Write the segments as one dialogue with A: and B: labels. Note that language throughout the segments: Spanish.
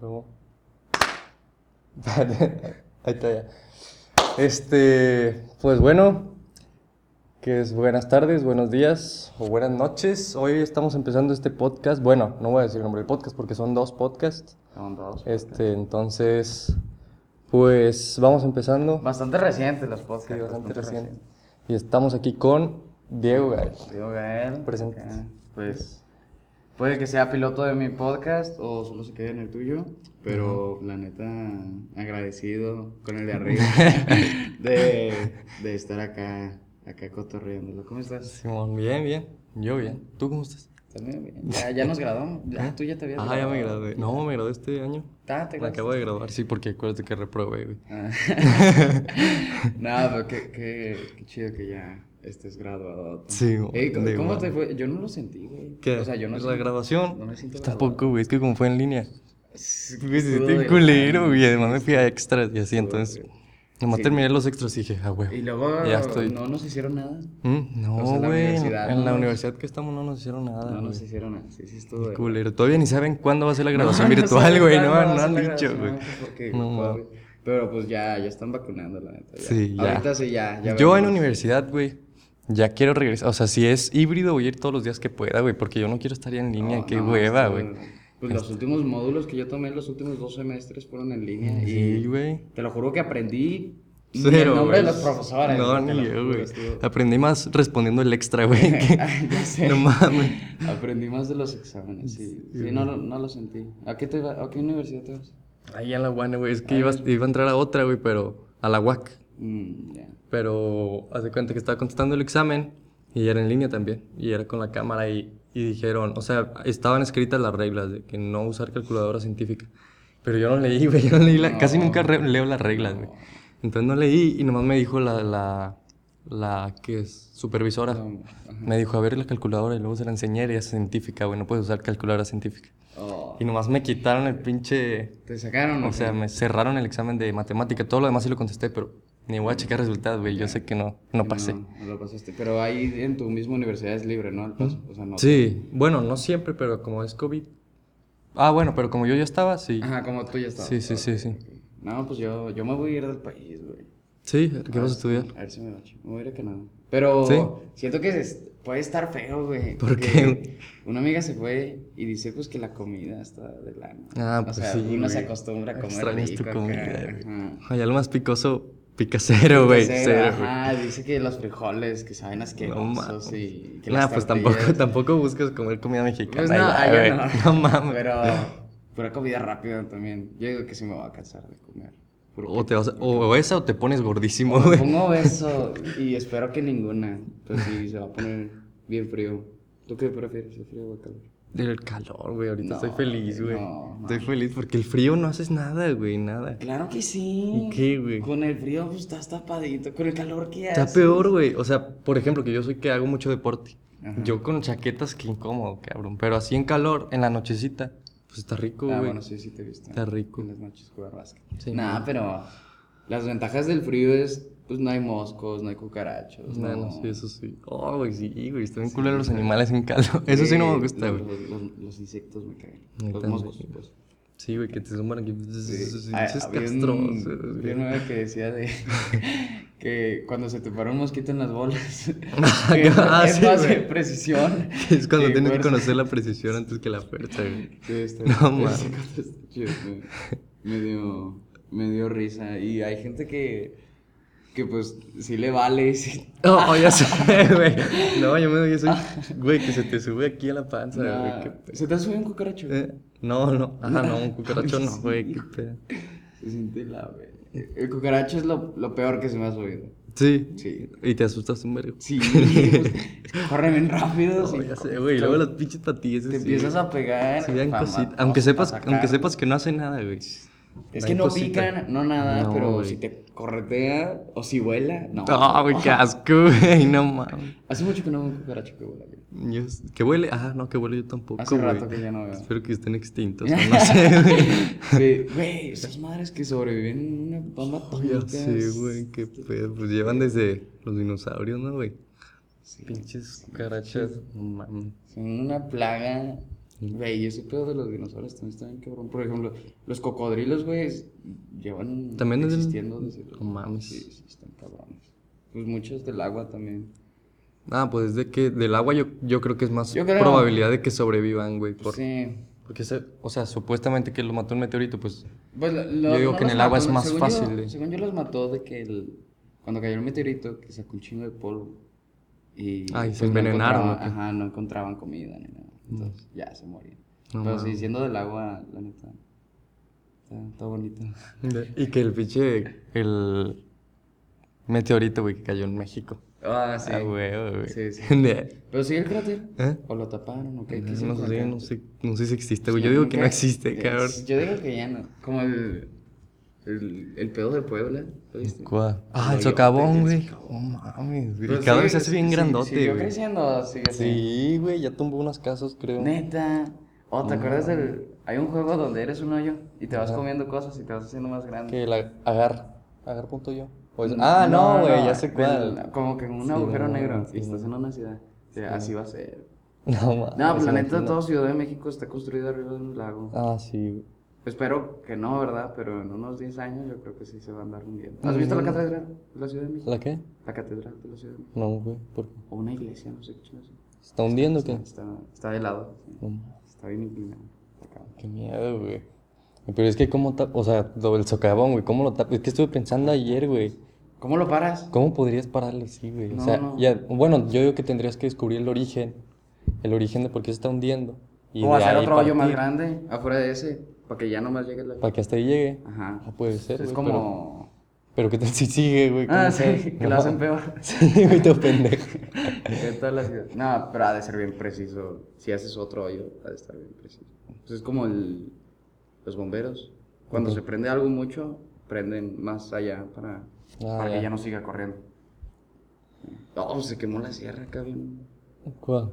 A: Luego. Espérate, Ahí está ya. Este, pues bueno, que es buenas tardes, buenos días o buenas noches. Hoy estamos empezando este podcast. Bueno, no voy a decir el nombre del podcast porque son dos podcasts.
B: Son dos.
A: Este, entonces, pues vamos empezando.
B: Bastante recientes los podcasts.
A: Sí, bastante reciente. Y estamos aquí con Diego Gael.
B: recientes. Diego Gael.
A: Presentes.
B: acá, Pues puede que sea piloto de mi podcast o solo se quede en el tuyo, pero la neta agradecido con el de arriba de, de estar acá, acá cotorreándolo. ¿Cómo estás?
A: Simón, bien, bien. Yo bien. ¿Tú cómo estás?
B: También bien. Ya, ya nos graduamos. Ah, tú ya te habías
A: Ah, ya me
B: graduado.
A: gradué. No, me gradué este año.
B: Ah, te
A: Me
B: graduaste.
A: acabo de graduar, sí, porque acuérdate que reprobé, güey.
B: Ah.
A: Ah.
B: no, pero qué, qué- qué chido que ya estés graduado.
A: Sí, güey,
B: Ey, ¿cómo,
A: de
B: cómo
A: igual.
B: te fue? Yo no lo sentí, güey.
A: ¿Qué?
B: O sea, yo no
A: ¿La
B: sentí-
A: graduación?
B: No me siento
A: Tampoco, güey, es que como fue en línea. Güey, se
B: Estuvo
A: siente
B: de
A: un culero,
B: madre.
A: güey. Además me fui a extras y así, entonces. Nomás
B: Sí.
A: terminé los extras y dije, ah, güey.
B: Y luego
A: Ya estoy.
B: no nos hicieron nada.
A: Mm,
B: O sea,
A: No,
B: en la
A: güey. En,
B: universidad,
A: en la
B: ¿no?
A: universidad que estamos no nos hicieron nada,
B: No nos
A: Ah, güey.
B: hicieron nada. Sí, sí, estuvo. de-
A: Culero. Todavía ni saben cuándo va a ser la
B: No,
A: graduación
B: no
A: virtual,
B: saben
A: güey.
B: cuándo va
A: No,
B: a
A: no
B: ser
A: han
B: la
A: dicho,
B: graduación,
A: güey.
B: porque,
A: No,
B: COVID. Pero pues ya, ya están vacunando, la neta. ya.
A: Sí, ya.
B: Ahorita sí, ya. ya
A: Yo en
B: veremos.
A: universidad, güey, ya quiero regresar. O sea, si es híbrido, voy a ir todos los días que pueda, güey, porque yo no quiero estar ya en línea.
B: No,
A: qué
B: no,
A: hueva,
B: estuvo-
A: güey. Este
B: Pues los últimos módulos que yo tomé, los últimos dos semestres fueron en línea.
A: Sí,
B: y
A: güey.
B: te lo juro que aprendí ni
A: Cero,
B: el nombre de
A: güey.
B: los profesores.
A: No,
B: te
A: ni
B: lo
A: yo,
B: juro,
A: güey.
B: estuvo-
A: Aprendí más respondiendo el extra, güey. que-
B: ya sé.
A: No mames.
B: Aprendí más de los exámenes, sí. Sí, no, lo- no lo sentí. ¿A qué, te iba- a qué universidad te vas?
A: Ahí en la UAN, güey. Es que iba, iba a entrar a otra, güey, pero a la UAC.
B: Mm, ya.
A: Pero hace cuenta que estaba contestando el examen y era en línea también. Y era con la cámara y, y dijeron, o sea, estaban escritas las reglas de que no usar calculadora científica. Pero yo no leí, güey. Yo no leí la- casi nunca re- leo las reglas, güey. Entonces no leí y nomás me dijo la, la, la que es supervisora.
B: No, ajá.
A: Me dijo, a ver la calculadora y luego se la enseñé y es científica, güey. No puedes usar calculadora científica.
B: Oh,
A: Y nomás me quitaron el pinche
B: ¿Te sacaron?
A: o sea, me cerraron el examen de matemática. Todo lo demás sí lo contesté, pero ni voy a checar resultados, güey. Yo sé que no, no pasé.
B: No, no lo pasaste. Pero ahí en tu misma universidad es libre, ¿no? El paso. O sea, no.
A: Sí, bueno, no siempre, pero como es COVID. Ah, bueno, pero como yo ya estaba, sí.
B: Ajá, como tú ya estabas.
A: Sí, sí, sí, sí.
B: Ok. No, pues yo, yo me voy a ir del país, güey.
A: Sí, ¿qué
B: Ah,
A: vas a estudiar?
B: A ver si me va Me voy a ir a Canadá. Pero
A: ¿Sí?
B: siento que es- puede estar feo, güey.
A: ¿Por
B: porque
A: qué?
B: Una amiga se fue y dice pues que la comida está de lana.
A: Ah,
B: O
A: pues
B: sea,
A: sí,
B: uno se
A: güey.
B: acostumbra a comer
A: Extrañas tu
B: rico acá,
A: comida, güey.
B: ajá.
A: Ay, algo más picoso, picacero, güey.
B: Entonces, eh,
A: Cero, güey.
B: ajá, dice que los frijoles que saben
A: No
B: asquerosos
A: mames.
B: y que
A: Nah,
B: las
A: pues
B: tortillas.
A: tampoco, tampoco buscas comer comida mexicana.
B: Pues no,
A: ya,
B: allá
A: güey.
B: no.
A: mames.
B: Pero pura comida rápida también. Yo digo que sí me voy a cansar de comer. Porque
A: O, te vas a- o o esa o te pones gordísimo,
B: me
A: güey.
B: pongo eso y espero que ninguna. Pero sí, se va a poner bien frío. ¿Tú qué prefieres, el frío o el calor?
A: Del calor, güey. Ahorita
B: No,
A: estoy feliz,
B: güey,
A: güey.
B: no,
A: estoy feliz porque el frío no haces nada, güey, nada.
B: Claro que sí.
A: ¿Y qué, güey?
B: Con el frío pues, estás tapadito. Con el calor, ¿qué haces?
A: Está peor, güey. O sea, por ejemplo, que yo soy que hago mucho deporte.
B: Ajá.
A: Yo con chaquetas, qué incómodo, cabrón. Pero así en calor, en la nochecita, pues está rico,
B: Ah,
A: güey.
B: bueno, sí, sí te he visto.
A: Está rico.
B: En las noches jugar básquet.
A: Sí.
B: Nada, pero las ventajas del frío es, pues no hay moscos, no hay cucarachos.
A: No, no, sí, eso sí. Oh, güey, sí, güey. Está bien culero los animales en calor. Eso sí no me gusta,
B: los-
A: güey.
B: Los, los- los insectos me caen.
A: Neta,
B: Los moscos,
A: sí.
B: pues.
A: Sí, güey, que te suman aquí.
B: Ah,
A: Pinches
B: había un-
A: castrosos,
B: había
A: güey.
B: una vez que decía de que cuando se te para un mosquito en las bolas,
A: Ah,
B: que es,
A: ah,
B: es
A: sí,
B: más de
A: güey.
B: precisión.
A: Es cuando tienes que
B: fuerza.
A: conocer la precisión antes que la fuerza, güey.
B: Sí, está-
A: No, mames.
B: ese concepto está chido, Me, me dio, me dio risa. Y hay gente que, que pues sí le vale. y sí-
A: Oh, ya sé, güey. No, yo me doy eso. Güey, que se te sube aquí a la panza, güey.
B: Nah,
A: qué pe-
B: se te sube un cucaracho.
A: Eh, No, no. Ah, no, un cucaracho no, güey. Qué pedo.
B: Se siente la verga. El cucaracho es lo, lo peor que se me ha subido.
A: Sí.
B: Sí.
A: Y te asustas un vergo.
B: Sí, pues, corre bien rápido.
A: No,
B: sí.
A: ya sé, güey. y Luego las pinches patillas.
B: Te empiezas a pegar.
A: Sí, dan
B: pa-
A: cosita.
B: pa-
A: Aunque
B: pa-
A: sepas,
B: pa sacar.
A: aunque sepas que no hace nada, güey. dan
B: Es que no
A: cosita.
B: pican, no nada,
A: No,
B: pero
A: güey.
B: si te corretea o si vuela, no.
A: Ah, güey, qué asco, güey. No mames.
B: Hace mucho que no veo un cucaracho que vuela. güey.
A: Yo- Que huele. Ah, no, que huele yo tampoco,
B: Hace rato
A: güey.
B: que ya no veo.
A: Espero que estén extintos. o No sé, güey.
B: Sí, güey, esas madres que sobreviven en una bomba atómica.
A: Ya sé, güey, qué pedo. Pues llevan desde los dinosaurios, ¿no, güey?
B: Sí,
A: Pinches cucarachas. No mames.
B: Son una plaga Güey, y ese pedo de los dinosaurios también está bien cabrón. Por ejemplo, los cocodrilos, güey, es- llevan
A: También es del-
B: existiendo desde los-
A: No mames.
B: Sí, sí, están cabrones. Pues muchos del agua también.
A: Ah, pues de que del agua yo, yo creo que es más
B: Yo creo.
A: probabilidad de que sobrevivan, güey.
B: Pues
A: por-
B: sí.
A: Porque, se- o sea, supuestamente que lo mató un meteorito, pues...
B: Pues lo- lo-
A: Yo digo
B: no
A: que en
B: los
A: el agua es
B: mató,
A: más
B: según
A: fácil,
B: Yo,
A: eh.
B: según yo los mató de que el, cuando cayó el meteorito, que sacó un chingo de polvo. Y pues,
A: Ah, y se
B: no
A: envenenaron,
B: encontraban-
A: ¿o qué? Mm.
B: ajá, no encontraban comida ni nada. Entonces ya se morían.
A: No
B: Pero sí,
A: mames.
B: siendo del agua, la neta. Está, está bonito.
A: Y que el pinche... El meteorito, güey, que cayó en México.
B: Ah, sí.
A: Ah, güey, güey.
B: Sí, sí.
A: De-
B: Pero sigue el cráter.
A: ¿Eh?
B: O lo taparon, o qué. ¿Qué
A: No
B: hicieron con el
A: sé,
B: cráter?
A: no sé, no sé si existe, güey. Yo digo que no
B: Nunca-
A: existe,
B: eh,
A: cabrón.
B: Yo digo que ya no. Como el, el, el pedo de Puebla, ¿lo viste?
A: ¿Cuál? Ah,
B: El
A: el
B: hoyote,
A: socavón,
B: el
A: güey. Oh, mames, güey.
B: Pero
A: Cada vez
B: sigue-
A: se hace bien
B: sí,
A: grandote,
B: Siguió
A: güey.
B: creciendo, sigue así.
A: Sí, güey, ya tumbó unas casas, creo.
B: Neta. Oh, ¿te acuerdas del...? Hay un juego donde eres un hoyo y te vas comiendo cosas y te vas haciendo más grande.
A: Que la agar, agar punto yo. O es- ah, no, güey, ya sé cuál.
B: del- como que en un agujero negro y estás en una ciudad. O sea, Así va a ser.
A: No, mames.
B: No, pues la neta, toda Ciudad de México está construida arriba de un lago.
A: Ah, sí, güey.
B: Espero que no, ¿verdad? Pero en unos 10 años yo creo que sí se va a andar hundiendo. ¿Has
A: Mm.
B: visto la catedral de la Ciudad de México?
A: ¿La qué?
B: La catedral de la Ciudad de México.
A: No, güey, ¿por qué?
B: O una iglesia, no sé qué chingada sea.
A: ¿Se ¿Está hundiendo o qué?
B: Está, está de lado. sí.
A: No, mames,
B: Está bien inclinado. Acá.
A: qué miedo, güey. Pero es que cómo tap, o sea, lo del socavón, güey, cómo lo tap, es que estuve pensando ayer, güey.
B: ¿Cómo lo paras?
A: ¿Cómo podrías pararlo así, güey? O
B: No,
A: sea,
B: no.
A: ya, bueno, yo digo que tendrías que descubrir el origen, el origen de por qué se está hundiendo. Y
B: O
A: de
B: hacer
A: ahí
B: otro hoyo más
A: partir,
B: grande afuera de ese, para que ya nomás llegue la.
A: Para que hasta ahí llegue.
B: Ajá.
A: Ah, puede ser,
B: Es
A: güey, pero-
B: como.
A: Pero qué tal si sigue, güey.
B: Ah,
A: ¿Cómo sabes?
B: sí, que lo
A: No.
B: hacen peor.
A: Sí, güey, todo pendejo.
B: De toda la ciudad. No, pero ha de ser bien preciso. Si haces otro hoyo, ha de estar bien preciso. Pues es como el, los bomberos. Cuando se prende algo mucho, prenden más allá para,
A: Ah,
B: para que
A: ya.
B: ya no siga corriendo. No, pues se quemó la sierra acá bien.
A: ¿Cuál?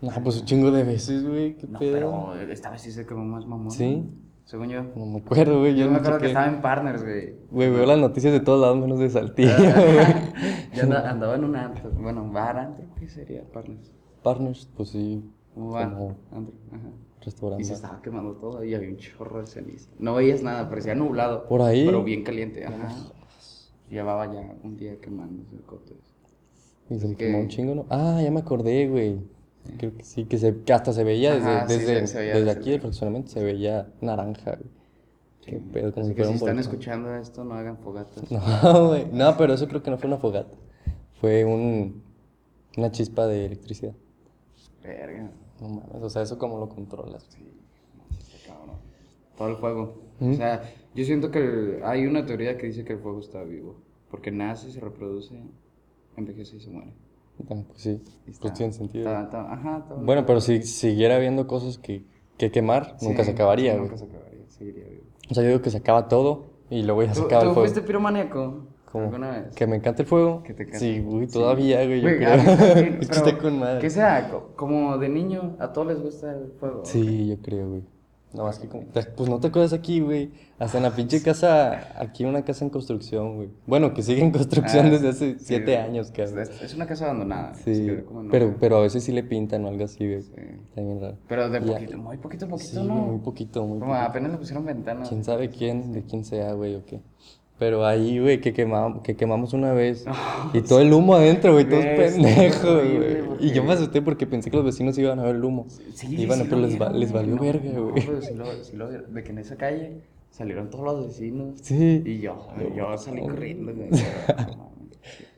A: No, pues un chingo de veces, güey. Qué
B: No,
A: pedo.
B: pero esta vez sí se quemó más mamón.
A: ¿Sí?
B: Según yo.
A: No me acuerdo, güey. Yo,
B: Yo
A: no
B: me
A: sé
B: acuerdo que
A: qué-
B: estaba en partners, güey.
A: Güey, veo las noticias de todos lados menos de Saltillo, güey.
B: Yo anda- andaba en un antro. Bueno, un bar antro, ¿qué sería? Partners.
A: Partners, pues sí.
B: Un bar
A: Como-
B: antro. Ajá. Y se
A: Restaurante.
B: estaba quemando todo y había un chorro de ceniza. No veías nada, parecía nublado.
A: Por ahí.
B: Pero bien caliente. Ajá. Llevaba ya un día quemándose el coto.
A: Y se le
B: que-
A: quemó un chingo, ¿no? Ah, ya me acordé, güey. Creo que sí, que, se, que hasta se veía desde,
B: Ajá, sí,
A: desde,
B: se- se veía
A: desde
B: desde
A: aquí del fraccionamiento, se veía naranja, güey. Qué pedo, como
B: Así
A: si
B: que
A: fuera
B: si
A: un
B: están
A: volcán.
B: escuchando esto, no hagan fogatas.
A: No, güey. No, pero eso creo que no fue una fogata. Fue un, una chispa de electricidad.
B: Verga.
A: No mames, o sea, eso como lo controlas.
B: cabrón. Todo el fuego.
A: ¿Mm?
B: O sea, yo siento que el- hay una teoría que dice que el fuego está vivo. Porque nace, se reproduce, envejece y se muere.
A: Ah, Pues sí,
B: Está-
A: pues tiene sentido.
B: está- está- ajá, está
A: Bueno, pero si siguiera habiendo cosas que, que quemar, nunca se
B: Sí,
A: acabaría,
B: nunca
A: güey.
B: se acabaría, seguiría vivo.
A: O sea, yo digo que se acaba todo y luego ya se
B: ¿Tú,
A: acaba el
B: tú
A: fuego.
B: fuiste piromaníaco?
A: ¿Cómo?
B: ¿Alguna vez?
A: Que me encanta el fuego.
B: Que te encanta.
A: Sí, güey, todavía, güey. Yo
B: Güey,
A: creo.
B: a mí también,
A: es que
B: pero
A: está con madre.
B: Que sea, co- como de niño, a todos les gusta el fuego.
A: Sí, yo creo, güey. No, más que como... te- Pues no te acuerdas aquí, güey. Hasta en la pinche casa... Aquí una casa en construcción, güey. Bueno, que sigue en construcción
B: Ah,
A: desde hace
B: sí,
A: siete años, cabrón.
B: Es, es una casa abandonada. se
A: Sí,
B: quedó como en
A: pero,
B: una-
A: pero a veces sí le pintan o algo así, güey.
B: sí.
A: Está bien raro.
B: Pero de
A: Ya.
B: poquito, muy poquito a poquito,
A: Sí,
B: ¿no?
A: güey, muy poquito, muy
B: Como
A: poquito.
B: apenas le pusieron ventanas.
A: Quién sabe quién, de quién sea, güey, o qué. Pero ahí, güey, que quemamos, que quemamos una vez. y todo el humo adentro, güey, todos
B: Güey, sí,
A: pendejos,
B: horrible,
A: güey.
B: porque-
A: Y yo me asusté porque pensé que los vecinos iban a ver el humo.
B: Sí,
A: Y bueno,
B: sí
A: pero
B: lo
A: les, va-
B: vieron,
A: les valió
B: no,
A: verga,
B: no,
A: güey.
B: pero sí lo- sí lo vieron. De que en esa calle salieron todos los vecinos.
A: Sí.
B: Y yo, yo salí corriendo. güey.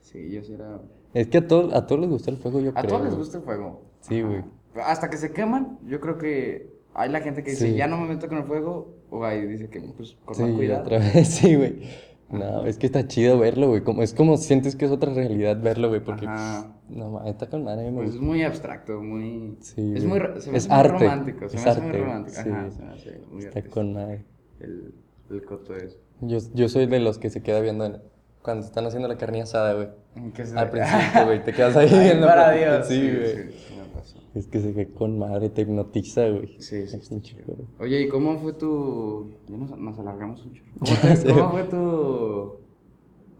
B: Sí, yo sí era...
A: Es que a, todo- a todos les gusta el fuego, yo
B: A
A: creo.
B: todos les
A: güey.
B: gusta Ah, el fuego.
A: Sí, güey.
B: Hasta que se queman, yo creo que hay la gente que dice,
A: Sí.
B: ya no me meto con el fuego, o ahí dice que, pues, con más
A: Sí,
B: cuidado.
A: otra vez, sí, güey. No, es que está chido verlo, güey. Como, es como sientes que es otra realidad verlo, güey, porque...
B: Ajá.
A: No, ma, está con madre, me
B: Pues
A: gusta.
B: es muy abstracto, muy...
A: Sí, güey.
B: es muy, ro- se me
A: Es
B: hace muy
A: arte,
B: romántico, se
A: es
B: me hace muy
A: arte, güey,
B: romántico.
A: sí.
B: Ajá, se me hace muy
A: Está
B: artístico.
A: con madre.
B: El, el coto es...
A: Yo, yo soy de los que se queda viendo en- cuando están haciendo la carne asada, güey.
B: ¿Qué se-
A: Al principio, güey, te quedas ahí
B: Ay,
A: viendo.
B: para
A: porque-
B: Dios.
A: Sí, güey.
B: sí, tienes razón.
A: Es que se queda con madre, te hipnotiza, güey.
B: Sí, sí,
A: Es
B: está
A: un
B: chido.
A: chico, güey.
B: Oye, ¿y cómo fue tu...? Ya nos, nos alargamos mucho. ¿Cómo, te- cómo fue tu...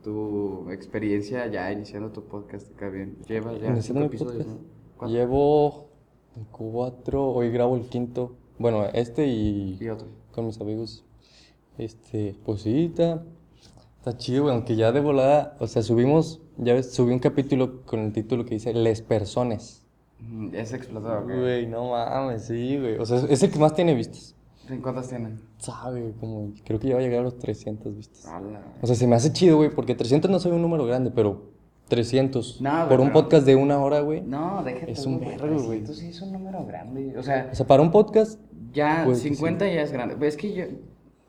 B: Tu experiencia ya iniciando tu podcast acá bien? Llevas ya
A: Iniciando
B: cinco
A: mi
B: episodios,
A: podcast.
B: ¿no? ¿Cuánto?
A: Llevo cuatro, hoy grabo el quinto. Bueno, este y
B: Y otro.
A: con mis amigos. Este, pues sí, está, está chido, güey, aunque ya de volada, o sea, subimos, ya ves, subí un capítulo con el título que dice Les Personas.
B: Ujú, Mm, Es explotado, ¿ok?
A: Güey, no mames, sí, güey. O sea, es el que más tiene vistas.
B: ¿En ¿Cuántas tienen?
A: Sabe, como, creo que ya va a llegar a los 300 vistas.
B: Ala.
A: O sea, se me hace chido, güey, porque 300 no soy un número grande, pero 300
B: No, güey,
A: por un
B: pero-
A: podcast de una hora, güey.
B: No, déjate.
A: Es un vergo, güey.
B: Esto sí es un número grande. O sea,
A: O sea, para un podcast,
B: ya
A: Pues,
B: 50 ya es grande. Es que yo.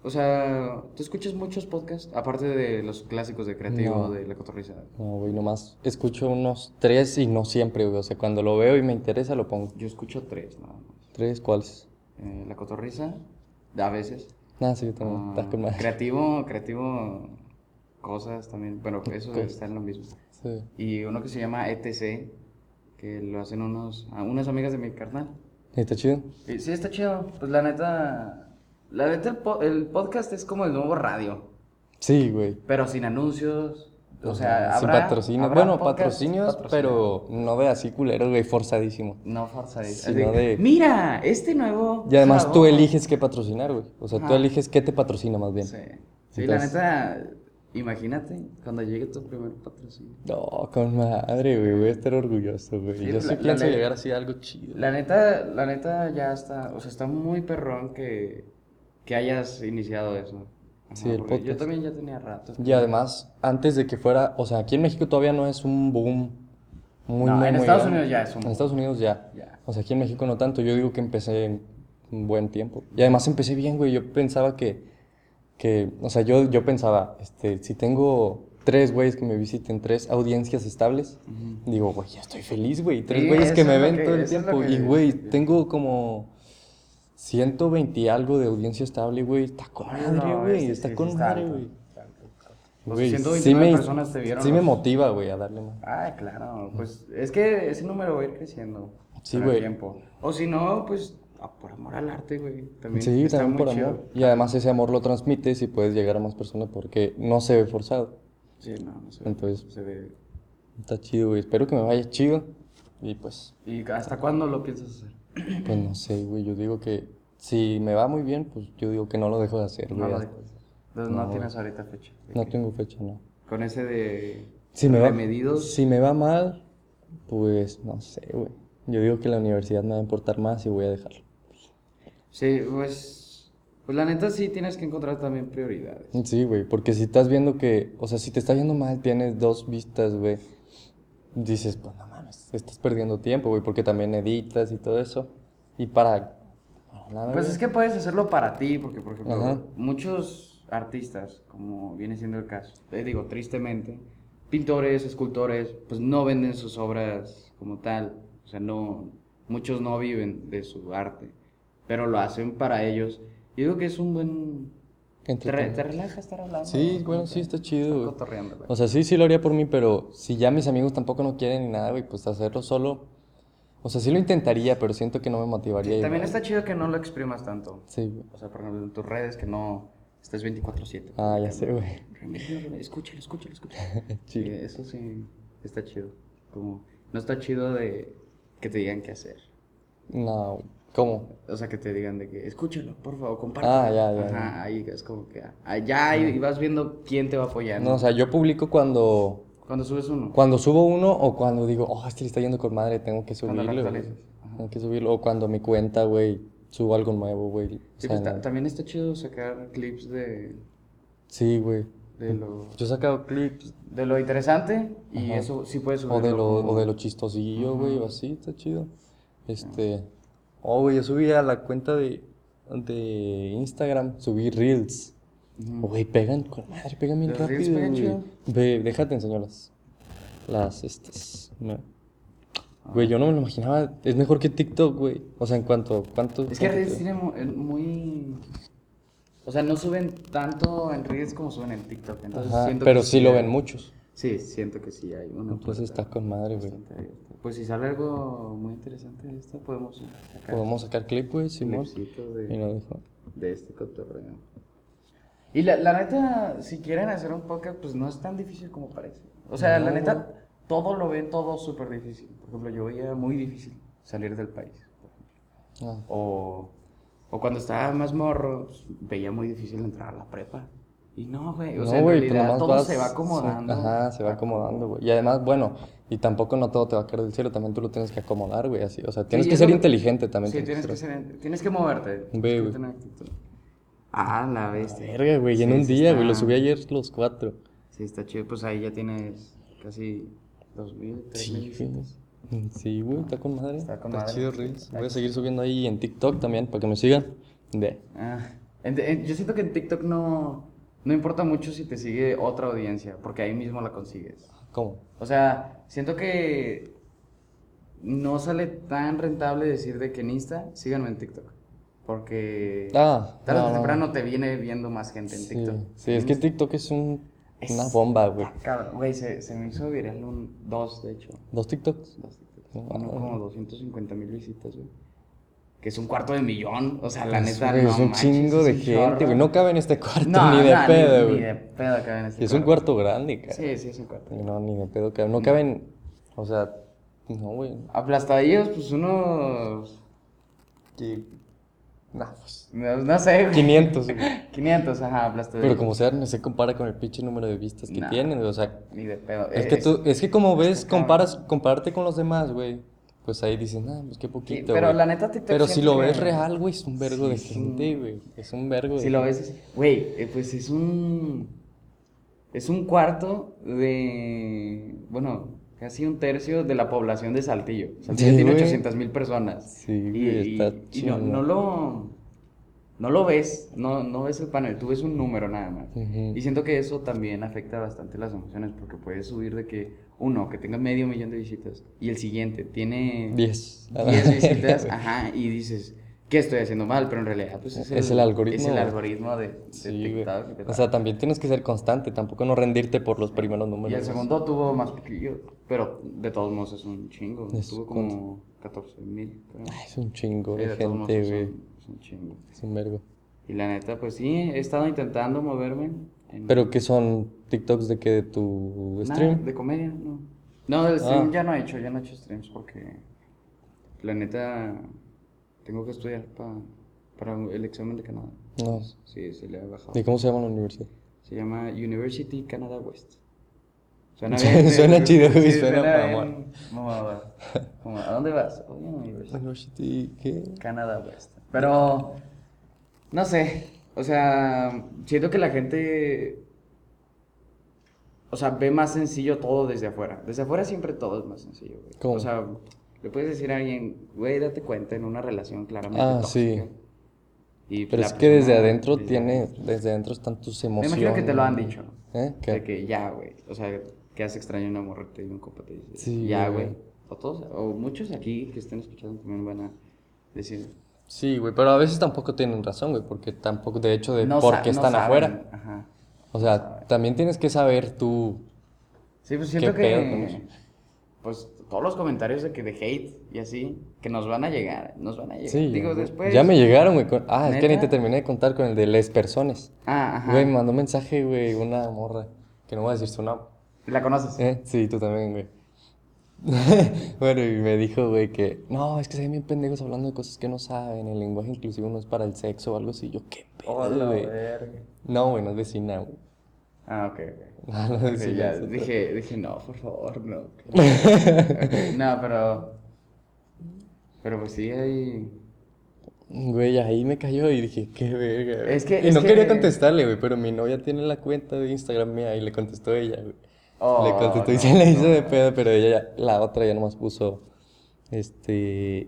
B: O sea, tú escuchas muchos podcasts, aparte de los clásicos de Creativo,
A: No.
B: de La Cotorriza.
A: no, güey, nomás escucho unos tres y no siempre, güey. O sea, cuando lo veo y me interesa, lo pongo.
B: Yo escucho tres, nada más.
A: ¿Tres cuáles?
B: Eh, la Cotorriza, a veces.
A: Nada, sí, yo también.
B: Ah,
A: Estás con madre.
B: creativo, creativo, cosas también. Bueno, eso está en lo mismo.
A: Sí.
B: Y uno que se llama ETC, que lo hacen unos, a unas amigas de mi carnal.
A: ¿Está chido?
B: Y sí, está chido. Pues la neta, la neta, el, po- el podcast es como el nuevo radio,
A: Sí, güey.
B: pero sin anuncios. O sea,
A: Ajá, sin
B: habrá-
A: patrocinios.
B: habrá
A: Bueno,
B: podcast
A: patrocinios,
B: patrocinado.
A: pero no de así culeros, güey, forzadísimo.
B: No forzadís.
A: Sino de-
B: Mira, este nuevo.
A: Y además tú
B: jabón".
A: eliges qué patrocinar, güey. O sea, tú
B: Ajá.
A: eliges qué te patrocina más bien.
B: Sí, sí
A: Entonces-
B: la neta, imagínate cuando llegue tu primer patrocinio.
A: No, con madre, güey, voy a estar orgulloso, güey.
B: Sí,
A: Yo sí
B: la- la
A: pienso
B: neta.
A: llegar así a algo chido.
B: La neta, la neta ya está, o sea, está muy perrón que, que hayas iniciado eso. Ajá,
A: Sí, el
B: porque Yo
A: podcast.
B: también ya tenía rato.
A: Y además, antes de que fuera, o sea, aquí en México todavía no es un boom muy,
B: No,
A: muy,
B: en
A: muy
B: Estados
A: grande.
B: Unidos ya es un
A: En Estados Unidos ya.
B: Ya.
A: O sea, aquí en México no tanto. Yo digo que empecé en un buen tiempo. Y además empecé bien, güey. Yo pensaba que, que o sea, yo, yo pensaba, este, si tengo tres güeyes que me visiten, tres audiencias estables, digo, güey, ya estoy feliz, güey. Tres
B: Sí,
A: güeyes que
B: eso
A: me
B: es lo
A: ven
B: que-
A: todo el
B: eso es lo
A: tiempo.
B: que-
A: Y, güey, tengo como 120 y algo de audiencia estable, güey. Está con madre,
B: Ah, No,
A: güey.
B: sí, sí,
A: está
B: sí,
A: con
B: sí, está
A: madre,
B: alto,
A: güey.
B: está alto, está alto. O sea,
A: Güey,
B: 129
A: sí me,
B: personas te vieron.
A: sí me
B: los-
A: motiva, güey, a darle más.
B: Ah, claro, pues es que ese número va a ir creciendo.
A: Sí,
B: con el
A: güey.
B: tiempo. O si no, pues ah, por amor al arte, güey. También
A: Sí,
B: está
A: también
B: muy
A: por
B: chido.
A: amor. Y además ese amor lo transmites y puedes llegar a más personas porque no se ve forzado.
B: Sí, no, no sé.
A: Entonces,
B: se ve.
A: está chido, güey. Espero que me vaya chido. Y pues,
B: ¿Y hasta cuándo lo piensas hacer?
A: pues no sé, güey. Yo digo que si me va muy bien, pues yo digo que no lo dejo de hacer,
B: No
A: güey.
B: lo dejo. Entonces no, tienes ahorita fecha.
A: No tengo fecha, no.
B: Con ese de
A: Si me, va,
B: remedidos.
A: si me va mal, pues no sé, güey. Yo digo que la universidad me va a importar más y voy a dejarlo.
B: Sí, pues, pues la neta sí tienes que encontrar también prioridades.
A: Sí, güey, porque si estás viendo que, o sea, si te está yendo mal, tienes dos vistas, güey, dices, pues no mames, estás perdiendo tiempo, güey, porque también editas y todo eso. Y para, para nada,
B: Pues
A: güey.
B: es que puedes hacerlo para ti, porque por ejemplo,
A: Ajá.
B: muchos artistas, como viene siendo el caso, te digo tristemente, pintores, escultores, pues no venden sus obras como tal, o sea, no, muchos no viven de su arte, pero lo hacen para ellos. Yo digo que es un buen... Te, re-
A: Entretenimiento.
B: te relaja estar hablando.
A: Sí, bueno,
B: como
A: sí,
B: que
A: está chido,
B: estar
A: güey.
B: cotorreando, güey.
A: O sea, sí, sí lo haría por mí, pero si ya mis amigos tampoco no quieren ni nada, güey, pues hacerlo solo. O sea, sí lo intentaría, pero siento que no me motivaría
B: También
A: igual.
B: está chido que no lo exprimas tanto.
A: Sí, güey.
B: O sea, por ejemplo, en tus redes que no estés 24-7.
A: Ah, ya sé, güey.
B: Remedio, Escúchalo, escúchalo, escúchalo.
A: Sí.
B: Eh, Eso sí, está chido. Como, no está chido de que te digan qué hacer.
A: No, ¿cómo?
B: O sea, que te digan de que, escúchalo, por favor, compártelo.
A: Ah, ya, ya,
B: Ajá, ahí es como que, ah, ya, y y vas viendo quién te va apoyando.
A: No, o sea, yo publico cuando
B: Cuando subes uno.
A: Cuando subo uno o cuando digo, oh, este le está yendo con madre, tengo que
B: Cuando lo
A: subirlo. güey.
B: actualizas. Ajá.
A: Tengo que subirlo. O cuando mi cuenta, güey, subo algo nuevo, güey. O
B: Sí,
A: sea,
B: pues, ta- también está chido sacar clips de,
A: sí, güey.
B: de lo...
A: Yo he sacado clips
B: De lo interesante y
A: Ajá.
B: eso sí puedes subirlo.
A: o de, lo,
B: como-
A: o de lo chistosillo, güey, o así, está chido. Este. Oh, güey, yo subí a la cuenta de, de Instagram, subí Reels. Oh,
B: Ujú.
A: Güey, pegan con madre, pegan bien
B: Los Reels
A: rápido.
B: pegan
A: güey.
B: chido.
A: Ve, déjate enseñarlas. Las estas. no. Güey, yo no me lo imaginaba. Es mejor que TikTok, güey. O sea, en cuanto. ¿Cuánto?
B: Es que
A: cuánto
B: Reels
A: te-
B: tiene mu- eh, muy... O sea, no suben tanto en Reels como suben en TikTok. Entonces
A: Ajá,
B: siento
A: pero
B: que
A: sí lo
B: hay-
A: ven muchos.
B: Sí, siento que sí hay una
A: Entonces
B: puerta
A: está con madre, güey.
B: bastante abierta. Pues si sale algo muy interesante de esto, podemos sacar un
A: Podemos sacar clip, güey, Simón.
B: clipcito
A: Y
B: de,
A: no dijo.
B: de este cotorreo. Y la, la neta, si quieren hacer un podcast, pues no es tan difícil como parece. O sea, la
A: No,
B: neta, todo lo ven todo súper difícil. Por ejemplo, yo veía muy difícil salir del país. por
A: Ah.
B: O, o cuando estaba más morro, pues, veía muy difícil entrar a la prepa. Y no, güey, o sea, en
A: pues
B: realidad
A: nomás
B: todo
A: vas-
B: se va acomodando.
A: ajá, se va acomodando, güey. Y además, bueno, y tampoco no todo te va a caer del cielo, también tú lo tienes que acomodar, güey, así. O sea, tienes
B: y
A: que
B: es
A: ser
B: lo que-
A: inteligente también.
B: Sí, tienes que, ser- tienes que moverte. tienes
A: Ve,
B: que
A: güey.
B: tener actitud. Ah, la bestia.
A: Verga, güey, y en
B: Sí,
A: un
B: sí
A: día, güey, lo
B: está-
A: subí ayer los cuatro.
B: Sí, está chido. Pues ahí ya tienes casi 2000, 3000
A: Sí,
B: visitas.
A: güey. Sí, güey, está con madre.
B: Está con madre.
A: chido, Reels. Voy a seguir subiendo ahí en TikTok también, para que me sigan. De.
B: Ah, en- en- yo siento que en TikTok no, no importa mucho si te sigue otra audiencia, porque ahí mismo la consigues.
A: ¿Cómo?
B: O sea, siento que no sale tan rentable decir de que en Insta, síganme en TikTok. Porque
A: Ah,
B: tarde
A: no,
B: o
A: no.
B: temprano te viene viendo más gente en
A: Sí,
B: TikTok.
A: sí, es que TikTok es un- una bomba, güey.
B: Ah, Cabrón, güey, se, se me hizo viral un dos, de hecho.
A: ¿Dos TikToks?
B: Dos TikToks.
A: No,
B: Uno como 250 mil visitas, güey. Que es un cuarto de millón. O sea, la
A: Es,
B: neta,
A: güey,
B: no
A: es un
B: manches,
A: chingo
B: es
A: de
B: un
A: gente, güey.
B: chorro.
A: No cabe en este cuarto,
B: No,
A: ni de
B: no,
A: pedo,
B: ni,
A: güey.
B: ni de pedo cabe en este
A: Es un
B: cuarto.
A: cuarto grande, cara.
B: Sí, sí, es un cuarto.
A: No, ni de pedo cabe. No caben. O sea, no, güey.
B: Aplastadillos, pues unos.
A: Que. Nah, pues.
B: No, no sé, güey.
A: 500, güey.
B: 500, ajá, aplastadillos.
A: Pero como sea, no se compara con el pinche número de vistas que
B: Nah.
A: tienen, güey. O sea,
B: Ni de pedo.
A: es
B: Eh,
A: que
B: eh,
A: tú. Es que como ves,
B: cabrón.
A: comparas, compararte con los demás, güey. Pues ahí dices, nah, pues qué
B: sí,
A: poquito.
B: pero
A: güey".
B: la neta, TikTok.
A: Pero si
B: siento
A: lo
B: que-
A: ves real, güey, es un vergo
B: Sí,
A: de
B: es un-
A: gente, güey. Es un vergo de
B: Si lo ves, es- güey, eh, pues es un. Es un cuarto de. Bueno, casi un tercio de la población de Saltillo. Saltillo
A: Sí,
B: tiene
A: güey.
B: 800 mil personas.
A: Sí,
B: y,
A: güey, está
B: y- y no,
A: chingón.
B: no lo. No lo ves, no, no ves el panel, tú ves un número nada más.
A: Ujú.
B: Y siento que eso también afecta bastante las emociones, porque puedes subir de que uno que tenga medio millón de visitas y el siguiente tiene
A: 10.
B: 10 visitas, ajá, y dices, ¿qué estoy haciendo mal? Pero en realidad, pues es el,
A: Es el algoritmo,
B: es el
A: güey.
B: algoritmo de, de
A: Sí, güey.
B: TikTok. que te
A: O
B: da.
A: sea, también tienes que ser constante, tampoco no rendirte por los primeros números.
B: y el
A: güey.
B: segundo tuvo más poquillo, pero de todos modos es un chingo.
A: Es
B: Tuvo como 14 mil.
A: Ay, es un chingo
B: de
A: de
B: todos modos
A: gente,
B: es
A: güey.
B: un- es un chingo.
A: Es un vergo.
B: Y la neta, pues sí, he estado intentando moverme. en-
A: Pero que son TikToks de que de tu
B: Nada,
A: stream.
B: de comedia, no. No, del stream
A: Ah.
B: ya no he hecho, ya no he hecho streams porque la neta tengo que estudiar pa- para el examen de Canadá.
A: No.
B: Sí, se le ha bajado.
A: ¿Y cómo se llama la universidad?
B: Se llama University Canada West. Suena
A: Suena
B: ¿no?
A: chido, güey,
B: Sí,
A: suena
B: bien
A: mamón.
B: mamador. Como, ¿A dónde vas? Oye, University
A: University, ¿qué?
B: Canada West. pues. Pero, no sé. O sea, siento que la gente. O sea, ve más sencillo todo desde afuera. Desde afuera siempre todo es más sencillo, güey.
A: ¿Cómo?
B: O sea, le puedes decir a alguien, güey, date cuenta en una relación claramente.
A: Ah, sí.
B: tóxica". Y
A: Pero
B: la
A: es que desde
B: persona-
A: adentro
B: desde
A: tiene,
B: adentro.
A: desde adentro están tus emociones.
B: imagino que te lo han dicho.
A: ¿Eh? ¿Qué?
B: De que ya, güey. O sea, que hace extraño una morrita y un compa te dice.
A: Sí,
B: ya,
A: güey.
B: güey. O todos, o muchos aquí que estén escuchando también van a decir.
A: Sí, güey, pero a veces tampoco tienen razón, güey, porque tampoco, de hecho, de
B: "No
A: por
B: sa-
A: qué
B: no
A: están
B: saben".
A: afuera.
B: Ajá.
A: O sea, también tienes que saber tú.
B: Sí, pues siento
A: ¿Qué
B: que.
A: pedo con eso?
B: Pues todos los comentarios de que de hate y así, que nos van a llegar, nos van a llegar.
A: Sí,
B: Eh, Digo,
A: güey.
B: después.
A: Ya me llegaron, güey. con- Ah, es que ni te
B: ¿Neta?
A: terminé de contar con el de les personas.
B: Ah, ajá.
A: Güey, me mandó un mensaje, güey, una morra. Que no voy a decir su nombre.
B: ¿La conoces?
A: ¿Eh? Sí, tú también, güey. bueno, y me dijo, güey, que no, es que se ven bien pendejos hablando de cosas que no saben. El lenguaje inclusivo no es para el sexo o algo así. Yo, qué pedo,
B: Hola,
A: güey.
B: verga.
A: No, güey, no es vecina, güey.
B: Ah, ok, ok.
A: No, no es
B: Sí,
A: vecina,
B: ya,
A: es otra.
B: dije, dije, no, por favor, no. Ok, No, pero. Pero pues sí, hay.
A: Güey, ahí me cayó y dije, qué verga. güey".
B: Es que-
A: Y
B: es
A: no quería
B: que-
A: contestarle, güey, pero mi novia tiene la cuenta de Instagram mía y le contestó ella, güey.
B: Oh,
A: Le contestó y
B: no,
A: se la hizo
B: no.
A: de pedo, pero ella ya, la otra ya nomás puso, este,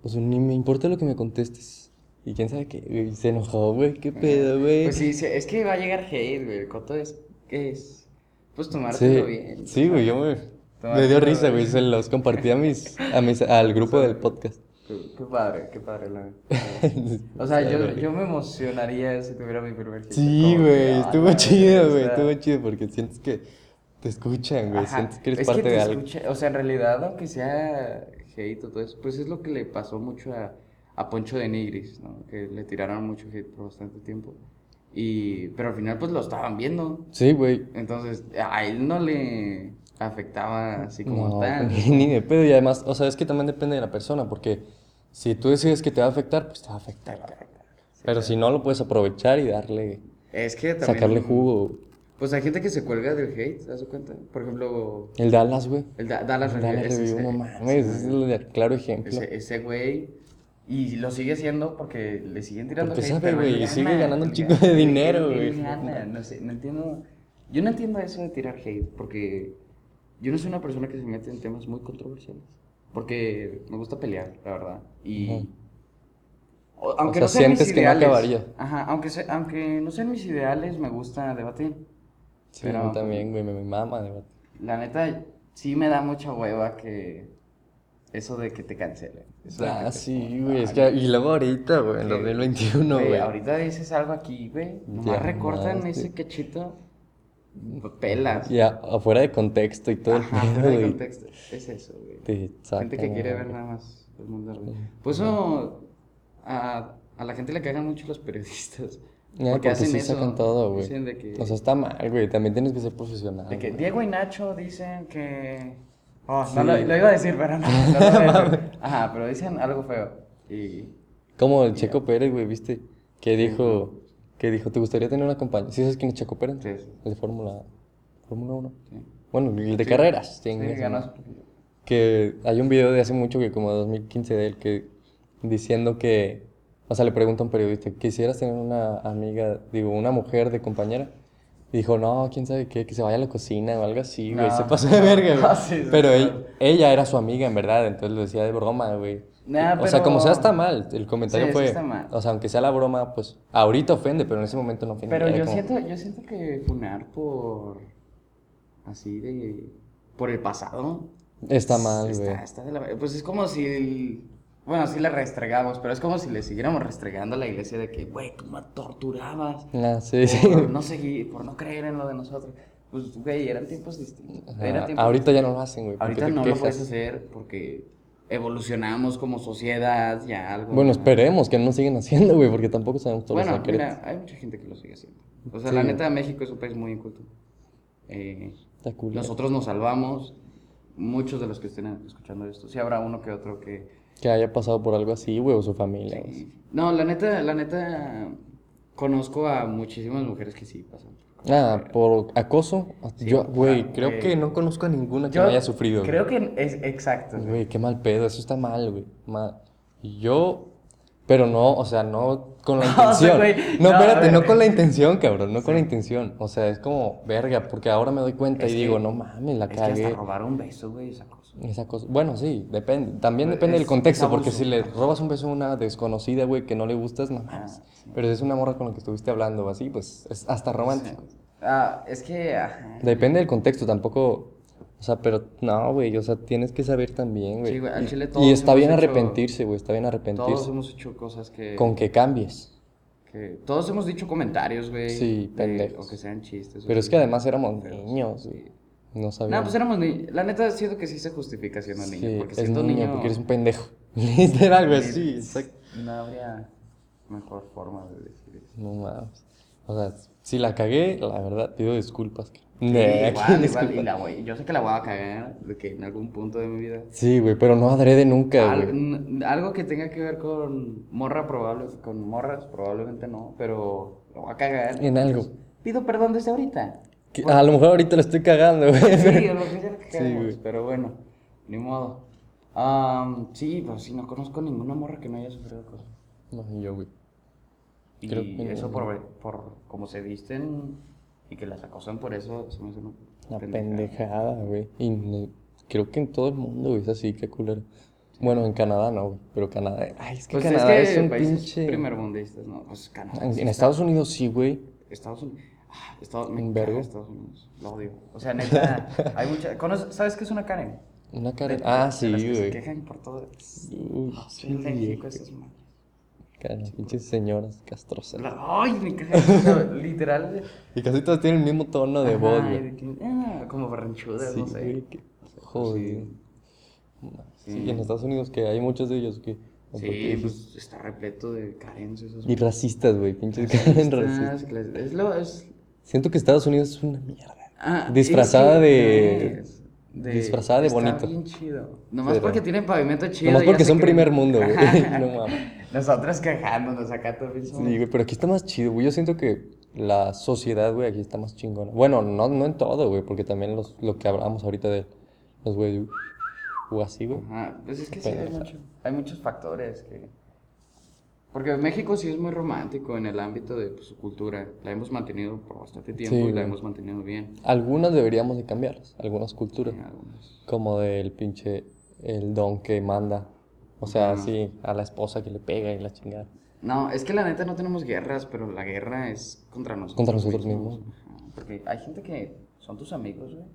A: pues ni me importa lo que me contestes. Y quién sabe qué, güey, se enojó, güey, qué pedo, güey.
B: Pues sí, sí, es que va a llegar hate, güey. El coto es. ¿Qué es? Pues
A: Sí,
B: tomártelo bien.
A: sí, güey, yo me, me dio
B: Tomártelo
A: risa, güey,
B: bien.
A: se los compartí a mis, a mis, al grupo del podcast.
B: Qué, qué padre, qué padre la O sea, yo, yo me emocionaría si tuviera mi primer hit.
A: Sí,
B: Como que,
A: güey,
B: ah,
A: estuvo
B: la
A: chido,
B: verga,
A: güey,
B: o sea,
A: estuvo chido porque sientes que te escuchan, güey,
B: ajá,
A: sientes que eres
B: es
A: parte
B: te
A: de algo.
B: escucha- o sea, en realidad, aunque sea hate o todo eso, pues es lo que le pasó mucho a, a Poncho de Nigris, ¿no? Que le tiraron mucho hate por bastante tiempo. Y, pero al final, pues lo estaban viendo.
A: Sí, güey.
B: Entonces, a él no le afectaba así como
A: No, pues,
B: tal.
A: ni de pedo. Y además, o sea, es que también depende de la persona, porque Si tú decides que te va a afectar, pues te va a afectar. cabrón. Pero si no, lo puedes aprovechar y darle,
B: Es que también.
A: sacarle jugo.
B: Pues hay gente que se cuelga del hate, ¿te das cuenta? Por ejemplo,
A: El Dallas, güey.
B: el Da- Dallas
A: El Dallas
B: Review, ese-
A: Review, no
B: ese-
A: mames, es el de- claro ejemplo.
B: Ese, ese güey. Y lo sigue haciendo porque le siguen tirando.
A: Porque
B: hate,
A: sabe,
B: pero
A: güey,
B: él
A: y sigue
B: gana,
A: ganando un
B: él
A: chingo
B: gana,
A: de dinero,
B: él
A: güey.
B: gana, No sé, no entiendo. Yo no entiendo eso de tirar hate porque yo no soy una persona que se mete en temas muy controversiales. Porque me gusta pelear, la verdad. Y.
A: Ujú.
B: o- aunque
A: sea,
B: no sean mis
A: sientes que no
B: ideales.
A: acabaría.
B: Ajá, aunque, se- aunque no sean mis ideales, me gusta debatir.
A: Sí,
B: pero-
A: a mí también, güey, me, me mama, de verdad.
B: La neta, sí me da mucha hueva que. Eso de que te cancelen. Eso de que
A: Ah,
B: te
A: sí, güey, es que, y luego ahorita, güey, en
B: Que-
A: 2021,
B: Güey,
A: güey.
B: ahorita dices algo aquí, güey.
A: Ya
B: Nomás recortan
A: más,
B: ese
A: güey.
B: cachito. Pelas.
A: Y a- afuera de contexto y todo el
B: Ajá, fuera de
A: pedo, güey.
B: contexto. Es eso, güey.
A: Te
B: Gente que
A: sacan,
B: quiere
A: güey.
B: ver nada más el mundo arriba. Por eso a, a la gente le cagan mucho los periodistas.
A: Ya, Eh, porque sí sacan todo, güey.
B: Dicen de que,
A: O sea, está mal, güey. También tienes que ser profesional.
B: de que
A: güey.
B: Diego y Nacho dicen que... Oh,
A: Sí.
B: no lo, lo iba a decir, pero no. no lo voy a decir. Ajá, pero dicen algo feo. Y...
A: Como el Checo Pérez, güey, ¿viste? Que dijo, que dijo, ¿te gustaría tener una compañía? ¿Sí sabes quién es Checo Pérez?
B: Sí, sí.
A: El de Fórmula, Fórmula 1.
B: Sí.
A: Bueno, el de carreras.
B: Sí,
A: chingas,
B: ganas.
A: ¿no? Que hay un video de hace mucho, que como 2015 de él, que diciendo que, o sea, le pregunta a un periodista, ¿quisieras tener una amiga, digo, una mujer de compañera? Dijo, no, quién sabe qué, que se vaya a la cocina o algo así, güey, se
B: No.
A: pasó de verga, güey.
B: Ah, sí, sí,
A: Pero
B: sí.
A: él- ella era su amiga, en verdad, entonces lo decía de broma, güey.
B: Nah,
A: O sea, como sea,
B: pero-
A: está mal, el comentario
B: Sí, sí
A: fue,
B: está mal.
A: o sea, aunque sea la broma, pues, ahorita ofende, pero en ese momento no ofende.
B: Pero
A: era
B: yo
A: como-
B: siento, yo siento que funar por así de por el pasado
A: Está mal, güey.
B: está, está de la- pues es como si el- bueno, sí le restregamos, pero es como si le siguiéramos restregando a la iglesia de que, güey, tú me torturabas
A: Ah, sí, sí.
B: por no seguir, por no creer en lo de nosotros. Pues güey, eran tiempos distintos.
A: Ajá,
B: Eran tiempos
A: ahorita ya no lo hacen, güey. porque
B: ahorita
A: te
B: no lo
A: quejas.
B: puedes hacer porque evolucionamos como sociedad ya algo.
A: Bueno,
B: más.
A: esperemos que no sigan haciendo, güey, porque tampoco sabemos todos los
B: Bueno,
A: secretos.
B: mira, hay mucha gente que lo sigue haciendo. O sea,
A: Sí.
B: la neta, México es un país muy inculto. Eh,
A: Está cool.
B: nosotros nos salvamos. Muchos de los que estén escuchando esto, sí habrá uno que otro que.
A: Que haya pasado por algo así, güey, o su familia. güey.
B: No, la neta, la neta, conozco a muchísimas mujeres que sí pasan.
A: Ah, por acoso. yo, güey,
B: claro,
A: creo
B: güey.
A: que no conozco a ninguna que no haya sufrido.
B: Creo que es exacto.
A: güey. Güey, qué mal pedo, eso está mal, güey. mal. Yo, pero no, o sea, no con la
B: No, sí,
A: intención.
B: güey.
A: no,
B: No,
A: espérate,
B: güey.
A: no con la intención, cabrón, no con la intención. O sea, es como, verga, porque ahora me doy cuenta
B: Es
A: y
B: que-
A: digo, no mames, la
B: Es que hasta
A: cagué.
B: robar un beso, güey, esa cosa.
A: Esa cosa. Bueno, sí, depende. También depende
B: Pues
A: del
B: es-
A: contexto,
B: es
A: porque si
B: abuso.
A: le robas un beso a una desconocida, güey, que no le gustas, no
B: Ah,
A: mames. Pero si es una morra con la que estuviste hablando o así, pues es hasta romántico.
B: Ah, es que. ajá.
A: Depende del contexto, tampoco. O sea, pero no, güey, o sea, tienes que saber también, güey.
B: Sí, güey, al
A: y,
B: chile
A: y
B: todos
A: está
B: hemos
A: bien
B: hecho-
A: arrepentirse, güey, está bien
B: Todos
A: arrepentirse.
B: hemos hecho cosas que.
A: Con que cambies.
B: que todos hemos dicho comentarios, güey.
A: Sí,
B: de-
A: pendejos.
B: O que sean chistes. o
A: Pero es que
B: cosas.
A: además éramos niños, güey. No
B: No,
A: sabíamos.
B: pues éramos niños. La neta, siento que sí se justifica siendo niño.
A: Sí,
B: porque
A: es
B: siendo
A: niño,
B: niño.
A: porque eres un pendejo. Literal, güey, sí, exacto.
B: No habría mejor forma de decir eso.
A: No mames. O sea, si la cagué, la verdad, pido disculpas. ca-
B: Sí,
A: Nah,
B: igual, igual.
A: disculpa.
B: Y la voy, yo sé que la voy a cagar de que en algún punto de mi vida.
A: Sí, güey, pero no adrede nunca,
B: Al-
A: güey.
B: n- algo que tenga que ver con morra, probable, con morras, probablemente no, pero lo voy a cagar.
A: En algo.
B: Pido perdón desde ahorita.
A: Que- a lo mejor ahorita lo estoy cagando, güey.
B: Sí, a lo que ya le cagamos,
A: güey.
B: pero bueno, ni modo. Am, sí, pues sí, no conozco ninguna morra que no haya sufrido cosas.
A: No, ni yo, güey.
B: Y
A: Creo que
B: eso
A: no.
B: por, por cómo se visten y que las acosan por eso, se me hace una
A: Una
B: pendejada.
A: pendejada, güey. Y ne- creo que en todo el mundo, güey, es así, qué culero. Bueno, en Canadá no, güey. Pero Canadá. Ay, es que
B: Pues
A: Canadá
B: es
A: es,
B: que
A: un
B: países
A: pinche.
B: primermundistas, ¿no? Pues Canadá.
A: En, en Estados Unidos sí, güey.
B: Estados Unidos. Ah, Estados, me
A: Un
B: caga
A: vergo.
B: Estados Unidos. Lo odio. O sea, neta, hay mucha. ¿conoces- ¿Sabes qué es una Karen?
A: Una
B: De-
A: cara.
B: de-
A: Ah,
B: de
A: sí,
B: las que Se
A: güey.
B: quejan por todo.
A: Uy,
B: Sí, en México, esas madres.
A: Cara, pinches señoras castrosas.
B: La- Ay, me caga. Literal.
A: Y casi todas tienen el mismo tono de
B: Ajá,
A: voz,
B: y
A: güey.
B: de que, ah, como barranchudas,
A: Sí,
B: no sé.
A: güey, que- Joder. Sí, y en Estados Unidos que hay muchos de ellos que...
B: Sí, pues está repleto de carencias. esos
A: Y racistas, güey, pinches Karen racistas.
B: racistas, clas- Es lo. Es...
A: Siento que Estados Unidos es una mierda.
B: Ah,
A: Disfrazada
B: es que-
A: de-
B: es- de-
A: Disfrazada de
B: está
A: bonito.
B: bien chido. Nomás
A: Pero-
B: porque tienen pavimento chido.
A: Nomás
B: ya
A: porque
B: se
A: son
B: creen-
A: primer mundo, güey. no mames.
B: Nosotros quejándonos acá todo el
A: Sí, güey, pero aquí está más chido, güey. Yo siento que la sociedad, güey, aquí está más chingona. Bueno, no, no en todo, güey, porque también los, lo que hablábamos ahorita de los güeyes o así, güey.
B: Ajá, pues es que sí, hay, mucho- hay muchos factores que... Porque México sí es muy romántico en el ámbito de pues, su cultura. La hemos mantenido por bastante tiempo
A: Sí,
B: y la
A: güey.
B: hemos mantenido bien.
A: Algunas deberíamos de cambiarlas, algunas culturas.
B: en algunos.
A: Como del pinche, el don que manda. O sea, así, a la esposa que le pega y la chingada.
B: No, es que la neta no tenemos guerras, pero la guerra es contra nosotros.
A: Contra nosotros mismos.
B: Ajá, porque hay gente que son tus amigos, güey.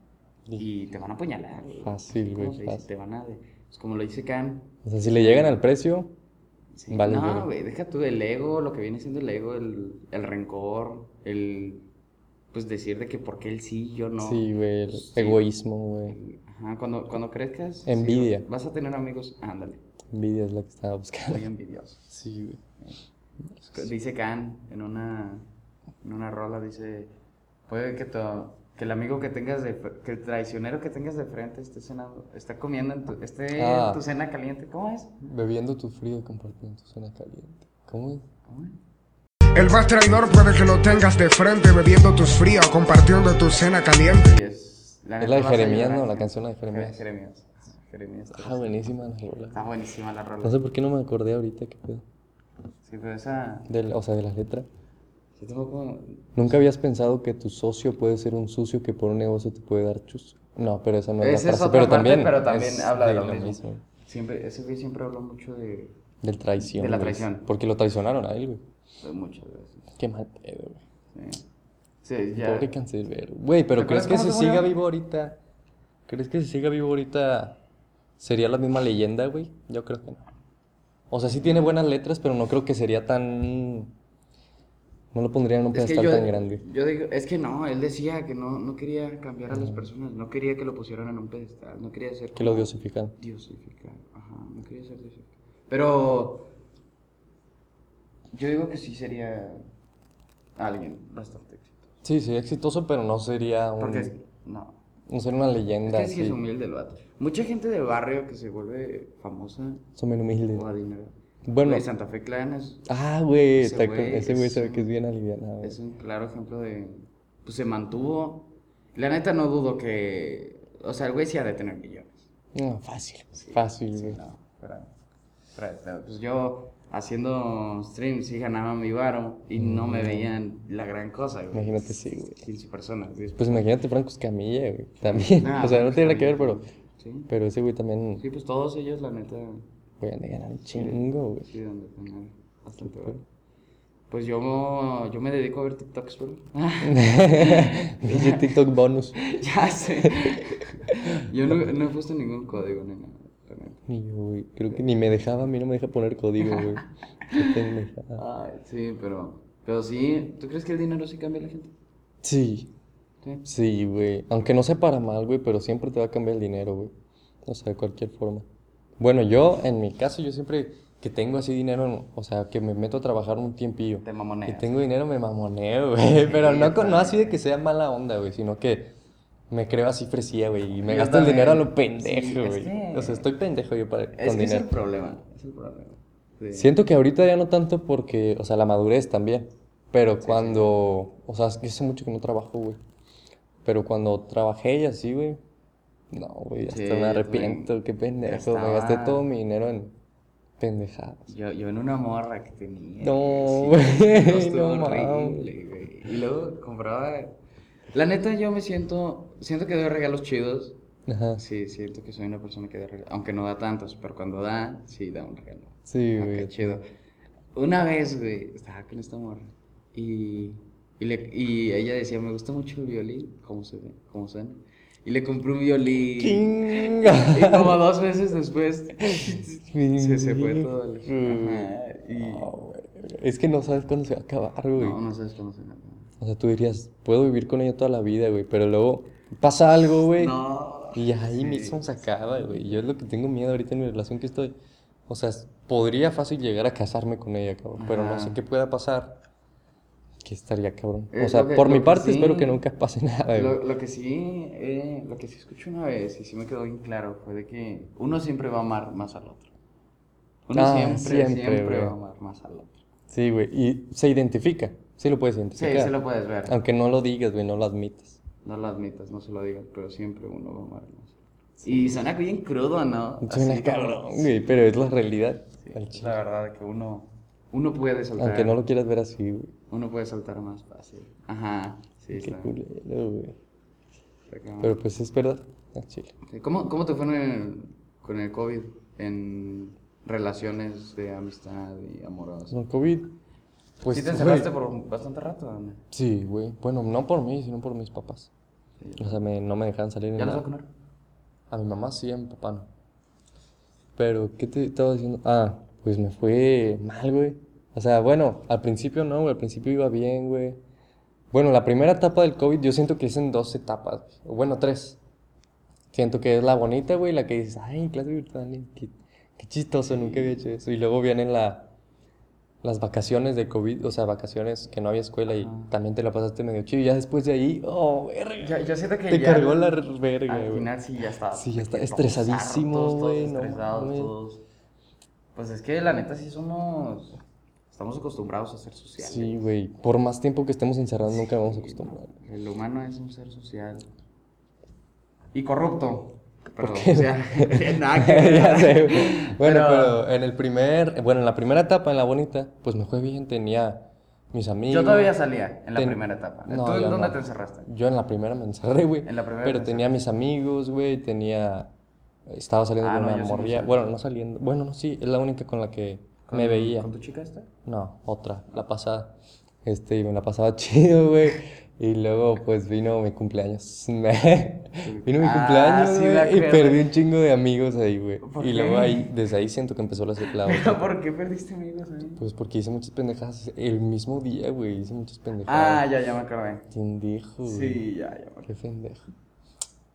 B: Y te van a apuñalar. güey.
A: Fácil,
B: ¿Cómo
A: güey,
B: se dice?
A: fácil.
B: Te van a... de- pues, como lo dice Cam,
A: O sea, si le llegan al precio,
B: Sí,
A: Vale, verga.
B: no, güey, deja tú el ego, lo que viene siendo el ego, el, el rencor, el pues decir de que porque él sí, yo no.
A: sí, güey, el
B: Sí.
A: egoísmo, güey.
B: Ajá, cuando, cuando crezcas. sí,
A: Envidia.
B: vas a tener amigos, ándale,
A: Envidia es la que estaba buscando.
B: muy envidiosos.
A: Sí, güey.
B: Dice Can en una, en una rola, dice, puede que, tu- que el amigo que tengas, de, fr- que el traicionero que tengas de frente esté cenando, está comiendo, en tu, esté
A: Ah.
B: en tu cena caliente, ¿cómo es?
A: Bebiendo tu frío y compartiendo tu cena caliente. ¿Cómo es?
B: ¿Cómo es?
C: El más traidor puede que lo tengas de frente bebiendo tus fríos, compartiendo tu cena caliente.
B: Y es la,
A: Es
B: neta
A: la de
B: vas a
A: Jeremías,
B: llorar,
A: ¿no? La
B: ¿no?
A: canción la de Jeremías.
B: Jeremías. Jeremías.
A: Ah, buenísima la rola.
B: Está buenísima la rola.
A: No sé por qué no me acordé ahorita, qué pedo.
B: Sí, pero esa.
A: Del- o sea, de las letras.
B: Yo tampoco.
A: ¿Nunca habías pensado que tu socio puede ser un sucio que por un negocio te puede dar chus? No, pero esa no es,
B: Esa
A: la
B: es
A: frase.
B: otra
A: pero,
B: parte,
A: también
B: pero también
A: es
B: habla de lo mismo.
A: mismo.
B: Siempre, ese güey siempre habló mucho de.
A: Del traición.
B: De la
A: güey.
B: traición.
A: Porque lo traicionaron a él, güey.
B: de muchas veces.
A: Qué mal pedo, güey.
B: Sí. Sí, ya.
A: Pobre cancelero. Güey, pero
B: ¿Te
A: ¿crees que
B: acuerdas
A: se
B: cómo se murió?
A: siga vivo ahorita? ¿Crees que se siga vivo ahorita? ¿Sería la misma leyenda, güey? Yo creo que no. O sea, sí tiene buenas letras, pero no creo que sería tan... No lo pondría en un
B: Es que
A: pedestal
B: yo,
A: tan grande.
B: yo digo, es que no, él decía que no, no quería cambiar a las personas, no quería que lo pusieran en un pedestal, no quería ser
A: Que lo diosifican.
B: diosificado. Ajá, no quería ser diosificado. Pero yo digo que sí sería alguien bastante exitoso.
A: Sí, sería exitoso, pero no sería un...
B: Porque es-
A: Mm.
B: no,
A: No sería una
B: Es
A: leyenda
B: que sí es
A: así.
B: humilde el vato. Mucha gente de barrio que se vuelve famosa
A: Son bien humildes.
B: o adinerada.
A: Bueno.
B: Güey, Santa Fe Clan es,
A: Ah, güey.
B: Ese
A: está con-
B: güey
A: Ese güey
B: es
A: se ve
B: un-
A: que es bien alivianado.
B: es un claro ejemplo de. Pues se mantuvo. La neta no dudo que. O sea, el güey sí ha de tener millones.
A: No, fácil. Fácil, güey.
B: No, pero. pero- pero, Pues yo haciendo streams sí ganaba mi varo y no me veían la gran cosa, güey.
A: Imagínate, sí, güey.
B: 15 personas. diez-
A: Pues imagínate Franco Escamilla, eh, güey. También.
B: Ah,
A: o sea, no tiene nada que ver, pero,
B: Franco Sí.
A: pero ese güey también,
B: Sí, pues todos ellos, la neta.
A: güey, han de ganar un chingo, güey.
B: Sí, donde tenga bastante varo. Pues yo, yo me dedico a ver TikToks, bro.
A: Ese TikTok bonus.
B: ya sé. Yo no, no he puesto ningún código ni nada. la neta.
A: Ni yo, güey. Creo que ni me dejaba, a mí no me deja poner código, güey. Qué pendejada.
B: Ay, sí, pero, pero sí. ¿Tú crees que el dinero sí cambia a la gente?
A: Sí,
B: Sí.
A: sí, güey. Aunque no sea para mal, güey, pero siempre te va a cambiar el dinero, güey. O sea, de cualquier forma. Bueno, yo, en mi caso, yo siempre que tengo así dinero, o sea, que me meto a trabajar un tiempillo.
B: Te
A: Y
B: mamoneas.
A: tengo dinero, me mamoneo, güey. Pero no, con- no así de que sea mala onda, güey, sino que me creo así fresía, güey. Y me
B: Yo
A: gasto el
B: también.
A: dinero a lo
B: Sí,
A: pendejo,
B: es
A: güey.
B: que-
A: O sea, estoy pendejo yo para,
B: Es
A: con
B: que es
A: dinero.
B: el problema. Es el problema. Sí.
A: Siento que ahorita ya no tanto porque, o sea, la madurez también. Pero cuando, o sea, es que hace mucho que no trabajo, güey. Pero cuando trabajé y así, güey. No, güey, hasta
B: Sí,
A: me
B: yo
A: arrepiento,
B: también
A: qué pendejo. Me gasté
B: estaba-
A: todo mi dinero en pendejadas.
B: Yo, yo en una morra que tenía.
A: No,
B: sí,
A: güey,
B: no, estuvo
A: no
B: horrible, güey. Y luego compraba. La neta, yo me siento. Siento que doy regalos chidos.
A: Ajá,
B: Sí, siento que soy una persona que da regalos. Aunque no da tantos, pero cuando da, sí da un regalo.
A: sí,
B: Ah, qué
A: güey.
B: chido. Una vez, güey, estaba con esta morra. Y, y, le- y ella decía, me gusta mucho el violín. ¿Cómo se ve? ¿Cómo suena? Y le compré un violín.
A: Chinga.
B: Y como dos meses después, se, se fue todo el... Ajá, y-
A: Mm. No, güey, Es que no sabes cuándo se va a acabar, güey.
B: No, no sabes cómo suena.
A: O sea, tú dirías, puedo vivir con ella toda la vida, güey. Pero luego pasa algo, güey.
B: No.
A: Y ahí mismo se acaba, güey. Yo es lo que tengo miedo ahorita en mi relación que estoy. O sea, podría fácil llegar a casarme con ella, cabrón. Pero no sé
B: Ajá.
A: qué pueda pasar. que estaría cabrón. O
B: Es
A: sea,
B: lo que-
A: por
B: lo
A: mi
B: que
A: parte espero
B: sí-
A: que nunca pase nada, güey.
B: Lo, lo que sí, eh, lo que sí escuché una vez y sí me quedó bien claro fue de que uno siempre va a amar más al otro. Uno
A: Ah,
B: siempre,
A: siempre,
B: siempre,
A: güey.
B: va a amar más al otro.
A: Sí, güey. Y se identifica. Sí lo puedes
B: Sí,
A: identificar.
B: sí lo puedes ver.
A: Aunque no lo digas, güey, no lo admitas.
B: No lo admitas, no se lo digas, pero siempre uno va a amar más. Y suena bien crudo, ¿no?
A: Suena
B: Así como-
A: cabrón, güey, pero es la realidad.
B: Sí,
A: al
B: es
A: chile.
B: la verdad que uno, uno puede soltar.
A: Aunque no lo quieras ver así, güey.
B: Uno puede soltar más fácil. Ajá, sí,
A: Qué
B: está, Ah.
A: culero, güey.
B: está cabrón.
A: Pero pues es verdad. al chile.
B: Sí, ¿Cómo, cómo te fue en el- con el COVID en relaciones de amistad y amorosas?
A: Con COVID. Pues,
B: sí te
A: güey,
B: encerraste por bastante rato. ¿o no?
A: Sí, güey. Bueno, no por mí, sino por mis papás.
B: Sí.
A: O sea, me- no me dejaban salir ni
B: ¿Ya los
A: nada.
B: vacunaron?
A: A mi mamá sí, a mi papá no. Pero, ¿qué te estaba diciendo? Ah, pues me fue mal, güey. O sea, bueno, al principio no, güey. Al principio iba bien, güey. Bueno, la primera etapa del COVID yo siento que es en dos etapas. o Bueno, tres. Siento que es la bonita, güey, la que dices, ay, clase virtual, eh, qué, qué chistoso, nunca había hecho eso. Y luego vienen la, las vacaciones de COVID, o sea, vacaciones que no había escuela y
B: Ajá.
A: también te la pasaste medio chido. Y ya después de ahí, oh, verga.
B: Ya- yo siento que
A: Te
B: ya
A: cargó
B: al-
A: la r- verga,
B: Al
A: güey.
B: final sí ya estaba.
A: Sí, ya está
B: todos
A: estresadísimo,
B: hartos, todos
A: güey, no
B: estresados,
A: mames.
B: todos. Pues es que la neta sí somos. Estamos acostumbrados a ser sociales.
A: Sí, güey. Por más tiempo que estemos encerrados, nunca vamos a acostumbrar.
B: El humano es un ser social. Y corrupto. Pero,
A: qué?
B: o sea, nada que ver.
A: Ya sé, güey. Bueno,
B: Pero-
A: pero en el primer, bueno, en la primera etapa, en la bonita, pues me fue bien, tenía mis amigos.
B: Yo todavía salía en la
A: Ten-
B: primera etapa.
A: No,
B: ¿Tú en
A: yo
B: dónde
A: no.
B: te encerraste?
A: Yo en la primera me encerré, güey.
B: En la primera
A: Pero
B: te
A: tenía mis amigos, güey, tenía... Estaba saliendo
B: Ah,
A: con
B: no,
A: una
B: yo sí me
A: morrilla.
B: salí.
A: Bueno, no saliendo. Bueno, no, sí, es la única con la que me
B: ¿Con-
A: veía.
B: ¿Con tu chica esta?
A: No, otra, la pasada. Este, y me la pasaba chido, güey. Y luego, pues, vino mi cumpleaños. Vino mi
B: Ah,
A: cumpleaños,
B: sí me
A: güey, y
B: acuerdo.
A: perdí un chingo de amigos ahí, güey.
B: ¿Por
A: Y luego
B: qué?
A: ahí, desde ahí siento que empezó la la otra.
B: ¿Pero por qué perdiste amigos ahí?
A: Pues porque hice muchas pendejadas el mismo día, güey. Hice muchas
B: Ah,
A: pendejadas.
B: ya, ya me acordé.
A: Pendejo, güey.
B: Sí, ya, ya me acordé.
A: Qué pendejo.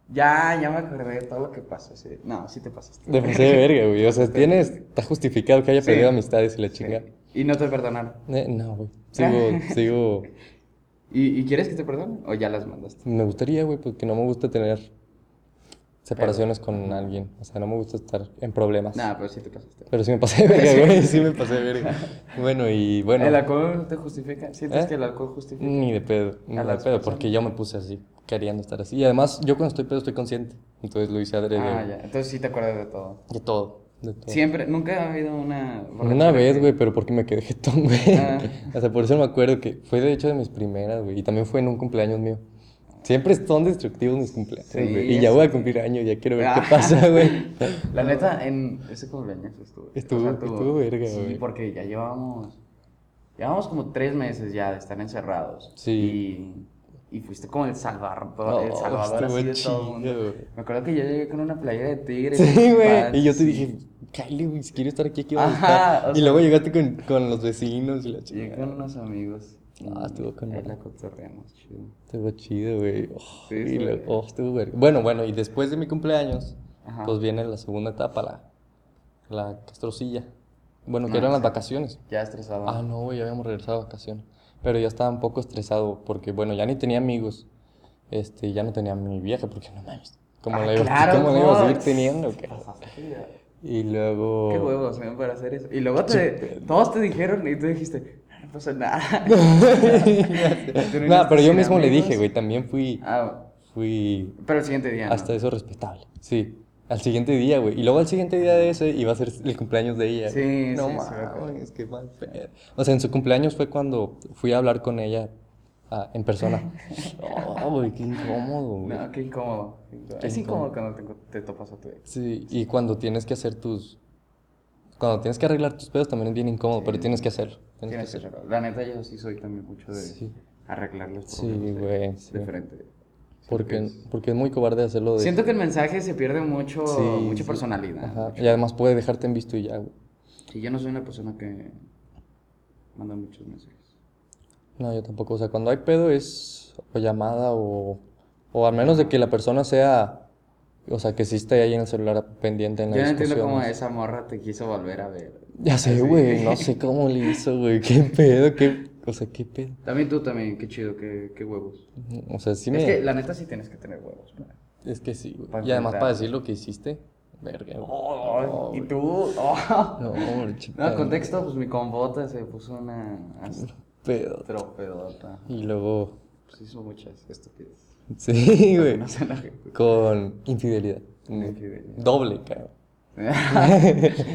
B: Ya, ya me acordé de todo lo que pasó. sí. No, sí te pasaste.
A: Me pasé de verga, güey. O sea, tienes, está justificado que haya
B: Sí.
A: perdido amistades y la
B: Sí.
A: chinga.
B: Y no te perdonaron.
A: no, güey. Sigo, sigo.
B: ¿Y, y quieres que te perdonen? ¿O ya las mandaste?
A: Me gustaría, güey, porque no me gusta tener separaciones con alguien. O sea, no me gusta estar en problemas.
B: Nada, pero pues sí te pasaste.
A: Pero sí me pasé de verga, güey. Sí me pasé de verga. Bueno, y bueno,
B: ¿El alcohol te justifica? ¿Sientes
A: ¿Eh?
B: que el alcohol justifica?
A: ni de pedo. Ni
B: A
A: de
B: las
A: pedo, porque yo me puse así, queriendo estar así. Y además, yo cuando estoy pedo estoy consciente. Entonces lo hice adrede.
B: Ah,
A: güey.
B: ya. Entonces sí te acuerdas de todo.
A: De todo. De todo.
B: Siempre, nunca ha habido una.
A: Una vez, güey, pero porque me quedé jetón, güey.
B: Ah.
A: O sea, por eso me acuerdo que fue de hecho de mis primeras, güey. Y también fue en un cumpleaños mío. Siempre son destructivos mis cumpleaños,
B: Sí,
A: güey. Y ya
B: es-
A: voy a cumplir año, ya quiero ver
B: Ah.
A: qué pasa, güey.
B: La neta, en ese cumpleaños estuvo.
A: Estuvo-
B: tuvo-
A: estuvo verga,
B: Sí,
A: güey.
B: porque ya llevábamos. Llevábamos como tres meses ya de estar encerrados.
A: Sí.
B: Y, y fuiste como el salvar,
A: No,
B: el salvador así de
A: estuvo
B: todo el mundo.
A: chido, güey.
B: Me acuerdo que yo llegué con una playera de tigre.
A: Sí,
B: con
A: güey.
B: pants.
A: Y yo te dije, Kylie, güey, si quiero estar aquí, aquí voy a
B: Ajá,
A: estar.
B: o
A: Y
B: sea-
A: luego llegaste con, con los vecinos y la
B: Llegué
A: chingada.
B: con unos amigos.
A: Ah, estuvo con
B: Ahí
A: madre.
B: la cotorreamos, chido.
A: Estuvo chido, güey. Oh,
B: Sí,
A: y
B: estuvo
A: luego-
B: bien.
A: oh, estuvo verga. Bueno, bueno, y después de mi cumpleaños,
B: Ajá.
A: pues viene la segunda etapa, la, la castrocilla. Bueno,
B: Ah,
A: que eran las vacaciones.
B: Ya estresado.
A: Ah, no, güey, ya habíamos regresado de vacaciones. Pero ya estaba un poco estresado porque, bueno, ya ni tenía amigos. Este, ya no tenía a mi vieja porque no mames. ¿Cómo
B: Ah,
A: la iba,
B: claro,
A: cómo la iba a
B: ¿cómo?
A: seguir teniendo? o qué? Y luego...
B: Qué huevos, me para hacer eso. Y luego te, todos te dijeron y tú dijiste, "Ah, no pasa nada.
A: no,
B: Terminaste
A: pero yo
B: sin
A: mismo le dije,
B: amigos.
A: güey, también fui,
B: Ah,
A: fui
B: pero el siguiente día. ¿no?
A: hasta eso respetable. Sí, al siguiente día, güey. Y luego al siguiente día de ese iba a ser el cumpleaños de ella. güey.
B: Sí,
A: no
B: sí, sí, me acuerdo.
A: mames, qué mal pedo. O sea, en su cumpleaños fue cuando fui a hablar con ella ah, en persona. oh, güey, qué incómodo, güey.
B: No, qué incómodo.
A: Qué
B: es
A: incómodo.
B: incómodo, cuando te, encu- te topas a tu ex.
A: Sí, y cuando tienes que hacer tus... Cuando tienes que arreglar tus pedos también es bien incómodo, pero tienes que hacerlo. Tienes que
B: Tienes que
A: hacerlo.
B: arreglar. La neta, yo sí soy también mucho de
A: Sí.
B: arreglar los
A: Sí,
B: problemas de-
A: güey,
B: de,
A: sí. Pues
B: frente. Siento que
A: Porque,
B: es-
A: porque es muy cobarde hacerlo de...
B: Siento que el mensaje se pierde mucho,
A: Sí,
B: mucha
A: sí.
B: personalidad.
A: Ajá, Y además puede dejarte en visto y ya, güey.
B: Sí, yo no soy una persona que manda muchos mensajes.
A: No, yo tampoco. O sea, cuando hay pedo es o llamada o, o al menos de que la persona sea, o sea, que sí esté ahí en el celular pendiente en la
B: Yo no entiendo
A: discusión.
B: cómo Ah, esa morra te quiso volver a ver.
A: Ya sé, güey, no sé cómo le hizo, güey, qué pedo, qué O sea, qué pedo.
B: También tú también, qué chido, qué, qué huevos.
A: O sea, sí
B: Es
A: me.
B: que la neta sí tienes que tener huevos. güey.
A: Es que sí, güey.
B: Para
A: Y además
B: enfrentar.
A: para decir lo que hiciste, verga. güey.
B: Oh, y tú, oh.
A: No, hombre, chica,
B: No, contexto, pues mi combota se puso una
A: Pedo.
B: tropedota.
A: Y luego,
B: Pues hizo muchas estupideces.
A: sí, güey.
B: No se enoje.
A: Con infidelidad.
B: Infidelidad.
A: Doble, cabrón.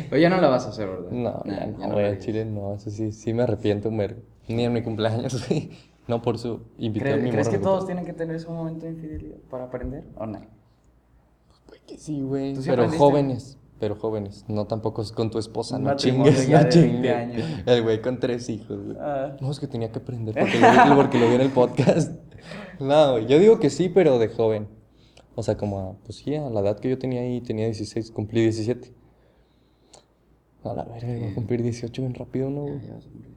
B: Pero ya no la vas a hacer, ¿verdad?
A: No,
B: Nah,
A: ya no,
B: ya no
A: güey,
B: la
A: al chile no, eso sí, sí me arrepiento un vergo. Ni en mi cumpleaños, güey. No por su invitación
B: ¿Crees,
A: mi
B: crees que
A: morra, güey.
B: todos tienen que tener su momento de infidelidad para aprender o no?
A: Pues que sí, güey.
B: ¿Tú sí
A: Pero
B: aprendiste?
A: jóvenes, pero jóvenes. No tampoco es con tu esposa,
B: Un
A: no
B: matrimonio
A: chingues,
B: ya
A: no
B: de
A: chingues.
B: 20 años.
A: El güey con tres hijos, güey.
B: Ah.
A: No, es que tenía que aprender porque lo, vi, porque lo vi en el podcast. No, güey, yo digo que sí, pero de joven. O sea, como, a, pues sí, a la edad que yo tenía ahí, tenía 16, cumplí 17. A la verga, iba a cumplir 18 bien rápido, ¿no, güey?
B: Ya vas a morir.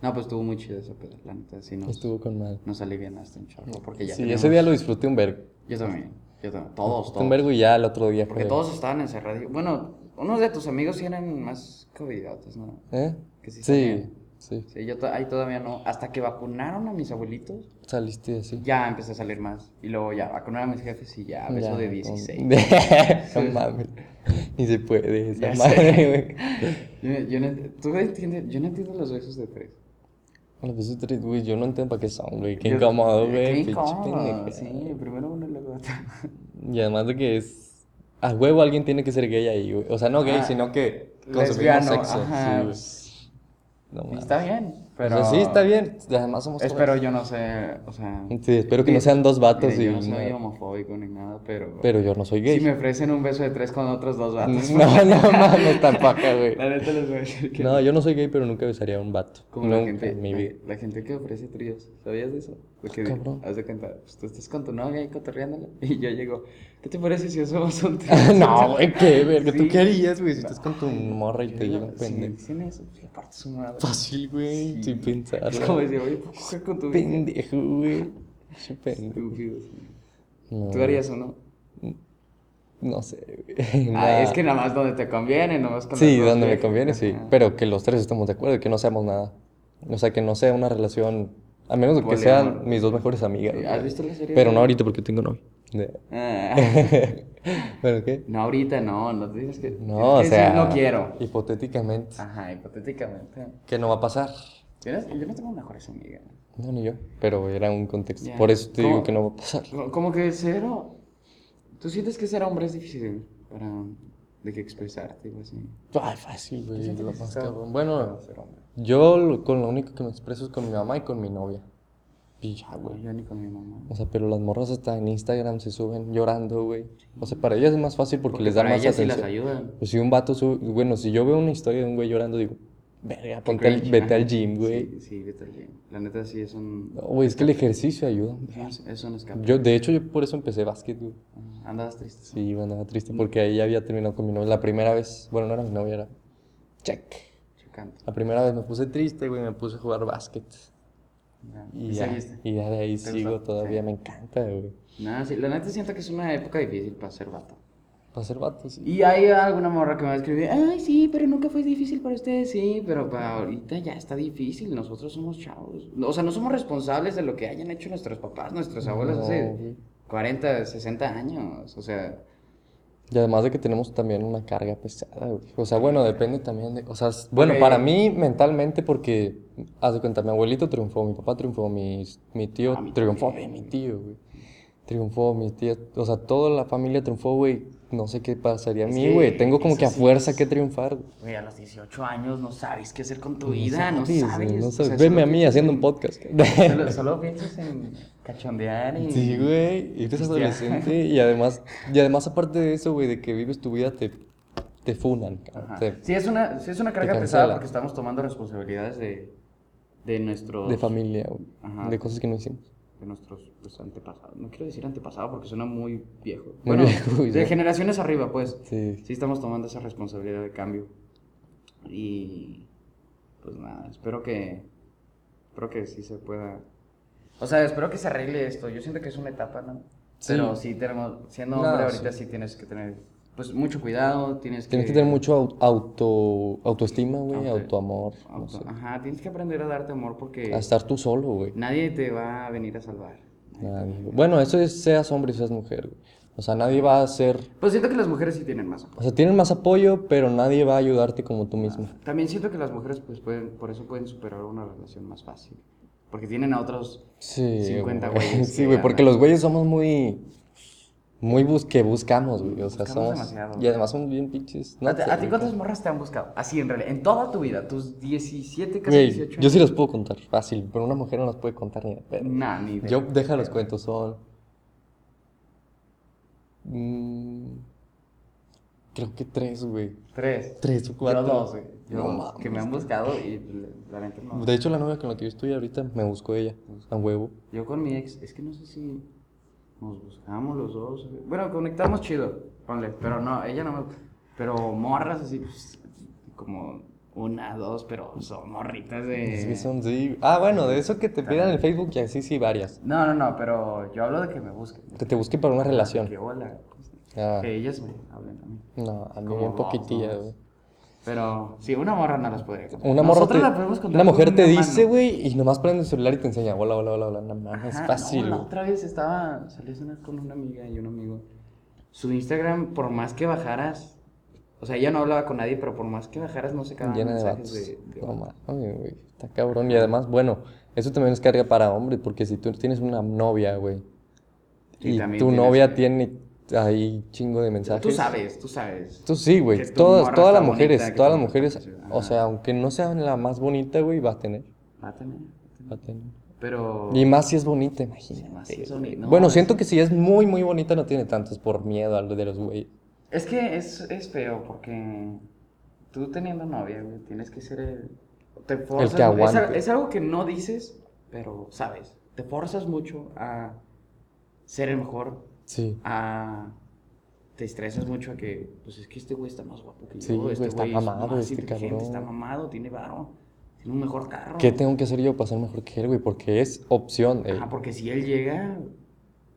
B: No, pues estuvo muy chido esa peda, la neta, sí nos,
A: Estuvo con mal.
B: nos alivianaste un chorro, porque ya
A: Sí,
B: teníamos-
A: ese día lo disfruté un vergo.
B: Yo también, yo también, todos,
A: Un
B: todos,
A: vergo y ya el otro día
B: porque
A: fue-
B: todos estaban encerrados, bueno, unos de tus amigos sí eran más covidotes, ¿no?
A: ¿Eh?
B: que sí
A: Sí, sí.
B: Sí, yo to- ahí todavía no, hasta que vacunaron a mis abuelitos,
A: Saliste así.
B: ya empecé a salir más, y luego ya, vacunaron a mis jefes y ya, beso
A: Ya,
B: de
A: con-
B: 16.
A: no mames. Ni se puede esa
B: Ya
A: madre,
B: Yo, yo no, ent- ¿tú entiendes? yo no entiendo los besos de tres.
A: güey. Los besos pues, tres, güey, yo no entiendo para qué son, güey. Qué
B: Yo-
A: incómodo,
B: eh,
A: güey.
B: Qué
A: pinche
B: incómodo,
A: pendejada.
B: sí, primero uno y luego otro.
A: Y además de que es. A huevo alguien tiene que ser gay ahí, güey. O sea, no gay,
B: Ah,
A: sino que
B: lesbiano,
A: consumimos sexo.
B: ajá.
A: Sí, güey. No
B: Y
A: mames.
B: está bien,
A: O sea,
B: pero...
A: sí, está bien. Además somos
B: Espero yo no sé, o sea...
A: jóvenes. Sí, espero que no sean dos vatos
B: mire,
A: y.
B: yo no soy
A: una-
B: homofóbico ni nada, pero...
A: Pero yo no soy gay.
B: Si me ofrecen un beso de tres con otros dos vatos...
A: No, no mames, tampoco, güey.
B: La neta les voy a decir que...
A: No, yo no soy gay, pero nunca besaría a un vato.
B: Como
A: nunca
B: la gente,
A: en mi
B: la-
A: vida.
B: la, gente que ofrece tríos, ¿sabías de eso? Porque di-
A: Cabrón.
B: haz de cuenta, pues, tú estás con tu novia ahí cotorreándola y yo llego, ¿qué te parece si hacemos un trío?
A: no, güey, qué verga. ¿Tú
B: Sí.
A: qué harías, güey? Si estás con tu morra y te llega un
B: Sí,
A: pendejo.
B: dicen eso, pues, le parto su madre.
A: Fácil, güey,
B: Sí.
A: sin pensarlo.
B: Es como decir, oye, ¿puedo coger con tu vida?
A: Pendejo, güey. Che, pendejo.
B: Estúpido, sí.
A: No,
B: ¿Tú harías uno?
A: no sé, güey.
B: Ah,
A: Nada.
B: es que nada más donde te conviene, no más con
A: Sí,
B: las dos
A: donde me
B: viejas,
A: conviene, sí.
B: ajá.
A: Pero que los tres estemos de acuerdo y que no seamos nada. O sea, que no sea una relación. A menos de que
B: Poliamor.
A: sean mis dos mejores amigas.
B: ¿Has
A: güey.
B: visto la serie?
A: Pero
B: de-
A: no ahorita porque tengo novio. De-
B: Ah,
A: ¿Pero qué?
B: no, ahorita no, no te tienes que.
A: No, o
B: tienes que decir,
A: sea,
B: no quiero. Ah.
A: Hipotéticamente,
B: Ajá, hipotéticamente.
A: que no va a pasar.
B: Yo no, yo no tengo mejores amigas.
A: No, ni yo, pero era un contexto.
B: Ya.
A: Por eso te
B: ¿Cómo?
A: digo que no va a pasar.
B: Co- Como que cero. ¿Tú sientes que ser hombre es difícil para de que expresarte o así?
A: Ay, fácil, güey,
B: siento
A: lo
B: que sí
A: más
B: está-
A: cabrón. Bueno,
B: Para ser hombre.
A: yo lo- con lo único que me expreso es con mi mamá y con mi novia. Y ya, güey.
B: Yo ni con mi mamá.
A: O sea, pero las morras hasta en Instagram se suben llorando, güey. O sea, para ellas es más fácil porque,
B: Porque
A: les da
B: para
A: más
B: ellas sí
A: atención.
B: las ayudan.
A: Pues si un vato sube, bueno, si yo veo una historia de un güey llorando, digo, verga, ponte al-
B: cringe,
A: vete
B: ajá.
A: al gym, güey.
B: Sí, sí, vete al gym. La neta sí es un.
A: No, güey, es que el ejercicio ayuda.
B: es- Es un escape.
A: Yo, de hecho, yo por eso empecé básquet, güey.
B: Ajá, Andabas triste.
A: Sí, bueno, andaba
B: Mm.
A: triste porque ahí ya había terminado con mi novia. La primera vez, bueno, no era mi novia, era check.
B: Chocante.
A: La primera vez me puse triste, güey, me puse a jugar básquet.
B: Ya,
A: Y
B: ¿y
A: ya,
B: seguiste?
A: y ya de ahí
B: ¿Te
A: sigo
B: gustó?
A: todavía,
B: Sí.
A: me encanta, güey.
B: Nada, sí, la neta siento que es una época difícil para ser vato.
A: Para ser vato, sí.
B: Y hay alguna morra que me va a escribir, ay, sí, pero nunca fue difícil para ustedes, sí, pero para ahorita ya está difícil, nosotros somos chavos. O sea, no somos responsables de lo que hayan hecho nuestros papás, nuestros abuelos
A: No,
B: hace
A: güey.
B: 40, 60 años. O sea,
A: Y además de que tenemos también una carga pesada, güey. O sea, bueno, depende también de... O sea, s- bueno,
B: Ok.
A: para mí mentalmente porque, haz de cuenta, mi abuelito triunfó, mi papá triunfó, mi, mi tío
B: Ah, mi
A: triunfó,
B: tío,
A: eh, mi tío, güey. Triunfó, mi tía, o sea, toda la familia triunfó, güey. No sé qué pasaría a
B: Es
A: mí,
B: que
A: güey. Tengo como
B: eso
A: que a
B: sí
A: fuerza
B: es-
A: que triunfar, güey.
B: güey, a los 18 años no sabes qué hacer con tu vida, no sabes.
A: güey, no
B: o sea,
A: sabes.
B: solo
A: Veme a mí
B: piensas
A: haciendo
B: en-
A: un podcast.
B: Solo, solo piensas en cachondear y...
A: Sí, güey, eres
B: Hostia.
A: adolescente y además, y además aparte de eso, güey, de que vives tu vida, te, te funan, cabrón,
B: Ajá.
A: te-
B: Sí, es una, sí es una carga pesada
A: cancela.
B: porque estamos tomando responsabilidades de, de nuestros...
A: de familia, güey,
B: Ajá.
A: de cosas que no hicimos.
B: de nuestros pues, antepasados. No quiero decir antepasado porque suena muy viejo.
A: Muy
B: bueno,
A: viejo, güey,
B: de
A: sí.
B: generaciones arriba, pues.
A: Sí.
B: Sí estamos tomando esa responsabilidad de cambio. Y pues nada, espero que espero que sí se pueda. O sea, espero que se arregle esto. Yo siento que es una etapa, ¿no?
A: Sí.
B: Pero sí tenemos siendo
A: No,
B: hombre
A: sí.
B: ahorita sí tienes que tener pues mucho cuidado, tienes que...
A: Tienes que tener mucho au- auto, autoestima, güey,
B: Auto-
A: autoamor. no
B: auto-
A: sé.
B: Ajá, tienes que aprender a darte amor porque
A: A estar tú solo, güey.
B: nadie te va a venir a salvar.
A: Nadie, güey. Bueno, eso es seas hombre y seas mujer, güey. O sea, nadie va a ser...
B: Pues siento que las mujeres sí tienen más amor.
A: O sea, tienen más apoyo, pero nadie va a ayudarte como tú mismo.
B: También siento que las mujeres pues pueden, por eso pueden superar una relación más fácil. Porque tienen a otros...
A: Sí,
B: 50
A: güey.
B: güeyes
A: Sí,
B: que
A: güey, porque
B: andan.
A: los güeyes somos muy... Muy bus que buscamos, güey. O sea,
B: Buscamos
A: somos...
B: demasiado.
A: Y además somos bien pinches. No
B: ¿A, ti-
A: sé,
B: a ti
A: güey.
B: cuántas morras te han buscado? Así en realidad, en toda tu vida, tus 17, casi
A: Güey,
B: 18
A: yo sí
B: años. Mm.
A: los puedo contar, fácil. Pero una mujer no las puede contar ni de pedo.
B: Nah, ni de-
A: Yo deja los cuentos, son. mm, creo que tres, güey.
B: Tres.
A: Tres o
B: Yo
A: cuatro.
B: dos, güey. Yo
A: No
B: dos,
A: mames.
B: Que me han buscado y la neta no.
A: De hecho, la novia con la que yo estoy ahorita me buscó ella, a huevo.
B: Yo con mi ex, es que no sé si nos buscamos los dos. güey. Bueno, conectamos chido, ponle, pero no, ella no me. Pero morras así, pues, como una, dos, pero son morritas
A: Es que
B: de.
A: son- sí. Ah, bueno, de eso que te pidan en Facebook y así sí varias.
B: No, no, no, pero yo hablo de que me busquen.
A: Que te busquen para una relación.
B: Que hola.
A: Ah,
B: Que ellas me hablen a mí.
A: no, a mí
B: Como
A: bien
B: dos,
A: poquitilla,
B: ¿no?
A: güey.
B: Pero sí, una morra no las podría contar.
A: Una, morra
B: Nosotros
A: te-
B: la podemos contar
A: una
B: con
A: mujer te
B: mano.
A: dice, güey, y nomás prende el celular y te enseña, hola, hola, hola, hola, nada más, es
B: Ajá,
A: fácil,
B: no, la
A: güey.
B: otra vez estaba, salí a cenar con una amiga y un amigo. Su Instagram, por más que bajaras, o sea, ella no hablaba con nadie, pero por más que bajaras, no se acababan
A: llena de
B: mensajes
A: vatos.
B: de, de-
A: no mames, güey. Está cabrón. Y además, bueno, eso también es carga para hombre, porque si tú tienes una novia, güey,
B: Y
A: y,
B: también
A: tu
B: tienes
A: novia
B: que-
A: tiene ahí chingo de mensajes.
B: Tú sabes, tú sabes.
A: Tú sí,
B: que
A: güey.
B: tu
A: Todas,
B: morra
A: todas
B: está
A: las mujeres,
B: bonita, que
A: todas
B: tu
A: las
B: morra está
A: mujeres,
B: preciosa.
A: o sea, aunque no sea la más bonita, güey, va a tener.
B: Mátame.
A: Va a tener.
B: Pero...
A: Y más si es bonita, imagínate.
B: más si es
A: güey.
B: boni- no,
A: bueno,
B: es-
A: siento que si es muy, muy bonita, no tiene tantos por miedo a lo de los güeyes.
B: Es que es, es feo porque tú teniendo novia, güey, tienes que ser el... Te forzas,
A: que
B: güey. Es al- Es,
A: aguante.
B: algo que no dices, pero sabes. Te forzas mucho a ser el mejor,
A: Sí.
B: a... Te estresas mucho a que, pues es que este güey está más guapo que
A: Sí,
B: yo.
A: güey,
B: Este
A: está
B: güey es
A: mamado
B: más
A: este
B: inteligente,
A: cabrón.
B: Está mamado, tiene varo, tiene un mejor carro.
A: ¿Qué tengo que hacer yo para ser mejor que él, güey? Porque es opción, ey.
B: Ajá, porque si él llega,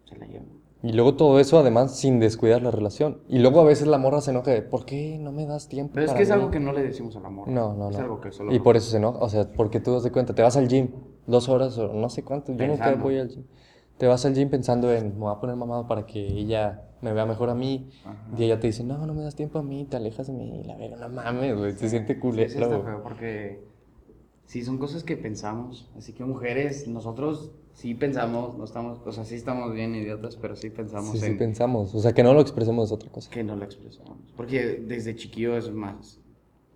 B: se la lleva.
A: Y luego todo eso, además, sin descuidar la relación. Y luego a veces la morra se enoja de, ¿por qué no me das tiempo
B: Pero es
A: para
B: que es
A: mí?".
B: algo que no le decimos al amor.
A: No, no,
B: Es
A: no.
B: algo que solo...
A: Y por eso se enoja. O sea, porque tú das de cuenta, te vas al gym dos horas o no sé cuánto. Yo nunca
B: Pensando.
A: voy al gym. Te vas al gym pensando en, me voy a poner mamado para que ella me vea mejor a mí. Y ella te dice, no, no me das tiempo a mí, te alejas de mí. Y la verga, no mames, güey, se siente
B: Sí,
A: culero.
B: sí está
A: güey.
B: feo porque sí son cosas que pensamos, así que mujeres, nosotros sí pensamos, no estamos, o sea, sí estamos bien idiotas, pero sí pensamos
A: Sí, sí,
B: en
A: pensamos. O sea, que no lo expresemos es otra cosa.
B: que no lo expresamos, porque desde chiquillo es más.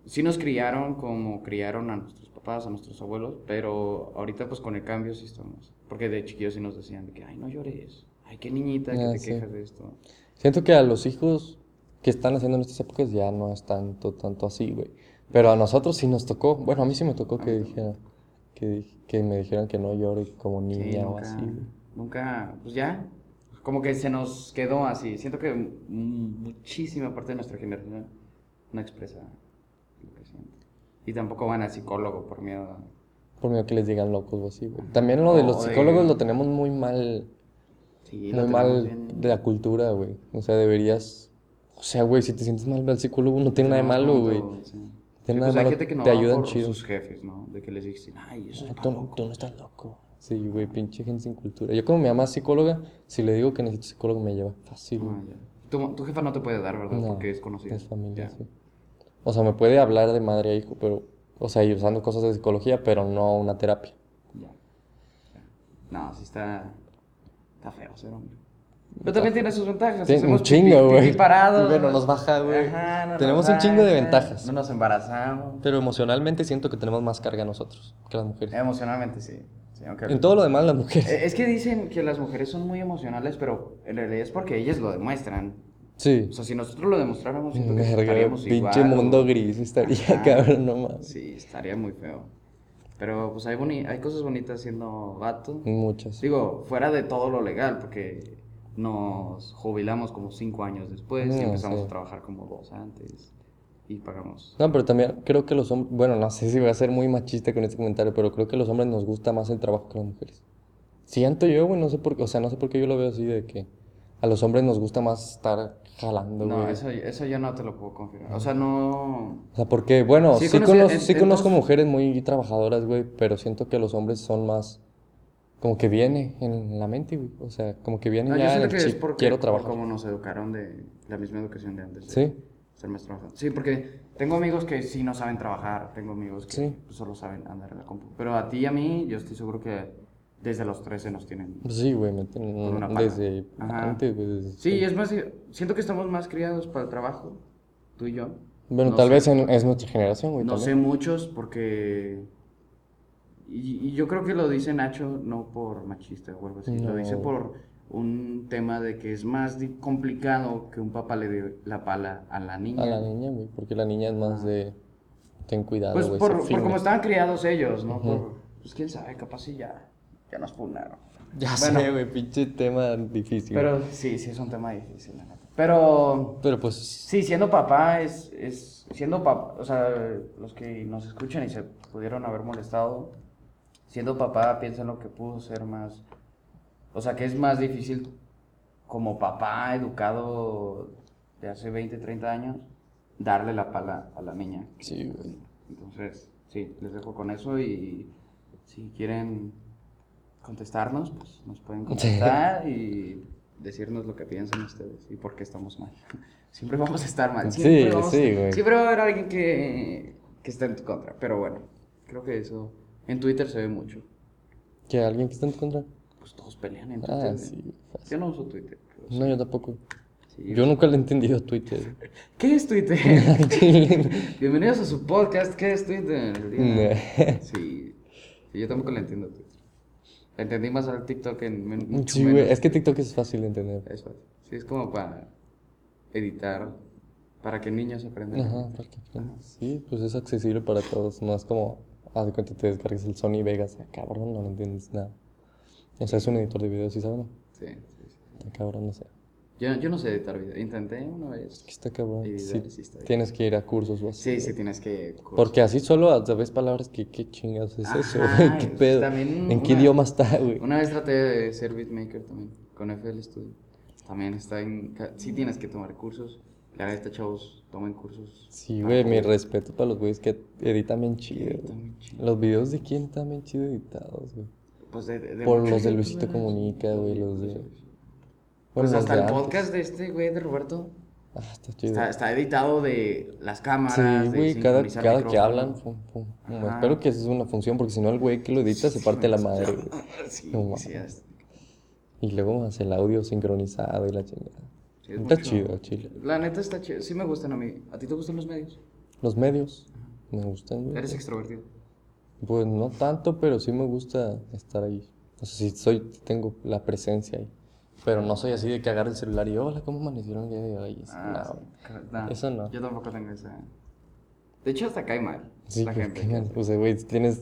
B: Sí nos criaron como criaron a nuestros papás, a nuestros abuelos, pero ahorita pues con el cambio sí estamos, porque de chiquillos sí nos decían de que, ay, no llores, ay, qué niñita, que
A: Ah,
B: te
A: sí.
B: quejas de esto.
A: Siento que a los hijos que están haciendo en estas épocas ya no es tanto, tanto así, güey. Pero a nosotros sí nos tocó. Bueno, a mí sí me tocó
B: Ah,
A: que dijera, que, di- que me dijeran que no llore como
B: Sí,
A: niña o
B: nunca,
A: así, güey.
B: nunca, pues ya, como que se nos quedó así. Siento que mm, muchísima parte de nuestra generación no expresa lo que siente. Y tampoco van al psicólogo por miedo. a-
A: Por miedo que les digan locos o así, güey. También lo de los
B: O de-
A: psicólogos lo tenemos muy mal,
B: Sí, lo
A: muy
B: tenemos
A: mal
B: bien-
A: de la cultura, güey. O sea, deberías. O sea, güey, si te sientes mal, ve al psicólogo, no tiene nada de malo,
B: tenemos
A: güey.
B: todo, sí.
A: Tiene
B: Sí,
A: nada
B: pues
A: de
B: hay
A: malo,
B: gente que no
A: te
B: va
A: ayudan
B: por
A: chido.
B: sus jefes, ¿no? De que les dicen, ay, eso
A: Ah,
B: está
A: Tú, no-
B: loco".
A: tú no estás loco. Sí, güey, pinche gente sin cultura. Yo, como mi mamá es psicóloga, si le digo que necesito psicólogo, me lleva fácil, güey.
B: Ah, ya. Tu, tu jefa no te puede dar, ¿verdad?
A: No,
B: Porque es conocida.
A: Es familia,
B: Ya.
A: sí. O sea, me puede hablar de madre a hijo, pero, o sea, y usando cosas de psicología, pero no una terapia.
B: Ya. No, sí está. Está feo ser hombre. Pero también tiene sus ventajas.
A: Tiene
B: hacemos
A: un chingo,
B: pipí-
A: güey.
B: pipí parados,
A: Bueno,
B: no
A: nos baja, güey.
B: Ajá, no
A: Tenemos
B: nos
A: un chingo de
B: baja,
A: ventajas.
B: No nos embarazamos.
A: Pero emocionalmente siento que tenemos más carga nosotros que las mujeres.
B: Emocionalmente sí. sí aunque-
A: En todo lo demás, las mujeres.
B: Eh, Es que dicen que las mujeres son muy emocionales, pero en realidad es porque ellas lo demuestran.
A: Sí.
B: O sea, si nosotros lo demostráramos, siento que
A: Verga,
B: estaríamos
A: pinche
B: igual, o-
A: mundo gris estaría,
B: Ajá.
A: cabrón, no mames.
B: Sí, estaría muy feo. Pero pues hay, boni- hay cosas bonitas siendo vato.
A: Muchas.
B: Digo, fuera de todo lo legal, porque nos jubilamos como cinco años después y
A: No,
B: empezamos
A: sí.
B: a trabajar como dos antes y pagamos.
A: No, pero también creo que los hombres, bueno, no sé si voy a ser muy machista con este comentario, pero creo que los hombres nos gusta más el trabajo que las mujeres. Siento yo, güey, no sé por qué, o sea, no sé por qué yo lo veo así de que a los hombres nos gusta más estar jalando,
B: No,
A: güey.
B: eso, eso yo no te lo puedo confirmar. O sea, no.
A: O sea, porque, bueno,
B: Sí
A: sí,
B: conocí-
A: conozco,
B: en-
A: sí conozco
B: entonces-
A: mujeres muy trabajadoras, güey, pero siento que los hombres son más. Como que viene en la mente, güey. O sea, como que viene
B: No, Ah, yo
A: ya en
B: siento
A: el
B: que es
A: chip,
B: porque
A: quiero
B: por
A: trabajar.
B: cómo nos educaron de la misma educación de antes. de
A: Sí.
B: Ser más trabajador. Sí, porque tengo amigos que sí no saben trabajar, tengo amigos que
A: Sí.
B: pues, solo saben andar en la compu. Pero a ti y a mí, yo estoy seguro que desde los 13 nos tienen.
A: Pues sí, güey, me entienden,
B: una paga.
A: desde
B: Ajá.
A: antes, güey. desde-
B: Sí, es más, eh, siento que estamos más criados para el trabajo, tú y yo.
A: Bueno,
B: No
A: tal
B: sé.
A: vez en- es nuestra generación, güey,
B: No sé
A: también.
B: muchos porque... Y, y yo creo que lo dice Nacho no por machista o algo así, lo dice
A: No.
B: por un tema de que es más di- complicado que un papá le dé la pala a la niña.
A: A la niña, güey, porque la niña es más de. Ten cuidado,
B: pues
A: güey.
B: por,
A: sé
B: por
A: firme.
B: cómo estaban criados ellos, ¿no? Por- pues quién sabe, capaz y ya, ya nos punaron.
A: Ya
B: Bueno.
A: sé, güey, pinche tema difícil.
B: Pero sí, sí es un tema difícil, la neta. Pero
A: Pero pues.
B: Sí, siendo papá es, es siendo papá, o sea, los que nos escuchan y se pudieron haber molestado, siendo papá piensan lo que pudo ser más, o sea, que es más difícil como papá educado de hace 20, 30 años, darle la pala a la niña.
A: Sí, güey.
B: Entonces, sí, les dejo con eso y si quieren contestarnos, pues nos pueden contestar y decirnos lo que piensan ustedes y por qué estamos mal. Siempre vamos a estar mal.
A: Sí,
B: Siempre vamos-
A: sí, güey.
B: Siempre va a haber alguien que, que está en tu contra, pero bueno, creo que eso en Twitter se ve mucho.
A: ¿Que alguien que está en tu contra?
B: Pues todos pelean en Twitter.
A: Ah,
B: ¿no?
A: sí, güey, fácil.
B: Yo no uso Twitter. pero
A: No, yo tampoco.
B: sí.
A: Yo nunca le he entendido a Twitter. güey.
B: ¿Qué es Twitter?
A: Al chile.
B: Bienvenidos a su podcast, ¿qué es Twitter? Diana. Sí. Sí, yo tampoco la entiendo Twitter. La entendí más al TikTok en men- mucho
A: Sí,
B: menos.
A: güey, es que TikTok es fácil de entender.
B: Eso es. Sí, es como para editar, para que niños aprendan.
A: Ajá, porque, sí, pues es accesible para todos. No es como, haz de cuenta, te descargas el Sony Vegas. Ah, cabrón, no le entiendes nada. O sea, es un editor de videos, ¿sí sabes? no?
B: Sí, sí, sí.
A: Está cabrón, no sé.
B: Yo, yo no sé editar video. Intenté una vez.
A: Que está cabrón.
B: Y
A: Sí,
B: videos, sí está bien.
A: tienes que ir a cursos o así.
B: Sí,
A: güey.
B: sí, tienes que.
A: Porque así solo sabes palabras que qué chingados es eso,
B: Ajá,
A: güey, qué
B: pues,
A: pedo.
B: también
A: ¿En qué
B: una-
A: idioma está, güey?
B: Una vez traté de ser beatmaker también, con FL Studio. También está en. ca- Sí, tienes que tomar cursos. La neta, chavos, tomen cursos.
A: Sí, güey, mi respeto para los güeyes que editan bien chido.
B: Está
A: güey.
B: muy chido.
A: Los videos de quién están bien chido editados, güey.
B: Pues de- de- de
A: Por
B: mucha
A: los de
B: gente,
A: Luisito
B: ¿verdad?
A: Comunica, güey, los de-
B: Pues
A: los
B: hasta
A: de
B: el
A: antes.
B: podcast de este güey de Roberto
A: Ah, está chido.
B: está, está editado de las
A: Sí,
B: cámaras. de
A: güey, cada,
B: sincronizar
A: cada que
B: micrófono.
A: hablan, pum, pum, pum.
B: Ajá.
A: Espero que esa es una función, porque si no el güey que lo edita se parte la madre, güey.
B: Sí,
A: No mames.
B: sí, es-
A: Y luego más el audio sincronizado y la chingada.
B: sí, es
A: Está
B: mucho.
A: chido, chile.
B: La neta está chido. Sí me gustan a mí. ¿A ti te gustan los medios?
A: Los medios me gustan, güey.
B: Eres extrovertido.
A: Pues no tanto, pero sí me gusta estar ahí. O sea, sí soy, tengo la presencia ahí. Pero no soy así de que agarre el celular y, hola, ¿cómo amanecieron el día de hoy? Eso, no.
B: Ah, sí. Ca-
A: Eso no.
B: Yo tampoco tengo esa. De hecho, hasta cae mal
A: Sí,
B: la
A: pues,
B: gente.
A: qué mal. O sea, güey, tienes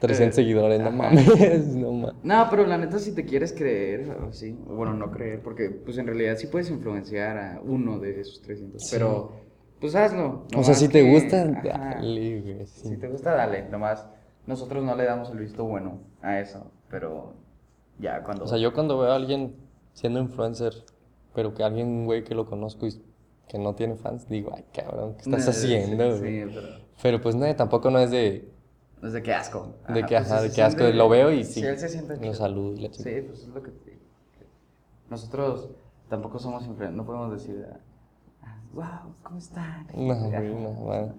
A: 300
B: Eh,
A: seguidores, no
B: ajá.
A: mames, no mames.
B: No, pero la neta, si te quieres creer, o sí, o bueno, no creer, porque pues en realidad sí puedes influenciar a uno de esos 300, pero pues hazlo.
A: O sea,
B: nomás
A: si te
B: que-
A: gusta,
B: ajá,
A: dale, güey. sí.
B: Si te gusta, dale, nomás nosotros no le damos el visto bueno a eso, pero ya cuando...
A: O sea, yo cuando veo a alguien siendo influencer, pero que alguien, un güey que lo conozco y que no tiene fans, digo, ay, cabrón, ¿qué estás
B: Eh, sí,
A: haciendo,
B: Sí,
A: güey?
B: pero...
A: Pero pues nada, tampoco no es de,
B: Es de qué asco.
A: de que,
B: pues,
A: ajá,
B: sí
A: de
B: se
A: que asco,
B: siente-
A: lo veo y sí,
B: Sí, él se siente
A: lo
B: chido.
A: saludo y la chingada.
B: Sí, pues es lo que te digo. Nosotros tampoco somos influencers, no podemos decir, ah, wow, ¿cómo están?
A: No,
B: Ajá.
A: güey, no, bueno.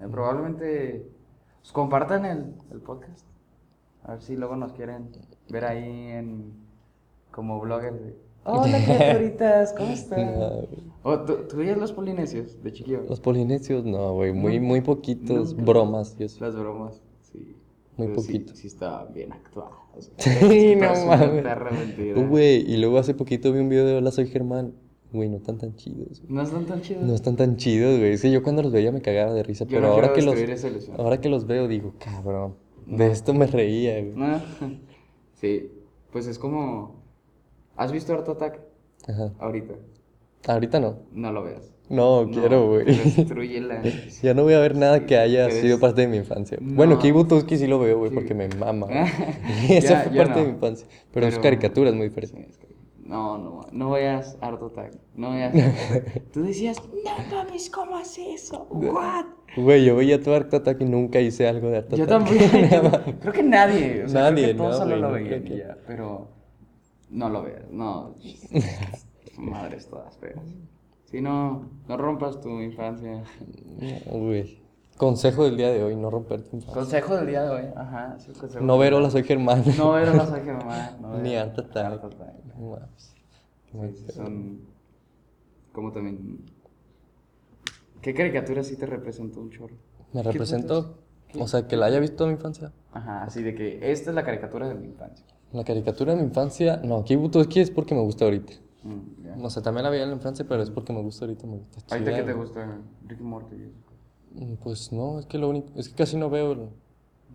B: Eh, Probablemente pues, compartan el, el podcast. A ver si luego nos quieren ver ahí en como bloggers. de, Hola criaturitas, ¿cómo están?
A: No, güey.
B: O, Oh, ¿tú, tú veías los polinesios de chiquillo?
A: Los polinesios, no, güey, muy, muy poquitos,
B: nunca.
A: bromas, yo
B: Las bromas, sí.
A: Muy
B: Pero sí-
A: poquito.
B: Sí, está bien actuado.
A: Sí, no mames.
B: Perra mentira.
A: Güey, y luego hace poquito vi un video de Hola, soy Germán. Güey, no están tan chidos, güey.
B: No están tan chidos.
A: No están tan chidos, güey. Es que yo cuando los veía me cagaba de risa,
B: Yo
A: pero
B: no
A: ahora
B: quiero
A: que los... Ah.
B: destruir esa ilusión.
A: Ahora que los veo digo, cabrón, de esto me reía, güey.
B: No. Sí, pues es como... ¿Has visto Art Attack
A: Ajá.
B: ahorita?
A: Ahorita no.
B: No lo veas.
A: No,
B: No,
A: quiero, güey.
B: Destrúyela.
A: ya no voy a ver nada que haya
B: que
A: sido
B: des-
A: parte de mi infancia. Bueno,
B: No.
A: que Butuski sí lo veo, güey,
B: Sí.
A: porque me mama. güey. Eso
B: Ya-
A: fue
B: ya
A: parte de
B: no.
A: mi infancia. Pero, es
B: Pero-
A: caricatura, es muy
B: Sí,
A: diferente.
B: es que- No, no, no vayas harto tag. No vayas. Tú decías, no mames, ¿cómo haces eso? What?
A: Güey, yo veía tu Art Attack y nunca hice algo de Art Attack.
B: Yo también. yo- creo que nadie. O sea,
A: Nadie,
B: creo que todos
A: no,
B: solo
A: güey,
B: lo
A: no
B: veían
A: creo
B: y
A: que-
B: ya, pero no lo veas. No. Madres todas feas. Si no, no rompas tu infancia.
A: No, Güey. Consejo del día de hoy, no romperte un fa-
B: Consejo del día de hoy. Ajá, es el consejo.
A: No ver Hola Soy Germán.
B: No ver olas a Germán. No ver
A: Ni Art Attack.
B: Art Attack.
A: No mames.
B: Sí, sí, son. Este, um, Como también. ¿Qué caricatura sí te representó un chorro?
A: Me
B: ¿Qué
A: representó, o sea, que la haya visto en mi infancia.
B: Ajá, así de que esta es la caricatura de mi infancia.
A: La caricatura de mi infancia, no, Kibutoki es porque me gusta ahorita.
B: Mm, ya.
A: O sea, también la veía en la infancia, pero es porque me gusta ahorita, me gusta
B: ¿Ahorita
A: chida,
B: qué te
A: güey.
B: gusta? Ricky Morty. y eso.
A: Mm, Pues no, es que lo único, es que casi no veo el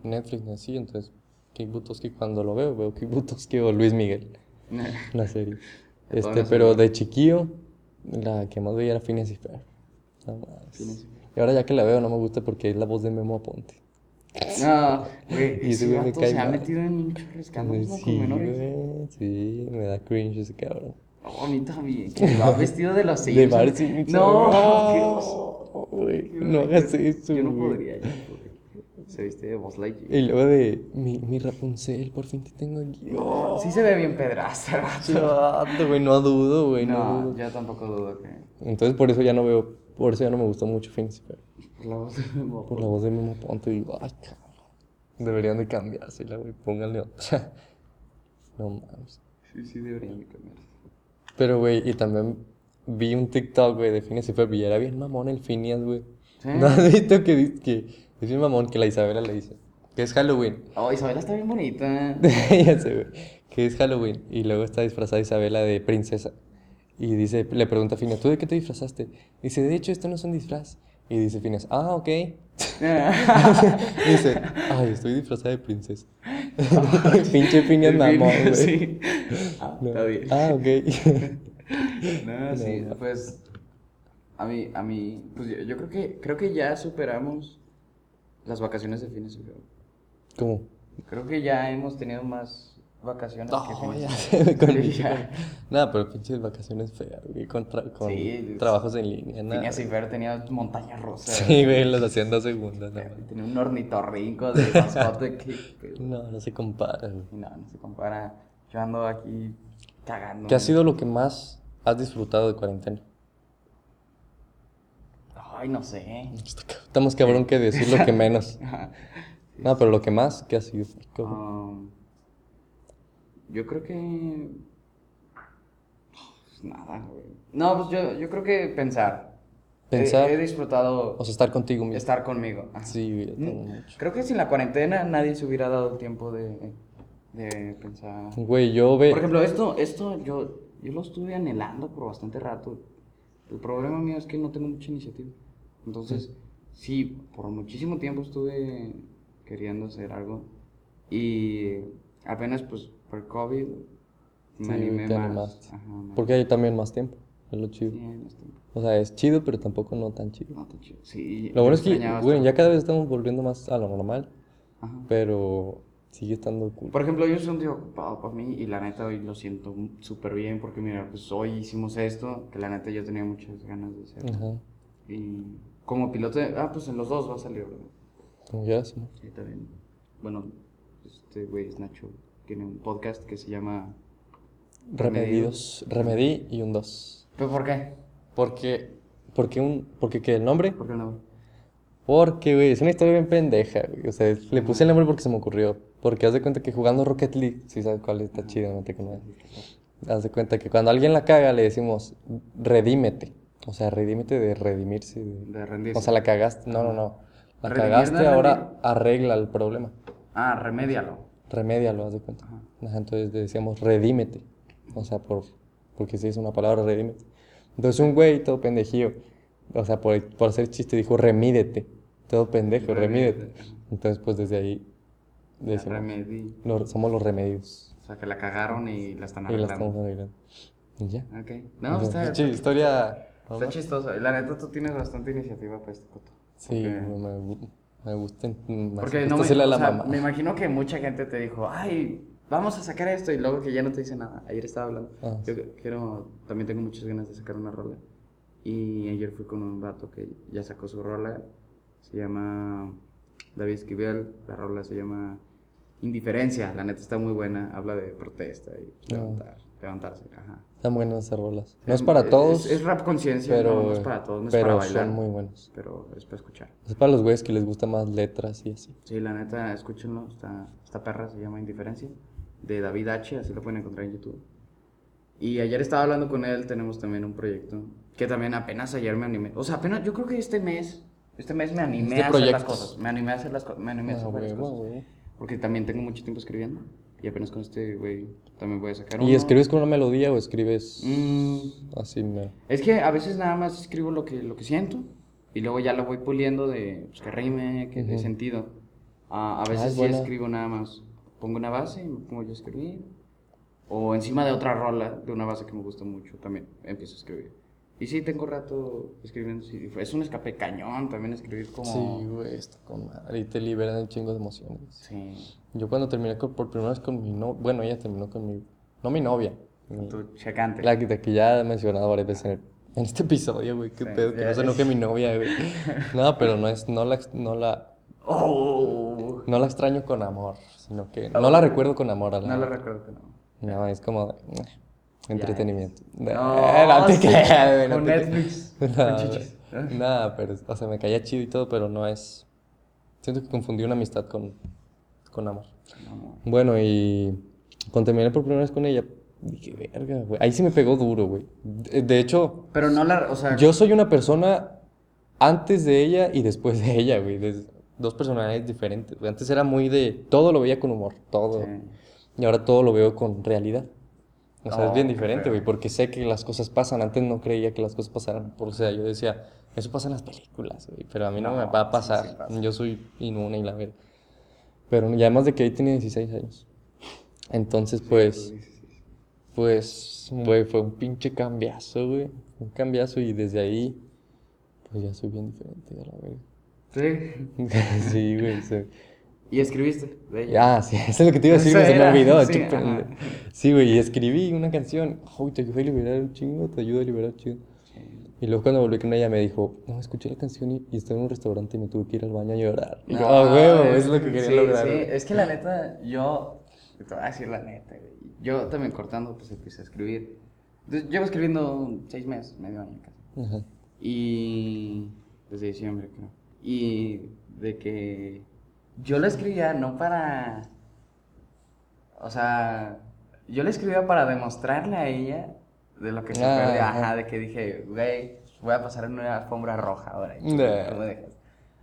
A: Netflix ni así, entonces Kibutoski cuando lo veo, veo Kibutoski o Luis Miguel, la serie. Este,
B: las
A: pero de chiquillo, la que más veía era Phineas y Ferb. No más.
B: Phineas y
A: Y ahora ya que la veo no me gusta porque es la voz de Memo Aponte.
B: No, güey.
A: Y ese
B: ese
A: güey me
B: vato
A: cae
B: se ha
A: mal.
B: metido en un chorro de escándalos, Ah, ¿no?
A: Sí,
B: con menores.
A: güey, sí, me da cringe ese cabrón.
B: Oh, a mí también. Que va vestido de los
A: De
B: Simpsons.
A: Bart Simpson.
B: No, qué oso.
A: No, güey, no hagas eso.
B: Yo no
A: güey.
B: podría. yo no podría. Se viste de Buzz Lightyear.
A: Y luego de mi, mi Rapunzel, por fin te tengo aquí. No,
B: Sí se ve bien pedraza, el vato.
A: güey, no dudo, güey, no,
B: No,
A: dudo.
B: yo tampoco dudo que.
A: Entonces por eso ya no veo, por eso ya no me gustó mucho Phoenix Fair.
B: Por la voz de Bob.
A: Por la voz de Memo Ponte digo, ay, cabrón. Deberían de cambiársela, güey, pónganle otra. No mames.
B: Sí, sí, deberían de cambiar.
A: Pero, güey, y también vi un TikTok, güey, de Phineas y Ferb, y era bien mamón el Phineas, güey.
B: ¿Sí?
A: ¿No has visto que, di- que es bien mamón que la Isabela le dice? Que es Halloween.
B: Oh, Isabela está bien bonita.
A: ya sé, güey. Que es Halloween. Y luego está disfrazada Isabela de princesa. Y dice, le pregunta a Phineas, ¿tú de qué te disfrazaste? Dice, de hecho, esto no es un disfraz. Y dice Phineas, ah, ok. dice, ay, estoy disfrazada de princesa. Pinche Phineas
B: El
A: mamón,
B: Phineas,
A: güey.
B: Sí. Ah,
A: No.
B: Está bien.
A: Ah, ok.
B: No, sí,
A: no.
B: pues a mí, a mí, pues yo, yo creo que creo que ya superamos las vacaciones de fines de semana.
A: ¿Cómo?
B: Creo que ya hemos tenido más vacaciones que
A: No,
B: fines de
A: ya
B: semana.
A: sé, con
B: Sí,
A: pinche-
B: ya.
A: Nada, pero pinches vacaciones feas, güey, con, tra- con
B: Sí,
A: trabajos en línea, nada.
B: Phineas y Ferb tenía montañas rusas.
A: Sí, güey, los hacían dos segundos, nada más.
B: Tenía un ornitorrinco de mascota que que-
A: No, no se compara, güey.
B: y no, no se compara. Yo ando aquí cagando.
A: ¿Qué ha sido lo que más has disfrutado de cuarentena?
B: Ay, no sé.
A: Está cab- Está más cabrón que decir lo que menos. No, pero lo que más, ¿qué ha sido? ¿Cómo?
B: Um, yo creo que. Pues nada, güey. No, pues yo, yo creo que pensar. He-
A: Pensar.
B: He, disfrutado
A: O sea, estar contigo mismo.
B: estar conmigo. Ajá.
A: Sí, güey,
B: ¿Mm?
A: yo tengo mucho.
B: Creo que sin la cuarentena nadie se hubiera dado el tiempo de, de pensar.
A: Güey, yo ve...
B: Por ejemplo, esto, esto yo, yo lo estuve anhelando por bastante rato. El problema mío es que no tengo mucha iniciativa. Entonces, sí, por muchísimo tiempo estuve queriendo hacer algo. Y apenas, pues, por COVID, me
A: Sí,
B: animé
A: te
B: más.
A: animaste.
B: Ajá, más.
A: Porque hay también más tiempo. Es lo chido.
B: Sí, ahí no estoy.
A: O sea, es chido, pero tampoco no tan chido.
B: No, está chido. Sí,
A: Lo bueno es que,
B: extrañaba
A: güey,
B: estar-
A: ya cada vez estamos volviendo más a lo normal.
B: Ajá.
A: Pero sigue estando cool.
B: Por ejemplo, yo soy un día ocupado para mí y la neta hoy lo siento súper bien porque mira, pues hoy hicimos esto, que la neta yo tenía muchas ganas de hacer.
A: Ajá.
B: Y como piloto, de- ah, pues en los dos va a salir, ¿verdad?
A: Como quieras, ¿no?
B: Sí, también. Bueno, este güey es Nacho, tiene un podcast que se llama...
A: Remedidos. Remedí y un dos.
B: ¿Pero por qué?
A: Porque... Porque un... Porque que el nombre...
B: ¿Por qué no?
A: Porque, güey, es una historia bien pendeja, güey. O sea, es- le puse el nombre porque se me ocurrió. Porque haz de cuenta que jugando Rocket League, si sabes cuál está chido, no te conoces. Haz de cuenta que cuando alguien la caga le decimos, redímete. O sea, redímete de redimirse. de-
B: De rendirse.
A: O sea, la cagaste. No, no, no. La
B: Redimir,
A: cagaste,
B: no
A: ahora
B: rendir.
A: arregla el problema.
B: Ah, remédialo.
A: Remédialo, haz de cuenta. Ajá, entonces le decíamos, redímete. O sea, por, porque se dice una palabra, redímete. Entonces un güey todo pendejío, o sea, por, por hacer chiste dijo, remídete. Todo pendejo, remídete.
B: Remídete, ajá.
A: Entonces, pues desde ahí decimos,
B: Remedi.
A: lo- somos los remedios.
B: O sea, que la cagaron y la están
A: Y la
B: arreglando.
A: estamos arreglando. Y ya.
B: Ok. No,
A: Entonces,
B: está,
A: pinche historia. ¿no?
B: está chistoso. La neta tú tienes bastante iniciativa para este coto.
A: Sí,
B: Ok.
A: me, me, gu- me gusta. me
B: Porque
A: gusta
B: no me,
A: hacerle a
B: o
A: la
B: sea,
A: mamá.
B: me imagino que mucha gente te dijo, ay, vamos a sacar esto y luego que ya no te dice nada. Ayer estaba hablando.
A: Ah,
B: Yo quiero, también tengo muchas ganas de sacar una rola. Y ayer fui con un vato que ya sacó su rola. Se llama David Esquivel. La rola se llama Indiferencia. La neta está muy buena. Habla de protesta y
A: Ah.
B: levantar, levantarse. Ajá.
A: Están buenas esas rolas. No es para todos,
B: Eh, Es, es rap conciencia,
A: pero,
B: no, no es para todos, no es
A: pero
B: para bailar.
A: son muy buenos.
B: Pero es para escuchar.
A: Es para los güeyes que les gustan más letras y así.
B: Sí, la neta, escúchenlo. Esta, esta perra se llama Indiferencia, de David H. Así lo pueden encontrar en YouTube. Y ayer estaba hablando con él, tenemos también un proyecto que también apenas ayer me animé. O sea, apenas, yo creo que este mes, este mes me animé
A: Este
B: a hacer las
A: proyecto.
B: cosas. Me animé a hacer las cosas, me animé a
A: Ah,
B: hacer varias
A: huevo,
B: cosas.
A: huevo.
B: Porque también tengo mucho tiempo escribiendo y apenas con este güey también voy a sacar uno.
A: ¿Y escribes con una melodía o escribes
B: Mm,
A: así? mero?
B: es que a veces nada más escribo lo que, lo que siento y luego ya lo voy puliendo de pues, que rime, que de sentido. Ah, a veces
A: es
B: sí
A: buena.
B: escribo nada más. Pongo una base y me pongo yo a escribir. O encima de otra rola, de una base que me gusta mucho, también empiezo a escribir. Y sí, tengo rato escribiendo. sí, es un escape cañón también escribir como...
A: Sí, güey, está con madre. Y te liberan un chingo de emociones.
B: Sí.
A: Yo cuando terminé con- por primera vez con mi novia, bueno, ella terminó con mi, no mi novia, mi-
B: Tu checante.
A: la que, la que ya he mencionado varias veces en, el- en este episodio, güey, qué pedo, que no se enoje mi novia, güey. No, pero no es, no la, ex- no la,
B: ¡Oh!
A: no la extraño con amor, sino que, no la recuerdo con amor a la
B: No lo recuerdo que no.
A: No, es como, de, entretenimiento.
B: No,
A: no te
B: sí,
A: creas, güey, no
B: con
A: te creas.
B: Netflix.
A: Nada,
B: con chichis.
A: güey. Nada, pero, o sea, me caía chido y todo, pero no es. Siento que confundí una amistad con, con amor.
B: amor.
A: Bueno, y cuando terminé por primera vez con ella, dije, verga, güey. Ahí sí me pegó duro, güey. De, de hecho,
B: Pero no la... O sea,
A: yo soy una persona antes de ella y después de ella, güey. des- dos personalidades diferentes. güey. Antes era muy de. Todo lo veía con humor, todo.
B: Sí.
A: Y ahora todo lo veo con realidad. O sea,
B: Oh,
A: es bien
B: qué
A: diferente,
B: feo.
A: güey, porque sé que las cosas pasan. Antes no creía que las cosas pasaran. por- O sea, yo decía, eso pasa en las películas, güey, pero a mí no, me
B: No,
A: va
B: Ah, sí,
A: a pasar.
B: sí pasa.
A: Yo soy inmune y la verga. Pero y además de que ahí tenía 16 años. Entonces, pues, pues, güey, fue un pinche cambiazo, güey. Un cambiazo y desde ahí, pues ya soy bien diferente, ya la
B: Sí.
A: verga. sí, güey, sí.
B: Y escribiste de ella.
A: Ah, sí, eso es lo que te iba a decir,
B: Eso
A: güey, se me
B: era,
A: olvidó.
B: sí,
A: qué
B: ajá.
A: pendejo. Sí, güey, y escribí una canción. Uy, te ayudé a liberar un chingo, te ayudo a liberar un chingo. Y luego cuando volví con ella me dijo, no, escuché la canción y, y estaba en un restaurante y me tuve que ir al baño a llorar. Y yo, ah, huevo, es lo que quería
B: sí,
A: lograr.
B: Sí,
A: güey.
B: es que la neta, yo. Te voy a decir la neta, güey. Yo también cortando, pues empecé a escribir. Entonces, llevo escribiendo seis meses, medio año casi.
A: Ajá.
B: Y. Desde diciembre, creo. Y de que. Yo la escribía no para. O sea. Yo la escribía para demostrarle a ella de lo que se
A: Ah,
B: perdía. Ajá,
A: ajá.
B: de que dije, güey, voy a pasar en una alfombra roja ahora. y tú,
A: Nah.
B: tú me dejas.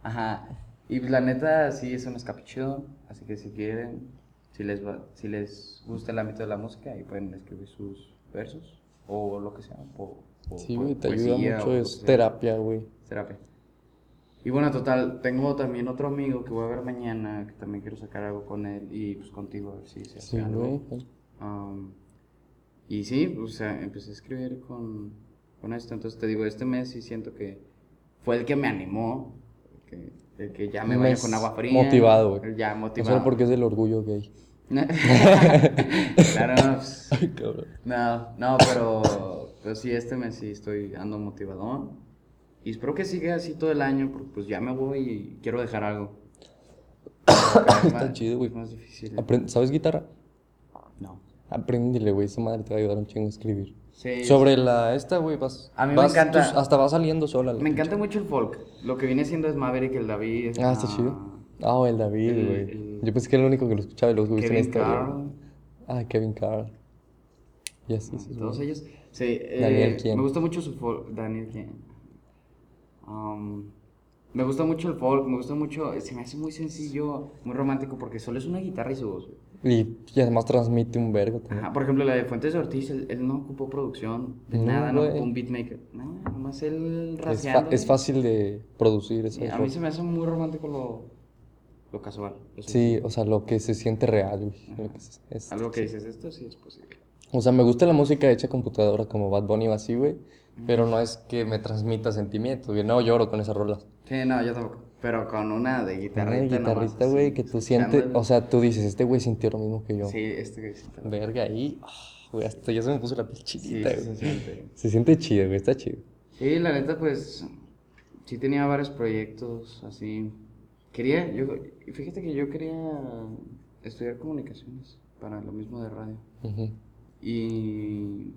B: Ajá. Y pues, la neta sí es un escape chido, así que si quieren, si les, va- si les gusta el ámbito de la música, ahí pueden escribir sus versos o lo que sea. O, o
A: Sí,
B: po-
A: güey, te ayuda
B: poesía, pues, o
A: mucho,
B: lo
A: es
B: que sea.
A: terapia, güey.
B: Terapia. Y bueno, total, tengo también otro amigo que voy a ver mañana, que también quiero sacar algo con él y pues contigo, a ver si se hace
A: Sí,
B: algo.
A: güey.
B: Um, y sí, o sea, empecé a escribir con, con esto. Entonces te digo, este mes sí siento que fue el que me animó, que- el que ya me
A: Un
B: baño
A: mes
B: con agua fría.
A: motivado, güey.
B: el Ya
A: No solo
B: motivado.
A: porque es del orgullo gay.
B: claro, pues,
A: Ay, cabrón.
B: no, no, pero, pero sí, este mes sí estoy ando motivadón. Y espero que siga así todo el año, porque pues ya me voy y quiero dejar algo. Está
A: chido, güey.
B: Más difícil.
A: Apren- ¿Sabes guitarra?
B: No.
A: Apréndele, güey, esa madre te va a ayudar un chingo a escribir.
B: Sí,
A: Sobre la esta, güey, vas.
B: A mí me
A: vas
B: encanta.
A: tus- hasta va saliendo sola. la
B: Me encanta mucho el folk. Lo que viene siendo es Maverick, el David.
A: Ah, está chido. Ah, el David,
B: el-
A: güey.
B: el-
A: Yo pensé que era el único que lo escuchaba y luego subiste una
B: Kevin
A: historia.
B: Carl.
A: Ah, Kevin Carl. Y así, sí.
B: Todos ellos. Sí, eh,
A: Daniel, ¿quién?
B: Me gusta mucho su folk. Daniel, ¿quién? Um, me gusta mucho el folk. Me gusta mucho. Se me hace muy sencillo, muy romántico, porque solo es una guitarra y su voz. güey.
A: Y, y además transmite un vergo también.
B: Ajá, por ejemplo, la de Fuentes Ortiz, él, él no ocupó producción de
A: No,
B: nada, no
A: güey.
B: ocupó un beatmaker. Nada, nomás él
A: Es, fa-
B: raseándole.
A: es fácil de producir ese
B: Sí, a
A: rock.
B: mí se me hace muy romántico lo, lo casual. lo
A: Sí, o sea, lo que se siente real, güey. Lo que se- es-
B: Algo que dices, esto sí es posible.
A: O sea, me gusta la música hecha a computadora como Bad Bunny o así, güey. Pero no es que me transmita sentimientos, güey. No lloro con esas rolas.
B: Sí, no, yo tampoco. Pero con una de guitarrita.
A: Una guitarrita,
B: nomás,
A: güey,
B: así,
A: que tú
B: escuchando
A: sientes,
B: el-
A: o sea, tú dices, este güey sintió lo mismo que yo.
B: Sí, este que siento.
A: Verga, ahí, ah, güey, hasta ya se me puso la piel
B: Sí,
A: chinita,
B: sí,
A: güey.
B: se siente.
A: Se siente chido, güey, está chido.
B: Sí, la neta, pues sí tenía varios proyectos así. Quería, yo, fíjate que yo quería estudiar comunicaciones para lo mismo de radio.
A: Ujú.
B: Y,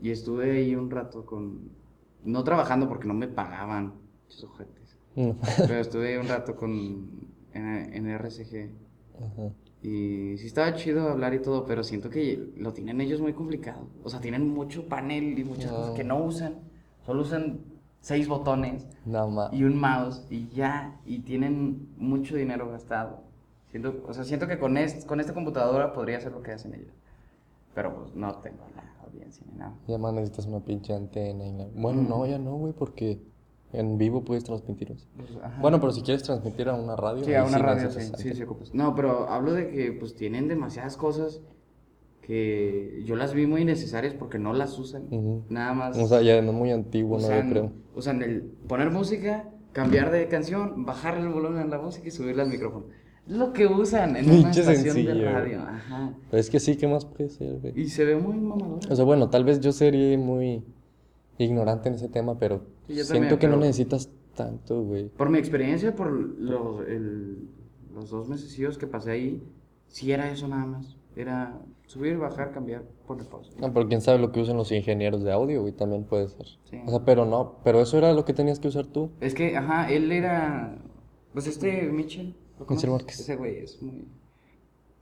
B: y estuve ahí un rato con, no trabajando porque no me pagaban, esos ojetes,
A: No.
B: pero estuve ahí un rato con, en, en RCG.
A: Ajá.
B: Y sí estaba chido hablar y todo, pero siento que lo tienen ellos muy complicado. O sea, tienen mucho panel y muchas cosas que no usan. Solo usan seis botones
A: Nada más.
B: y un mouse y ya. Y tienen mucho dinero gastado. Siento, o sea, siento que con, est- con esta computadora podría hacer lo que hacen ellos. Pero pues no tengo la audiencia ni nada.
A: Ya más necesitas una pinche antena y la- Bueno, no, ya no, güey, porque en vivo puedes transmitiros.
B: Pues, ajá.
A: Bueno, pero si quieres transmitir a una radio,
B: Sí, a
A: ahí
B: una radio, sí,
A: necesitas
B: sí,
A: antena.
B: sí ocupas. No, pero hablo de que pues tienen demasiadas cosas que yo las vi muy innecesarias porque no las usan.
A: Ujú.
B: Nada más.
A: O sea, ya no muy antiguo, no, yo
B: usan,
A: creo.
B: usan el poner música, cambiar de canción, bajar el volumen a la música y subirla al micrófono. Es lo que usan en una
A: Pinche
B: estación
A: sencillo,
B: de
A: güey.
B: radio. Ajá.
A: Pero es que sí, ¿qué más puede ser, güey?
B: Y se ve muy mamadora.
A: O sea, bueno, tal vez yo sería muy ignorante en ese tema, pero
B: Sí, yo
A: siento
B: también,
A: que no
B: pero-
A: necesitas tanto, güey.
B: Por mi experiencia, por los, el- los dos mesecillos que pasé ahí, sí era eso nada más. Era subir, bajar, cambiar, poner pausa.
A: No, pero quién sabe lo que usan los ingenieros de audio, güey, también puede ser.
B: Sí.
A: O sea, pero no, pero eso era lo que tenías que usar tú.
B: Es que, ajá, él era. Pues este Mitchell.
A: Mitchell
B: ¿lo conoces?
A: Márquez.
B: Ese güey es muy.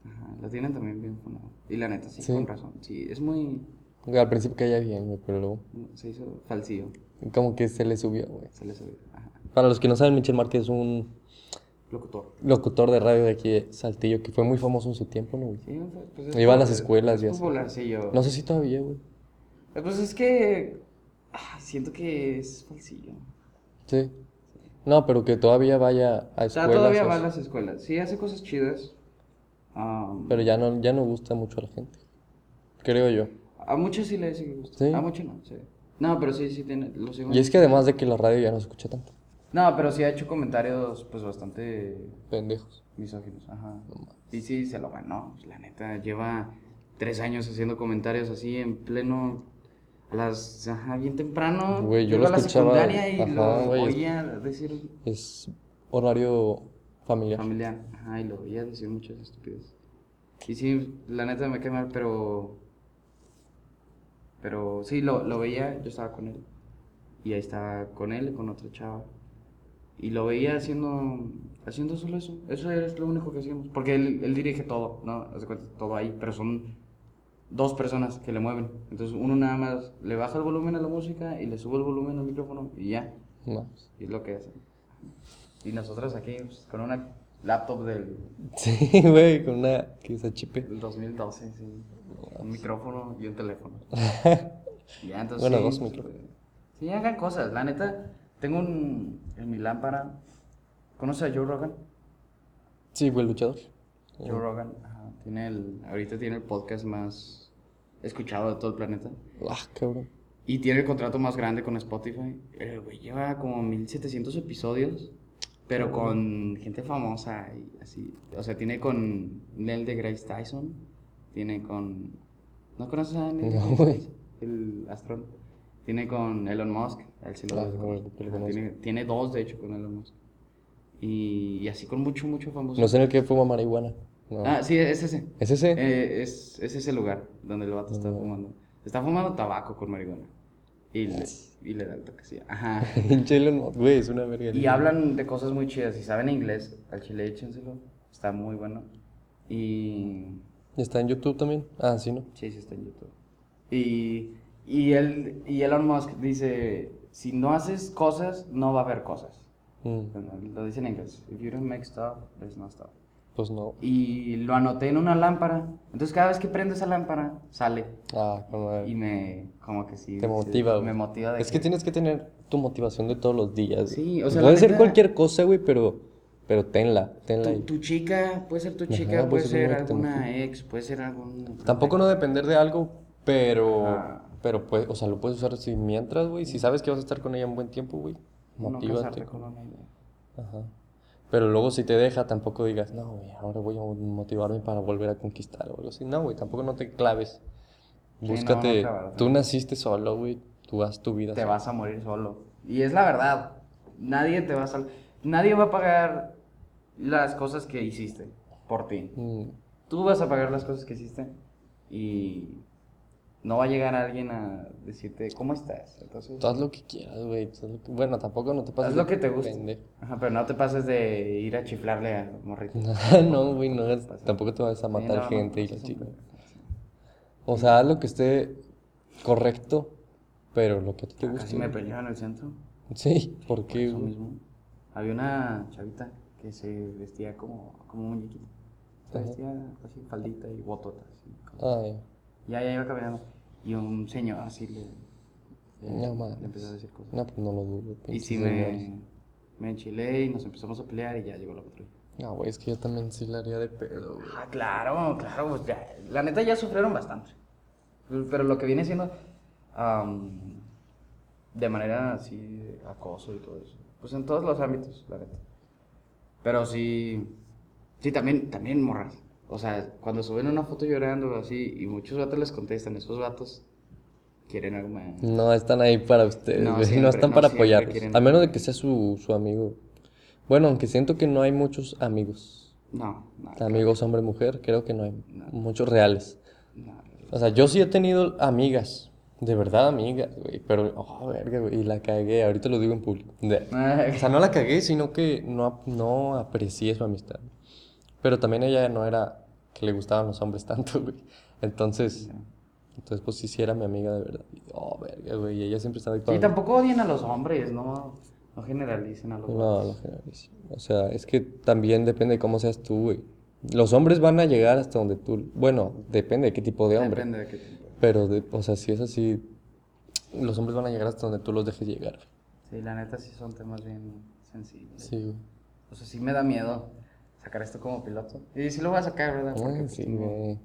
B: Ajá, lo tienen también bien funado. Y la neta, sí,
A: Sí.
B: con razón. Sí, es muy.
A: Güey, al principio caía bien, güey, pero luego
B: Se hizo falsillo.
A: como que se le subió, güey.
B: Se le subió. Ajá.
A: Para los que no saben, Michel Márquez es un
B: Locutor.
A: locutor de radio de aquí de Saltillo que fue muy famoso en su tiempo, ¿no, güey?
B: Sí, pues, pues es
A: Iba a las
B: popu-
A: escuelas y
B: es
A: así.
B: popularcillo.
A: No sé si todavía, güey.
B: Eh, Pues es que. ah, siento que es falsillo.
A: Sí. No, pero que todavía vaya a
B: O sea,
A: escuelas.
B: todavía
A: o
B: va a
A: sea,
B: las escuelas. Sí, hace cosas chidas. Am,
A: Pero ya no, ya no gusta mucho a la gente. Creo yo.
B: a muchos sí les sigue gustando.
A: Sí.
B: A muchos no, sí. No, pero sí, sí tiene. Lo sigo
A: Y es que además de que la radio ya no se escucha tanto.
B: No, pero sí ha hecho comentarios pues bastante
A: Pendejos.
B: misóginos, ajá. Y sí, se lo ganó, pues, la neta, lleva tres años haciendo comentarios así en pleno, a las, ajá, bien temprano.
A: Güey, yo
B: Llego
A: lo
B: a la
A: escuchaba,
B: secundaria y
A: ajá,
B: lo
A: güey, es-
B: oía decir
A: Es horario familiar.
B: familiar, ajá, y lo oía decir muchas estupideces. Y sí, la neta me quema, pero, pero sí, lo, lo veía, yo estaba con él, y ahí estaba con él y con otra chava. Y lo veía haciendo, haciendo solo eso. Eso es lo único que hacíamos. Porque él, él dirige todo, ¿no? Haz de cuenta, todo ahí. Pero son dos personas que le mueven. Entonces uno nada más le baja el volumen a la música y le sube el volumen al micrófono y ya.
A: No.
B: Y es lo que hace. Y nosotros aquí pues, con una laptop del,
A: Sí, güey, con una que se chipe.
B: del 2012, sí. Un micrófono y un teléfono. ya, entonces,
A: Bueno,
B: sí,
A: dos
B: pues,
A: micrófonos.
B: Sí, hagan cosas. La neta, tengo un, en mi lámpara. ¿Conoces a Joe Rogan?
A: Sí, güey, luchador.
B: Joe Rogan, ajá, tiene el, ahorita tiene el podcast más escuchado de todo el planeta.
A: Ah, cabrón.
B: Y tiene el contrato más grande con Spotify. El güey lleva como 1700 episodios, pero con gente famosa y así. O sea, tiene con Neil de Grace Tyson, tiene con... ¿No conoces a Neil
A: No,
B: deGrasse
A: güey.
B: Tyson? El astrónomo. Tiene con Elon Musk, a él sí lo
A: Ah,
B: conozco.
A: güey, que lo
B: Ajá, tiene, tiene dos, de hecho, con Elon Musk. Y, y así con mucho, mucho famoso.
A: No sé en el que fuma marihuana. No.
B: Ah, sí, es ese.
A: ¿Es ese?
B: Eh, es, es ese lugar donde el vato está fumando. Está fumando tabaco con marihuana. Y le, y le da el toque, sí. Ajá.
A: Pinche Elon Musk, güey, es una verga.
B: Y hablan de cosas muy chidas. Si saben inglés, al chile échenselo. Está muy bueno. Y.
A: ¿Y está en YouTube también? Ah, sí, ¿no?
B: Sí, sí, está en YouTube. Y, y, él, y Elon Musk dice: Si no haces cosas, no va a haber cosas.
A: Mm,
B: Lo dice en inglés: If you don't make stuff, there's no stuff.
A: pues no.
B: Y lo anoté en una lámpara. Entonces, cada vez que prendo esa lámpara, sale.
A: Ah, con madre.
B: Y me, como que sí.
A: Te
B: sí,
A: motiva, güey.
B: Me motiva de
A: Es que tienes que tener tu motivación de todos los días. güey.
B: Sí, o sea, la
A: Puede ser
B: neta-
A: cualquier cosa, güey, pero, pero tenla, tenla
B: tu,
A: ahí.
B: tu chica, puede ser tu chica,
A: puede
B: puede
A: ser
B: ser
A: una que te
B: alguna ex, puede ser algún...
A: Tampoco no depender de algo, pero,
B: Ah.
A: pero pues, o sea, lo puedes usar si mientras, güey, si sabes que vas a estar con ella un buen tiempo, güey,
B: No
A: motívate.
B: casarte con una idea.
A: Ajá. Pero luego si te deja, tampoco digas, no, güey, ahora voy a motivarme para volver a conquistar o algo así. No, güey, tampoco no te claves.
B: no, no
A: Búscate.
B: clavarse.
A: tú naciste solo, güey. Tú haz tu vida.
B: te
A: sola.
B: vas a morir solo. Y es la verdad. Nadie te va a sal- nadie va a pagar las cosas que hiciste por ti.
A: Mm,
B: Tú vas a pagar las cosas que hiciste y no va a llegar alguien a decirte cómo estás. Entonces,
A: Tú haz lo que quieras, güey. tú haz lo que- Bueno, tampoco no te pases.
B: haz
A: de
B: lo que te guste.
A: pendejo.
B: Ajá, pero no te pases de ir a chiflarle a morritos.
A: no, güey, no hagas- Tampoco te vas a
B: Sí,
A: matar
B: no, pues no,
A: gente y
B: no
A: la
B: seas un
A: chica.
B: pendejo.
A: O sea, haz lo que esté correcto, pero lo que a ti te guste.
B: Ah, Casi me
A: güey.
B: pelearon en el centro.
A: Sí, ¿por qué,
B: Eso
A: güey?
B: mismo. Había una chavita que se vestía como, como un muñequito. Se
A: Ajá.
B: vestía así, faldita y botota. así, como-
A: Ay,
B: Ya, ya iba caminando. Y un señor así le, le,
A: No mames.
B: le empezó a decir cosas.
A: no, pues no lo dudo.
B: y
A: pinches
B: sí
A: señores.
B: me, me enchilé y nos empezamos a pelear y ya llegó la patrulla.
A: No, güey, es que yo también sí le haría de pedo, güey.
B: Ah, claro, claro. pues ya, la neta ya sufrieron bastante. Pero lo que viene siendo am, de manera así, de acoso y todo eso. Pues en todos los ámbitos, la neta. Pero sí, sí, también, también morras. O sea, cuando suben una foto llorando así y muchos vatos les contestan, esos vatos quieren algo más.
A: No están ahí para ustedes,
B: No,
A: güey, no,
B: siempre,
A: están
B: no
A: para
B: siempre
A: apoyarlos.
B: quieren-
A: A menos de que sea su, su amigo. Bueno, aunque siento que no hay muchos amigos.
B: No, no,
A: Amigos hombre-mujer, creo que no hay muchos reales.
B: no.
A: O sea, yo sí he tenido amigas. De verdad, amigas, güey. Pero, oh, verga, güey. Y la cagué. Ahorita lo digo en público. De- O sea, no la cagué, sino que no, ap- no aprecié su amistad. Pero también ella no era que le gustaban los hombres tanto, güey. Entonces, entonces pues sí, sí era mi amiga de verdad. Y, oh, verga, güey. Y ella siempre estaba ahí para
B: Y
A: mí.
B: tampoco odien a los hombres, no, no generalicen a los
A: No, no generalizo. O sea, es que también depende de cómo seas tú, güey. Los hombres van a llegar hasta donde tú. Bueno, depende de qué tipo de hombre.
B: Depende de qué tipo.
A: Pero, de- o sea, si es así, los hombres van a llegar hasta donde tú los dejes llegar. güey.
B: Sí, la neta sí son temas bien sensibles.
A: Sí, güey.
B: O sea, sí me da miedo sacar esto como piloto. Y sí lo voy a sacar, ¿verdad? Porque,
A: Ay,
B: pues,
A: Ah, sí,
B: ni modo.
A: güey.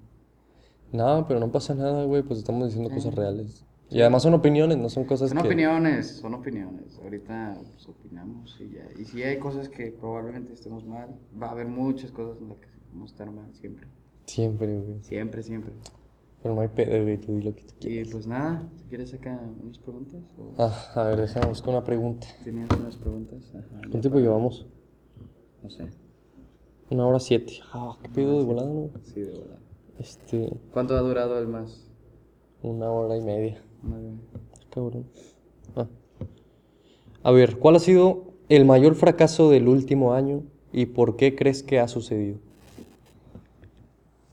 A: No, pero no pasa nada, güey, pues estamos diciendo cosas reales. Y además son opiniones, no son cosas
B: Son
A: que...
B: opiniones, son opiniones. Ahorita pues, opinamos y ya. Y si hay cosas que probablemente estemos mal, va a haber muchas cosas en las que vamos a estar mal siempre.
A: Siempre, güey.
B: Siempre, siempre.
A: Pero no hay pedo, güey, tú di lo que tú quieras.
B: Y pues nada, si quieres sacar unas preguntas. ¿O
A: Ah, a ver, déjame buscar una pregunta.
B: ¿Tenías unas preguntas? Ajá,
A: ¿Cuánto tiempo llevamos?
B: no sé.
A: Una hora siete. Ah, qué pedo de volada, güey.
B: Sí, de verdad.
A: Este,
B: ¿Cuánto ha durado el más?
A: una hora y media.
B: Madre.
A: Cabrón. Ah. A ver, ¿cuál ha sido el mayor fracaso del último año y por qué crees que ha sucedido?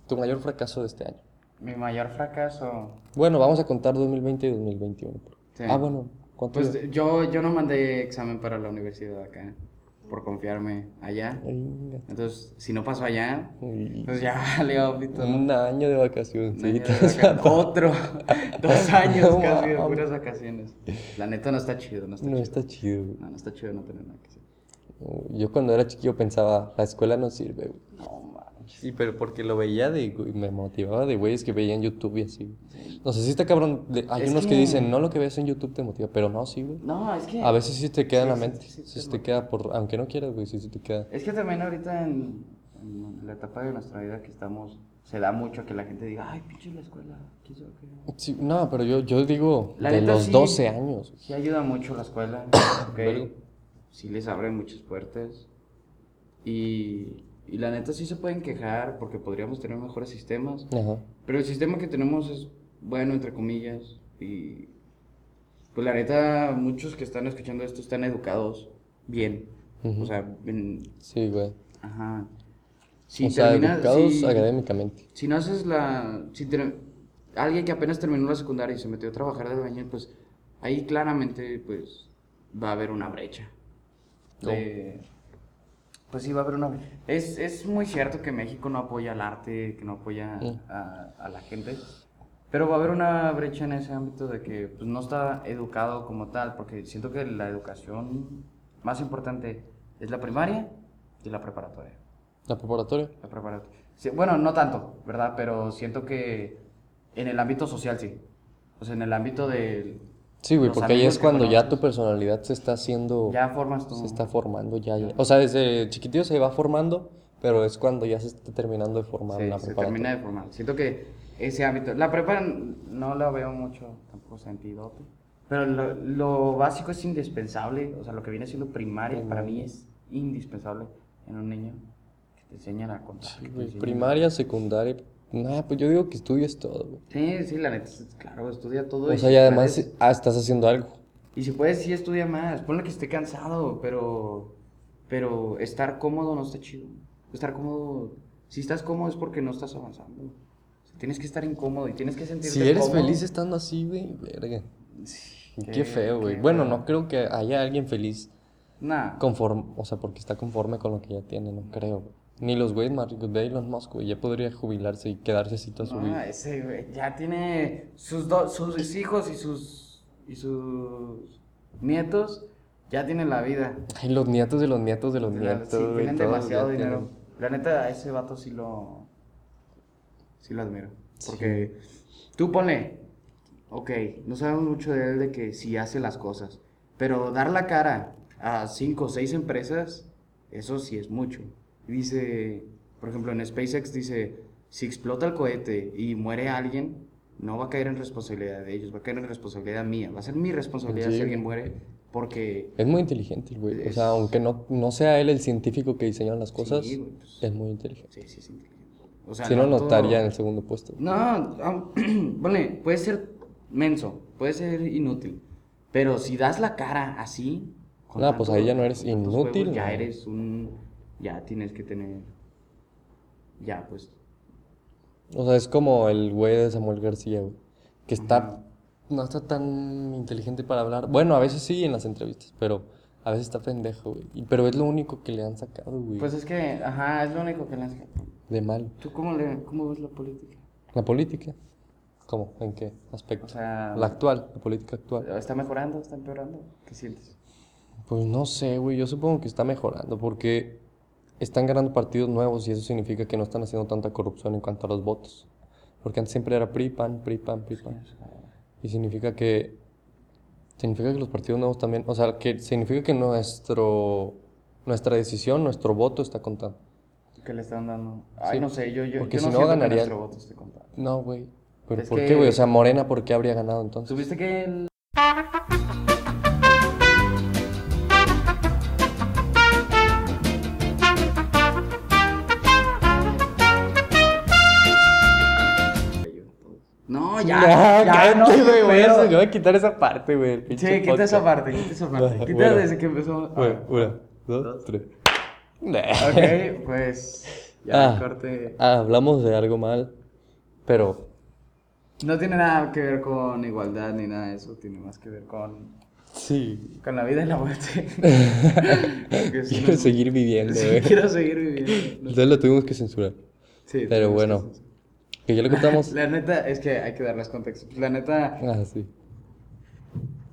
A: Tu mayor fracaso de este año.
B: Mi mayor fracaso.
A: Bueno, vamos a contar 2020 y 2021.
B: Sí.
A: Ah, bueno, ¿cuánto?
B: Pues
A: lleva?
B: yo, yo no mandé examen para la universidad acá, por confiarme allá.
A: Venga.
B: Entonces, si no pasó allá,
A: Uy,
B: pues ya valió, pito. ¿no?
A: Pues, Un año de vacaciones.
B: Un año de vaca- Otro, dos años
A: No
B: casi de
A: mames.
B: puras vacaciones. La neta no está chido, no está
A: No
B: chido.
A: está chido. güey.
B: No, no está chido no tener nada que hacer.
A: Yo cuando era chiquillo pensaba, la escuela no sirve. güey.
B: No, mames.
A: Sí, pero porque lo veía de, güey, me motivaba de güeyes que veía en YouTube y así. No sé si está cabrón. de- hay
B: Es
A: unos que...
B: que-
A: dicen, no lo que ves en YouTube te motiva, pero no, sí, güey.
B: No, es que.
A: A veces sí te queda en la
B: Sí, sí,
A: mente.
B: sí,
A: Sí,
B: sí,
A: se te queda por. Aunque no quieras, güey, sí se te queda.
B: Es que también ahorita en, en la etapa de nuestra vida que estamos, se da mucho que la gente diga, ay, pinche la escuela, ¿qué se va a quedar?".
A: Sí, no, pero yo, yo digo
B: La
A: de
B: neta,
A: los
B: sí.
A: 12 años.
B: Sí ayuda mucho la escuela,
A: Verga.
B: ¿ok? Sí les abre muchas puertas. Y, y la neta sí se pueden quejar porque podríamos tener mejores sistemas.
A: Ajá.
B: Pero el sistema que tenemos es bueno, entre comillas. Y pues la neta, muchos que están escuchando esto están educados bien. O sea, en-
A: Sí, güey.
B: ajá. Si
A: o sea,
B: terminas-
A: educados
B: si-
A: académicamente.
B: si no haces la. Si te- alguien que apenas terminó la secundaria y se metió a trabajar de albañil, pues ahí claramente pues va a haber una brecha. De- pues sí, va a haber una brecha. Es, es muy cierto que México no apoya al arte, que no apoya a, a la gente. Pero va a haber una brecha en ese ámbito de que pues, no está educado como tal, porque siento que la educación más importante es la primaria y la preparatoria.
A: La preparatoria.
B: La preparatoria. Sí, bueno, no tanto, ¿verdad? Pero siento que en el ámbito social sí. O sea, en el ámbito de
A: Sí, güey,
B: los
A: porque ahí
B: amigos
A: es
B: que
A: cuando ya
B: conoces.
A: tu personalidad se está haciendo,
B: Ya mm. formas tu.
A: se está formando ya, ya. O sea, desde chiquitito se va formando, pero es cuando ya se está terminando de formar
B: Sí,
A: la
B: se termina
A: preparatoria.
B: de formar. Siento que ese ámbito, la prepa no la veo mucho tampoco sentido, pero lo, lo básico es indispensable, o sea, lo que viene siendo primaria para mí es indispensable en un niño que te enseñan a contar. que te
A: Güey,
B: enseñen-
A: Primaria, secundaria, nada, pues yo digo que estudies todo, güey.
B: Sí, sí, la neta, es- claro, estudia todo.
A: O sea,
B: si
A: y además
B: puedes-
A: ah, estás haciendo algo.
B: y si puedes, sí estudia más, ponle que esté cansado, pero, pero estar cómodo no está chido. Estar cómodo, si estás cómodo es porque no estás avanzando. O sea, tienes que estar incómodo y tienes que sentirte
A: Si eres
B: cómodo.
A: feliz estando así, güey, verga. Qué,
B: Qué-
A: feo, güey.
B: qué
A: Bueno,
B: feo.
A: no creo que haya alguien feliz
B: Nah.
A: conforme, o sea, porque está conforme con lo que ya tiene, no creo. güey. Ni los güeyes Mark de Elon Musk, güey, ya podría jubilarse y quedarse así toda su
B: No,
A: vida.
B: ese güey ya tiene sus dos, sus hijos y sus y sus nietos ya tienen la vida.
A: Ay, los nietos de los nietos de los
B: Sí,
A: nietos, güey,
B: tienen
A: todos
B: demasiado
A: ya tienen-
B: dinero. La neta a ese vato sí lo sí lo admiro, porque tú ponle Ok, no sabemos mucho de él de que si hace las cosas, pero dar la cara a cinco o seis empresas, eso sí es mucho. Dice, por ejemplo, en SpaceX dice, si explota el cohete y muere alguien, no va a caer en responsabilidad de ellos, va a caer en responsabilidad mía, va a ser mi responsabilidad
A: Sí.
B: si alguien muere, porque
A: Es muy inteligente, el güey. O
B: Es-
A: sea, aunque no, no sea él el científico que diseñó las cosas,
B: Sí, güey, pues.
A: es muy inteligente.
B: sí, sí, sí. O sea,
A: si no, no
B: todo-
A: estaría en el segundo puesto.
B: No, am- ponle, puede ser menso, puede ser inútil, pero si das la cara así, con
A: No, pues
B: tanto-
A: ahí ya no eres
B: con tantos
A: inútil,
B: huevos, ya
A: ¿no?
B: eres un, ya tienes que tener, ya pues,
A: O sea, es como el güey de Samuel García, güey, que está, no está tan inteligente para hablar. Bueno, a veces sí en las entrevistas, pero a veces está pendejo, güey. Y- Pero es lo único que le han sacado, güey,
B: pues es que, ajá, es lo único que le hace.
A: de mal.
B: ¿Tú cómo le, cómo ves la política?
A: La política. ¿Cómo? ¿En qué aspecto?
B: O sea,
A: La actual, la política actual.
B: ¿está mejorando, está empeorando? ¿Qué sientes?
A: Pues no sé, güey, yo supongo que está mejorando porque están ganando partidos nuevos y eso significa que no están haciendo tanta corrupción en cuanto a los votos. Porque antes siempre era PRI, PAN, PRI, PAN, PRI, PAN. Y significa que. Significa que los partidos nuevos también. O sea, que significa que nuestro, nuestra decisión, nuestro voto está contando.
B: ¿Qué le están dando? Ay,
A: Sí,
B: no sé, yo, yo,
A: porque
B: yo
A: si
B: no
A: no,
B: siento que
A: ganaría-
B: nuestro voto esté contado.
A: No, güey. ¿Pero
B: Es
A: por qué, güey?
B: que-
A: O sea, Morena, ¿por qué habría ganado entonces?
B: ¿Supiste que el... No, ya,
A: Ah,
B: ya, no,
A: cállate, güey, voy a-
B: pero-
A: voy a quitar esa parte, güey. del
B: Sí,
A: pinche
B: quita esa
A: podcast.
B: parte, quita esa parte.
A: Ah,
B: Quita
A: bueno.
B: desde que empezó. Ah,
A: Bueno, una, dos, tres. Nah.
B: Ok, pues ya
A: Ah.
B: corte.
A: Ah, hablamos de algo mal, pero
B: No tiene nada que ver con igualdad ni nada de eso, tiene más que ver con,
A: sí,
B: con la vida y la muerte. Porque si
A: quiero
B: no-
A: seguir viviendo,
B: Sí,
A: güey.
B: quiero seguir viviendo.
A: Entonces lo tuvimos que censurar.
B: Sí,
A: Pero bueno, que ya lo contamos.
B: La neta, es que hay que darles contexto. La neta,
A: Ah, sí.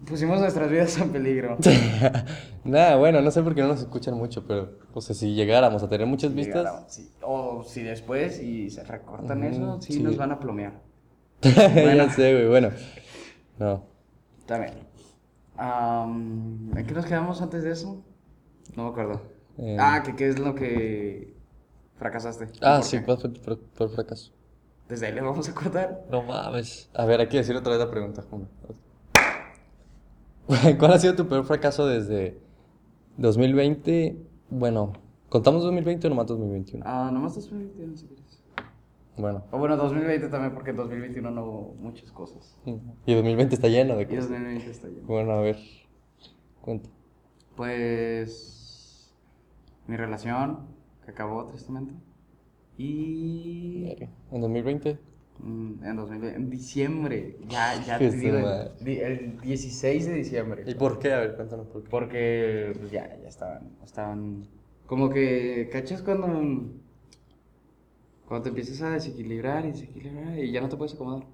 B: pusimos nuestras vidas en peligro.
A: Nada, bueno, no sé por qué no nos escuchan mucho, pero, o sea, si llegáramos a tener muchas vistas,
B: "Ah, Sí. O si después y se recortan eso, sí,
A: sí.
B: nos van a plomear.
A: ya sé, güey, bueno. No,
B: También. Am, ¿En qué nos quedamos antes de eso? No me acuerdo.
A: Eh.
B: Ah, que qué es lo que fracasaste.
A: ah,
B: ¿Por
A: sí,
B: qué?
A: fue por, por- por fracaso.
B: Desde ahí le vamos a cortar.
A: No mames. A ver, hay que decir otra vez la pregunta. una, dos. ¿Cuál ha sido tu peor fracaso desde 2020? Bueno, ¿contamos 2020 o nomás 2021?
B: Ah, nomás 2021 si quieres.
A: Bueno,
B: O bueno, 2020 también, porque en 2021 no hubo muchas cosas.
A: y 2020 está lleno de
B: Y
A: cosas.
B: 2020 está lleno.
A: Bueno, a ver, cuenta.
B: Pues mi relación, que acabó tristemente. Y
A: ¿En 2020?
B: mm, en 2020, en diciembre, ya, ya
A: Qué
B: te digo, el-
A: madre.
B: di- el 16 de diciembre.
A: ¿Y por qué? A ver, cuéntanos por qué.
B: Porque pues, ya, ya estaban, estaban... Como que, ¿cachas cuando, cuando te empiezas a desequilibrar y desequilibrar y ya no te puedes acomodar?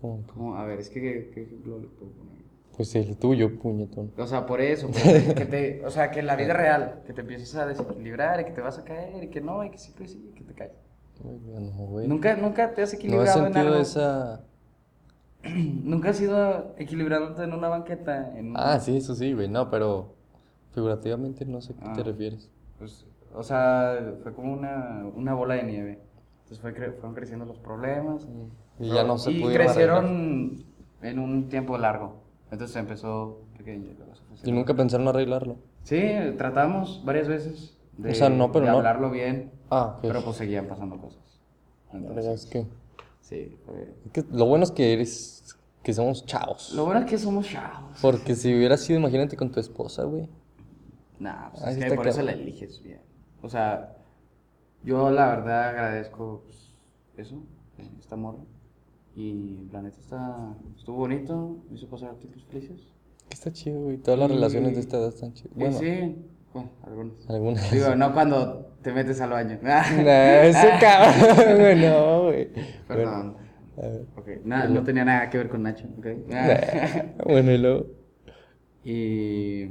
A: ¿Cómo?
B: Como, a ver, es que, ¿qué- qué ejemplo le puedo poner?
A: Pues el tuyo, puñetón.
B: O sea, por eso, pues, que te, o sea, que en la vida real, que te empiezas a desequilibrar y que te vas a caer y que no, y que sí, que sí, y que te caes.
A: Ay, güey, No, güey.
B: Nunca, nunca te
A: ¿No
B: has
A: has
B: equilibrado en
A: sentido
B: algo.
A: esa
B: ¿Nunca has ido equilibrándote en una banqueta? En un-
A: Ah, sí, eso sí, güey. No, pero figurativamente no sé a qué
B: Ah.
A: te refieres.
B: pues, o sea, fue como una, una bola de nieve. Entonces fue cre- fueron creciendo los problemas.
A: Y ya no se
B: y
A: pudieron
B: crecieron
A: arreglar.
B: en un tiempo largo. Entonces empezó pequeño. luego se fue
A: Y nunca pensaron arreglarlo.
B: Sí, tratamos varias veces de,
A: O sea, no, pero
B: de
A: no.
B: hablarlo bien,
A: Ah, ok.
B: pero pues seguían pasando cosas.
A: La
B: Entonces,
A: verdad es que,
B: sí, fue-
A: es que lo bueno es que eres, que somos chavos.
B: Lo bueno es que somos chavos.
A: Porque si hubiera sido, imagínate con tu esposa, güey.
B: Nah, pues
A: Ahí
B: es que
A: está
B: por eso la
A: claro.
B: eliges bien. O sea, yo la verdad agradezco pues, eso, eh, esta morra. Y el planeta está, estuvo bonito, me hizo pasar tiempos felices.
A: Que está chido, güey. Todas las
B: Y-
A: relaciones de esta edad están chidas.
B: Y
A: Bueno,
B: sí, bueno, algunos.
A: algunas.
B: Digo, no cuando te metes al baño.
A: Nah, ese cabrón, güey, no, güey.
B: Perdón.
A: A ver.
B: Ok, nada, no tenía nada que ver con Nacho, ok.
A: Nah, Bueno, y luego.
B: Y.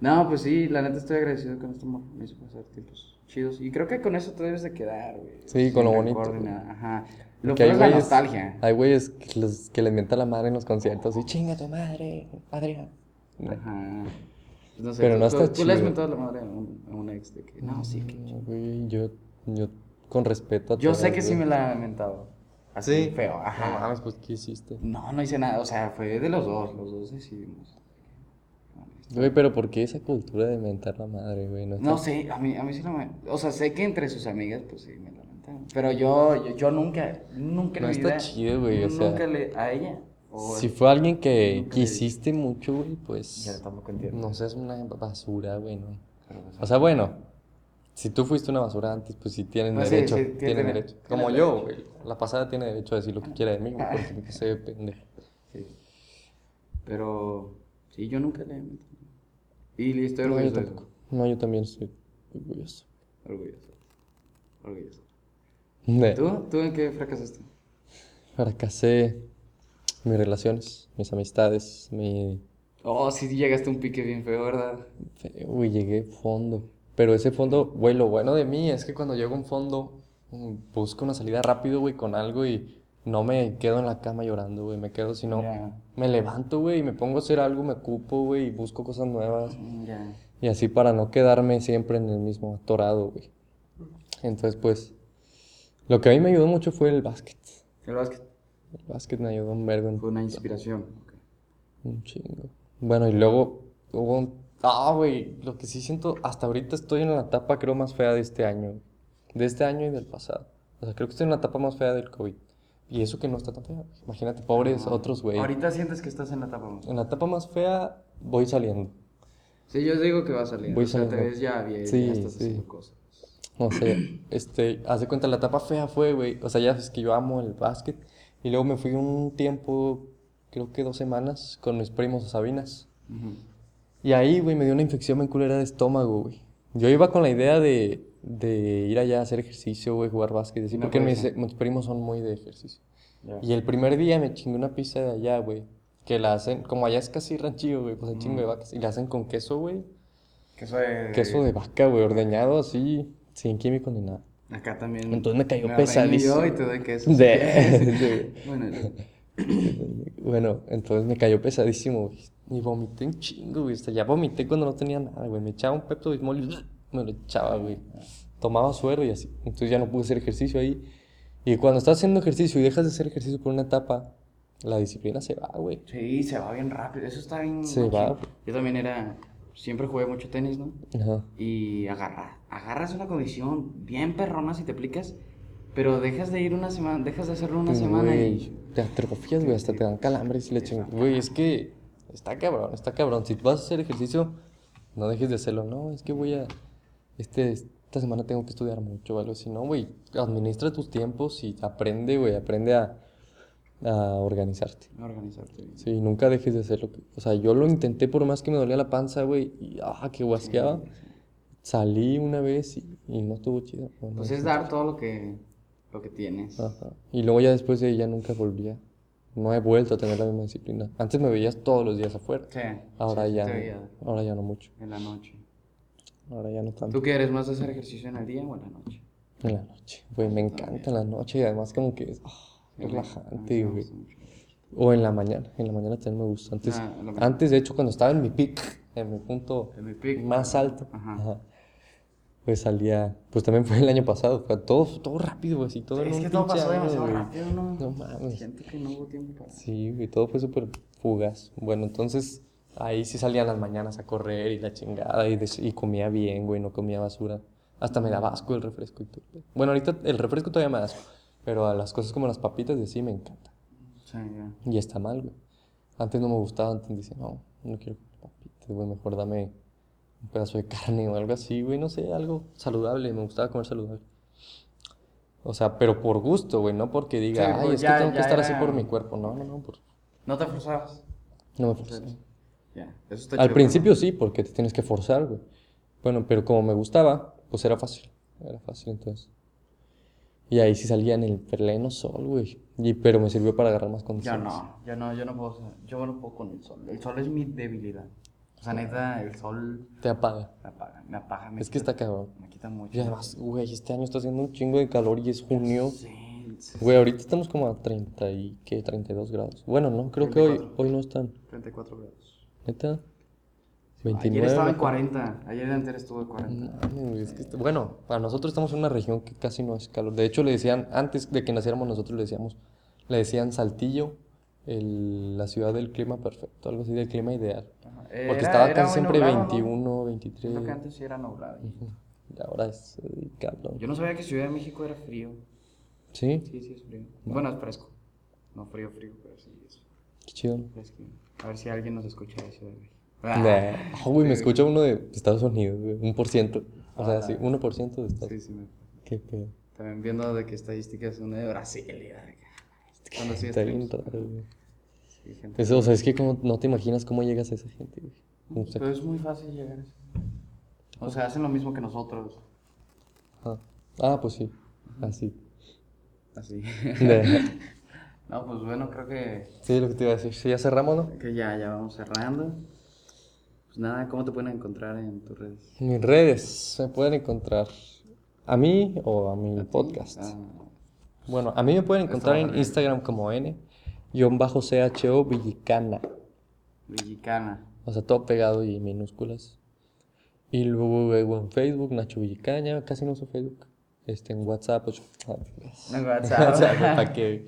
B: No, pues sí, la neta estoy agradecido con este amor. Me hizo pasar tiempos chidos. Y creo que con eso te debes de quedar, güey.
A: Sí, con lo
B: Sin
A: bonito,
B: rencor ni
A: güey.
B: nada, Ajá. Lo
A: Que
B: que
A: hay
B: es la
A: güeyes-
B: nostalgia.
A: Hay güeyes que, los- que les mienta la madre en los conciertos. Y chinga tu madre, Adrián.
B: Ajá. Pues no sé,
A: Pero
B: tú,
A: no
B: tú-
A: está
B: tú le has
A: chido. Mm.
B: mentado la madre a un, a un ex de que. No, sí, que.
A: No, Güey, yo, yo con respeto a
B: Yo
A: todas,
B: sé que sí me
A: güey.
B: la he mentado. Así,
A: Sí.
B: feo.
A: No
B: Ajá.
A: mames, pues, ¿qué hiciste?
B: No, no hice nada. O sea, fue de los dos. Los dos decidimos.
A: Güey, pero ¿por qué esa cultura de mentar la madre, güey? No,
B: No
A: está-
B: sé, a mí, a mí sí no me... O sea, sé que entre sus amigas, pues sí, me lamentaron. Pero yo, yo, yo nunca, nunca en
A: No
B: mi
A: está
B: vida,
A: chido, güey, o sea.
B: Nunca le... A ella. O
A: Si fue alguien que
B: Nunca le dije.
A: quisiste mucho, güey,
B: Ya
A: pues.
B: tampoco entiendo.
A: No seas una basura, güey, no.
B: Pero, pues,
A: O sea, bueno, si tú fuiste una basura antes, pues sí tienen
B: Pues sí,
A: derecho.
B: sí, tiene-
A: tienen
B: tiene-
A: derecho.
B: tiene
A: Como
B: derecho.
A: yo, güey. La pasada tiene derecho a decir lo que quiera de mí, güey, porque no sé, pendejo.
B: sí. Pero... Sí, yo nunca le he mentido. Y le estoy
A: No, yo
B: orgulloso de
A: tampoco. No, yo también estoy orgulloso.
B: eso. Orgulloso. Orgulloso.
A: Ne.
B: ¿Tú? ¿Tú en qué fracasaste?
A: Fracasé mis relaciones, mis amistades, mi...
B: Oh, sí llegaste a un pique bien feo, ¿verdad?
A: Uy, llegué fondo. Pero ese fondo, güey, lo bueno de mí es que cuando llego a un fondo, mm, busco una salida rápido, güey, con algo y no me quedo en la cama llorando, güey. Me quedo, sino
B: Ya.
A: me levanto, güey, y me pongo a hacer algo, me ocupo, güey, y busco cosas nuevas.
B: Ya.
A: Y así para no quedarme siempre en el mismo atorado, güey. Entonces, pues, lo que a mí me ayudó mucho fue el básquet.
B: El básquet
A: El básquet me ayudó un vergo en
B: fue una inspiración. ok.
A: un chingo. Bueno, y luego hubo un... Ah, güey, lo que sí siento, hasta ahorita estoy en la etapa creo más fea de este año. güey. De este año y del pasado. O sea, creo que estoy en la etapa más fea del COVID. Y eso que no está tan fea. Imagínate, pobres otros, güey.
B: Ahorita sientes que estás en la etapa más-
A: En la etapa más fea voy saliendo.
B: Sí, yo digo que va a salir.
A: Voy
B: o sea, te
A: saliendo.
B: ves ya bien,
A: Sí,
B: ya estás
A: sí.
B: haciendo cosas.
A: O sea, este, haz de cuenta, la etapa fea fue, güey. O sea, ya es que yo amo el básquet. Y luego me fui un tiempo, creo que dos semanas, con mis primos a Sabinas. Y ahí, güey, me dio una infección bien culera de estómago, güey. Yo iba con la idea de, de ir allá a hacer ejercicio, güey, jugar básquet, y así,
B: No
A: porque mis,
B: pudiste.
A: mis primos son muy de ejercicio.
B: Ya.
A: Y el primer día me chingué una pizza de allá, güey, que la hacen, como allá es casi ranchillo, güey, pues hay chingo de vacas, y la hacen con queso, güey,
B: Queso de...
A: queso de vaca, güey, ordeñado así, sin químicos ni nada.
B: Acá también.
A: Entonces me cayó
B: me arreglo
A: pesadísimo.
B: yo y te doy queso.
A: De-
B: Bueno,
A: Bueno, entonces me cayó pesadísimo, güey. Y vomité un chingo, güey. Hasta ya vomité cuando no tenía nada, güey. Me echaba un Pepto Bismol y ¡ah! me lo echaba, güey. Tomaba suero y así. Entonces ya no pude hacer ejercicio ahí. Y cuando estás haciendo ejercicio y dejas de hacer ejercicio por una etapa, la disciplina se va, güey.
B: sí, se va bien rápido. Eso está bien.
A: Se
B: machín.
A: va.
B: Yo también era... Siempre jugué mucho tenis, ¿no?
A: Ajá.
B: Y agarra, agarras una condición bien perrona si te aplicas, pero dejas de ir una semana, dejas de hacerlo una semana
A: Güey,
B: y...
A: te atrofias, güey. Hasta te dan calambres y le chingas. Güey, es que está cabrón, está cabrón. Si vas a hacer ejercicio, no dejes de hacerlo. No, es que voy a. Este, esta semana tengo que estudiar mucho, ¿vale? Si no, güey, administra tus tiempos y aprende, güey. Aprende a, a organizarte.
B: Organizarte. bien.
A: Sí, nunca dejes de hacerlo. O sea, yo lo intenté por más que me dolía la panza, güey. Y ah, que guasqueaba. Salí una vez y, y no estuvo chido. no, no.
B: Pues es dar todo lo que, lo que tienes.
A: Ajá. Y luego ya después de ahí ya nunca volvía. No he vuelto a tener la misma disciplina. Antes me veías todos los días afuera.
B: Sí,
A: Ahora
B: sí,
A: ya
B: te
A: no.
B: veía
A: Ahora ya no mucho.
B: en la noche.
A: Ahora ya no tanto.
B: ¿Tú qué eres más de hacer ejercicio en el día o en la noche?
A: En la noche. Güey, me encanta la noche y además como que es ah, relajante,
B: A mí me
A: güey.
B: gusta mucho.
A: O en la mañana. En la mañana también me gusta. Antes,
B: Ah, en la mañana.
A: antes de hecho, cuando estaba en mi pic, en mi punto
B: En mi pic.
A: más alto,
B: Ajá.
A: ajá, pues salía. Pues también fue el año pasado. Fue todo, todo rápido, güey. así, todo en
B: Es
A: un
B: que todo
A: pinche
B: pasó
A: año,
B: demasiado
A: güey.
B: rápido, ¿no?
A: No mames.
B: Siento que no hubo tiempo para...
A: Sí, güey, todo fue súper fugaz. Bueno, entonces ahí sí salía en las mañanas a correr y la chingada y, des- y comía bien, güey, no comía basura. Hasta me daba asco el refresco. y todo. Bueno, ahorita el refresco todavía me da asco, pero a las cosas como las papitas y así me encanta.
B: Sí, ya.
A: Y está mal, güey. Antes no me gustaba, antes decía, no, no quiero comer papitas, güey, mejor dame un pedazo de carne o algo así, güey, no sé, algo saludable, me gustaba comer saludable. O sea, pero por gusto, güey, no porque diga,
B: Sí,
A: ay,
B: pues
A: es que
B: ya-
A: tengo que
B: ya
A: estar así
B: era-
A: por mi cuerpo, no, no, no, por...
B: ¿No te forzabas?
A: No
B: Pues,
A: me forcé.
B: Ya, eso está
A: Al
B: chido,
A: principio sí, porque te tienes que forzar, güey. Bueno, pero como me gustaba, pues era fácil. Era fácil entonces. Y ahí sí salía en el pleno sol, güey. Y, pero me sirvió para agarrar más
B: ¿no? Yo
A: condiciones.
B: no, yo no, yo no puedo, ser- yo no puedo con el sol. El sol es mi debilidad. O sea, neta, el sol
A: Te apaga.
B: me apaga, me apaga. Me
A: Es que
B: quita-
A: está cabrón.
B: Me quita mucho.
A: Y además, güey, este año está haciendo un chingo de calor y es junio.
B: Sí, sí,
A: Güey, ahorita estamos como a 30 y, ¿qué? 32 grados. Bueno, no, creo que hoy,
B: 34.
A: hoy no están.
B: 34 grados.
A: ¿Neta?
B: Ayer
A: 29.
B: estaba en 40, ayer antes estuvo en 40.
A: No mames, güey, es que está- bueno, para nosotros estamos en una región que casi no es calor. De hecho, le decían, antes de que naciéramos nosotros le decíamos, le decían Saltillo, el- la ciudad del clima perfecto, algo así del clima ideal.
B: Ajá. Era-
A: Porque estaba
B: era
A: casi
B: muy
A: siempre
B: nublado, ¿no?
A: 21,
B: Creo
A: 23,
B: que antes sí era nublado.
A: y ahora es eh, cabrón.
B: Yo no sabía que Ciudad de México era frío.
A: Sí,
B: Sí, sí, es frío. Bueno, es fresco. No frío, frío, pero sí es
A: qué chido.
B: fresquín. A ver si alguien nos escucha de Ciudad de México.
A: Nah. Ah, güey, me escucha uno de Estados Unidos, güey, un por ciento. O sea, sí, 1% de Estados
B: Ah. Sí, sí, me...
A: Qué pedo.
B: También viendo de qué estadísticas son de Brasil. y de acá. Cuando sí
A: Está bien
B: streams.
A: raro, güey.
B: Sí, gente.
A: Eso, o sea, es que como, no te imaginas cómo llegas a esa gente, güey. O sea,
B: Pero es muy fácil llegar a eso. O sea, hacen lo mismo que nosotros.
A: Ah, ah, pues sí. Así.
B: Así.
A: De-
B: No, pues bueno, creo que
A: sí, lo que te iba a decir. Sí, ya cerramos, ¿no?
B: Que ya, ya vamos cerrando. Pues nada, ¿cómo te pueden encontrar en tus redes?
A: Mis redes se pueden encontrar a mí o a mi podcast.
B: Ah,
A: Bueno, a mí me pueden encontrar en
B: vale.
A: Instagram como n bajo CHO Villicana.
B: Villicana.
A: O sea, todo pegado y minúsculas. Y luego en Facebook, Nacho Villicaña, casi no uso Facebook. Este, en WhatsApp, pues,
B: No,
A: O sea,
B: WhatsApp.
A: ¿para qué?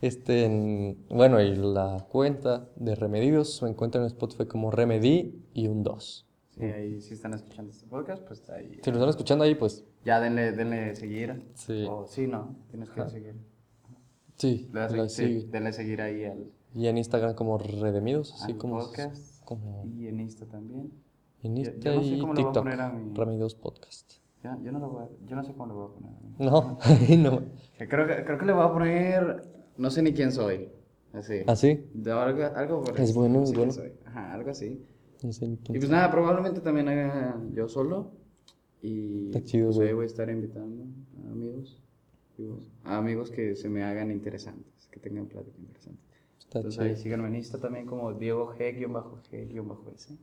A: Este, en- bueno, y la cuenta de Remedios se encuentra en Spotify como Remedy y un 2.
B: Sí, ahí si están escuchando este podcast, pues ahí.
A: Si lo están escuchando ahí, pues
B: Ya denle, denle seguir.
A: Sí.
B: O sí, no, tienes que seguir.
A: sí,
B: Le das
A: la
B: seguir- sí,
A: sigue.
B: denle seguir ahí al,
A: Y en Instagram como Redemidos, así
B: al
A: como,
B: podcast.
A: como
B: Y en Insta también.
A: en
B: yo- yo
A: Insta
B: no sé
A: y
B: cómo le voy a
A: TikTok,
B: poner a mi-
A: Remedios Podcast.
B: Yo, yo no lo voy a- yo no sé cómo le voy a poner.
A: No, ahí no.
B: Que Creo que, creo que le voy a poner. No sé ni quién soy. Así.
A: Así,
B: De algo, algo por
A: Ah. Es
B: eso,
A: bueno,
B: no
A: es
B: sé quién
A: bueno.
B: soy. Ajá, algo así.
A: no sé ni
B: Y
A: quién.
B: pues nada, probablemente también haga yo solo. Y
A: Está chido,
B: pues,
A: güey.
B: ahí voy a estar invitando a amigos. y, pues, A amigos que se me hagan interesantes, que tengan plática interesante.
A: Está
B: Entonces
A: chido.
B: pues ahí síganme en Insta también como Diego G-G-S.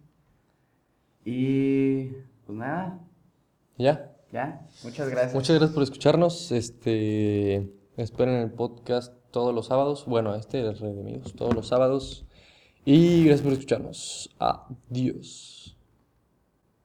B: Y pues nada,
A: Ya.
B: ya. Muchas gracias.
A: Muchas gracias por escucharnos. Este, esperen el podcast todos los sábados. Bueno, este es Redimidos, todos los sábados. Y gracias por escucharnos. Adiós.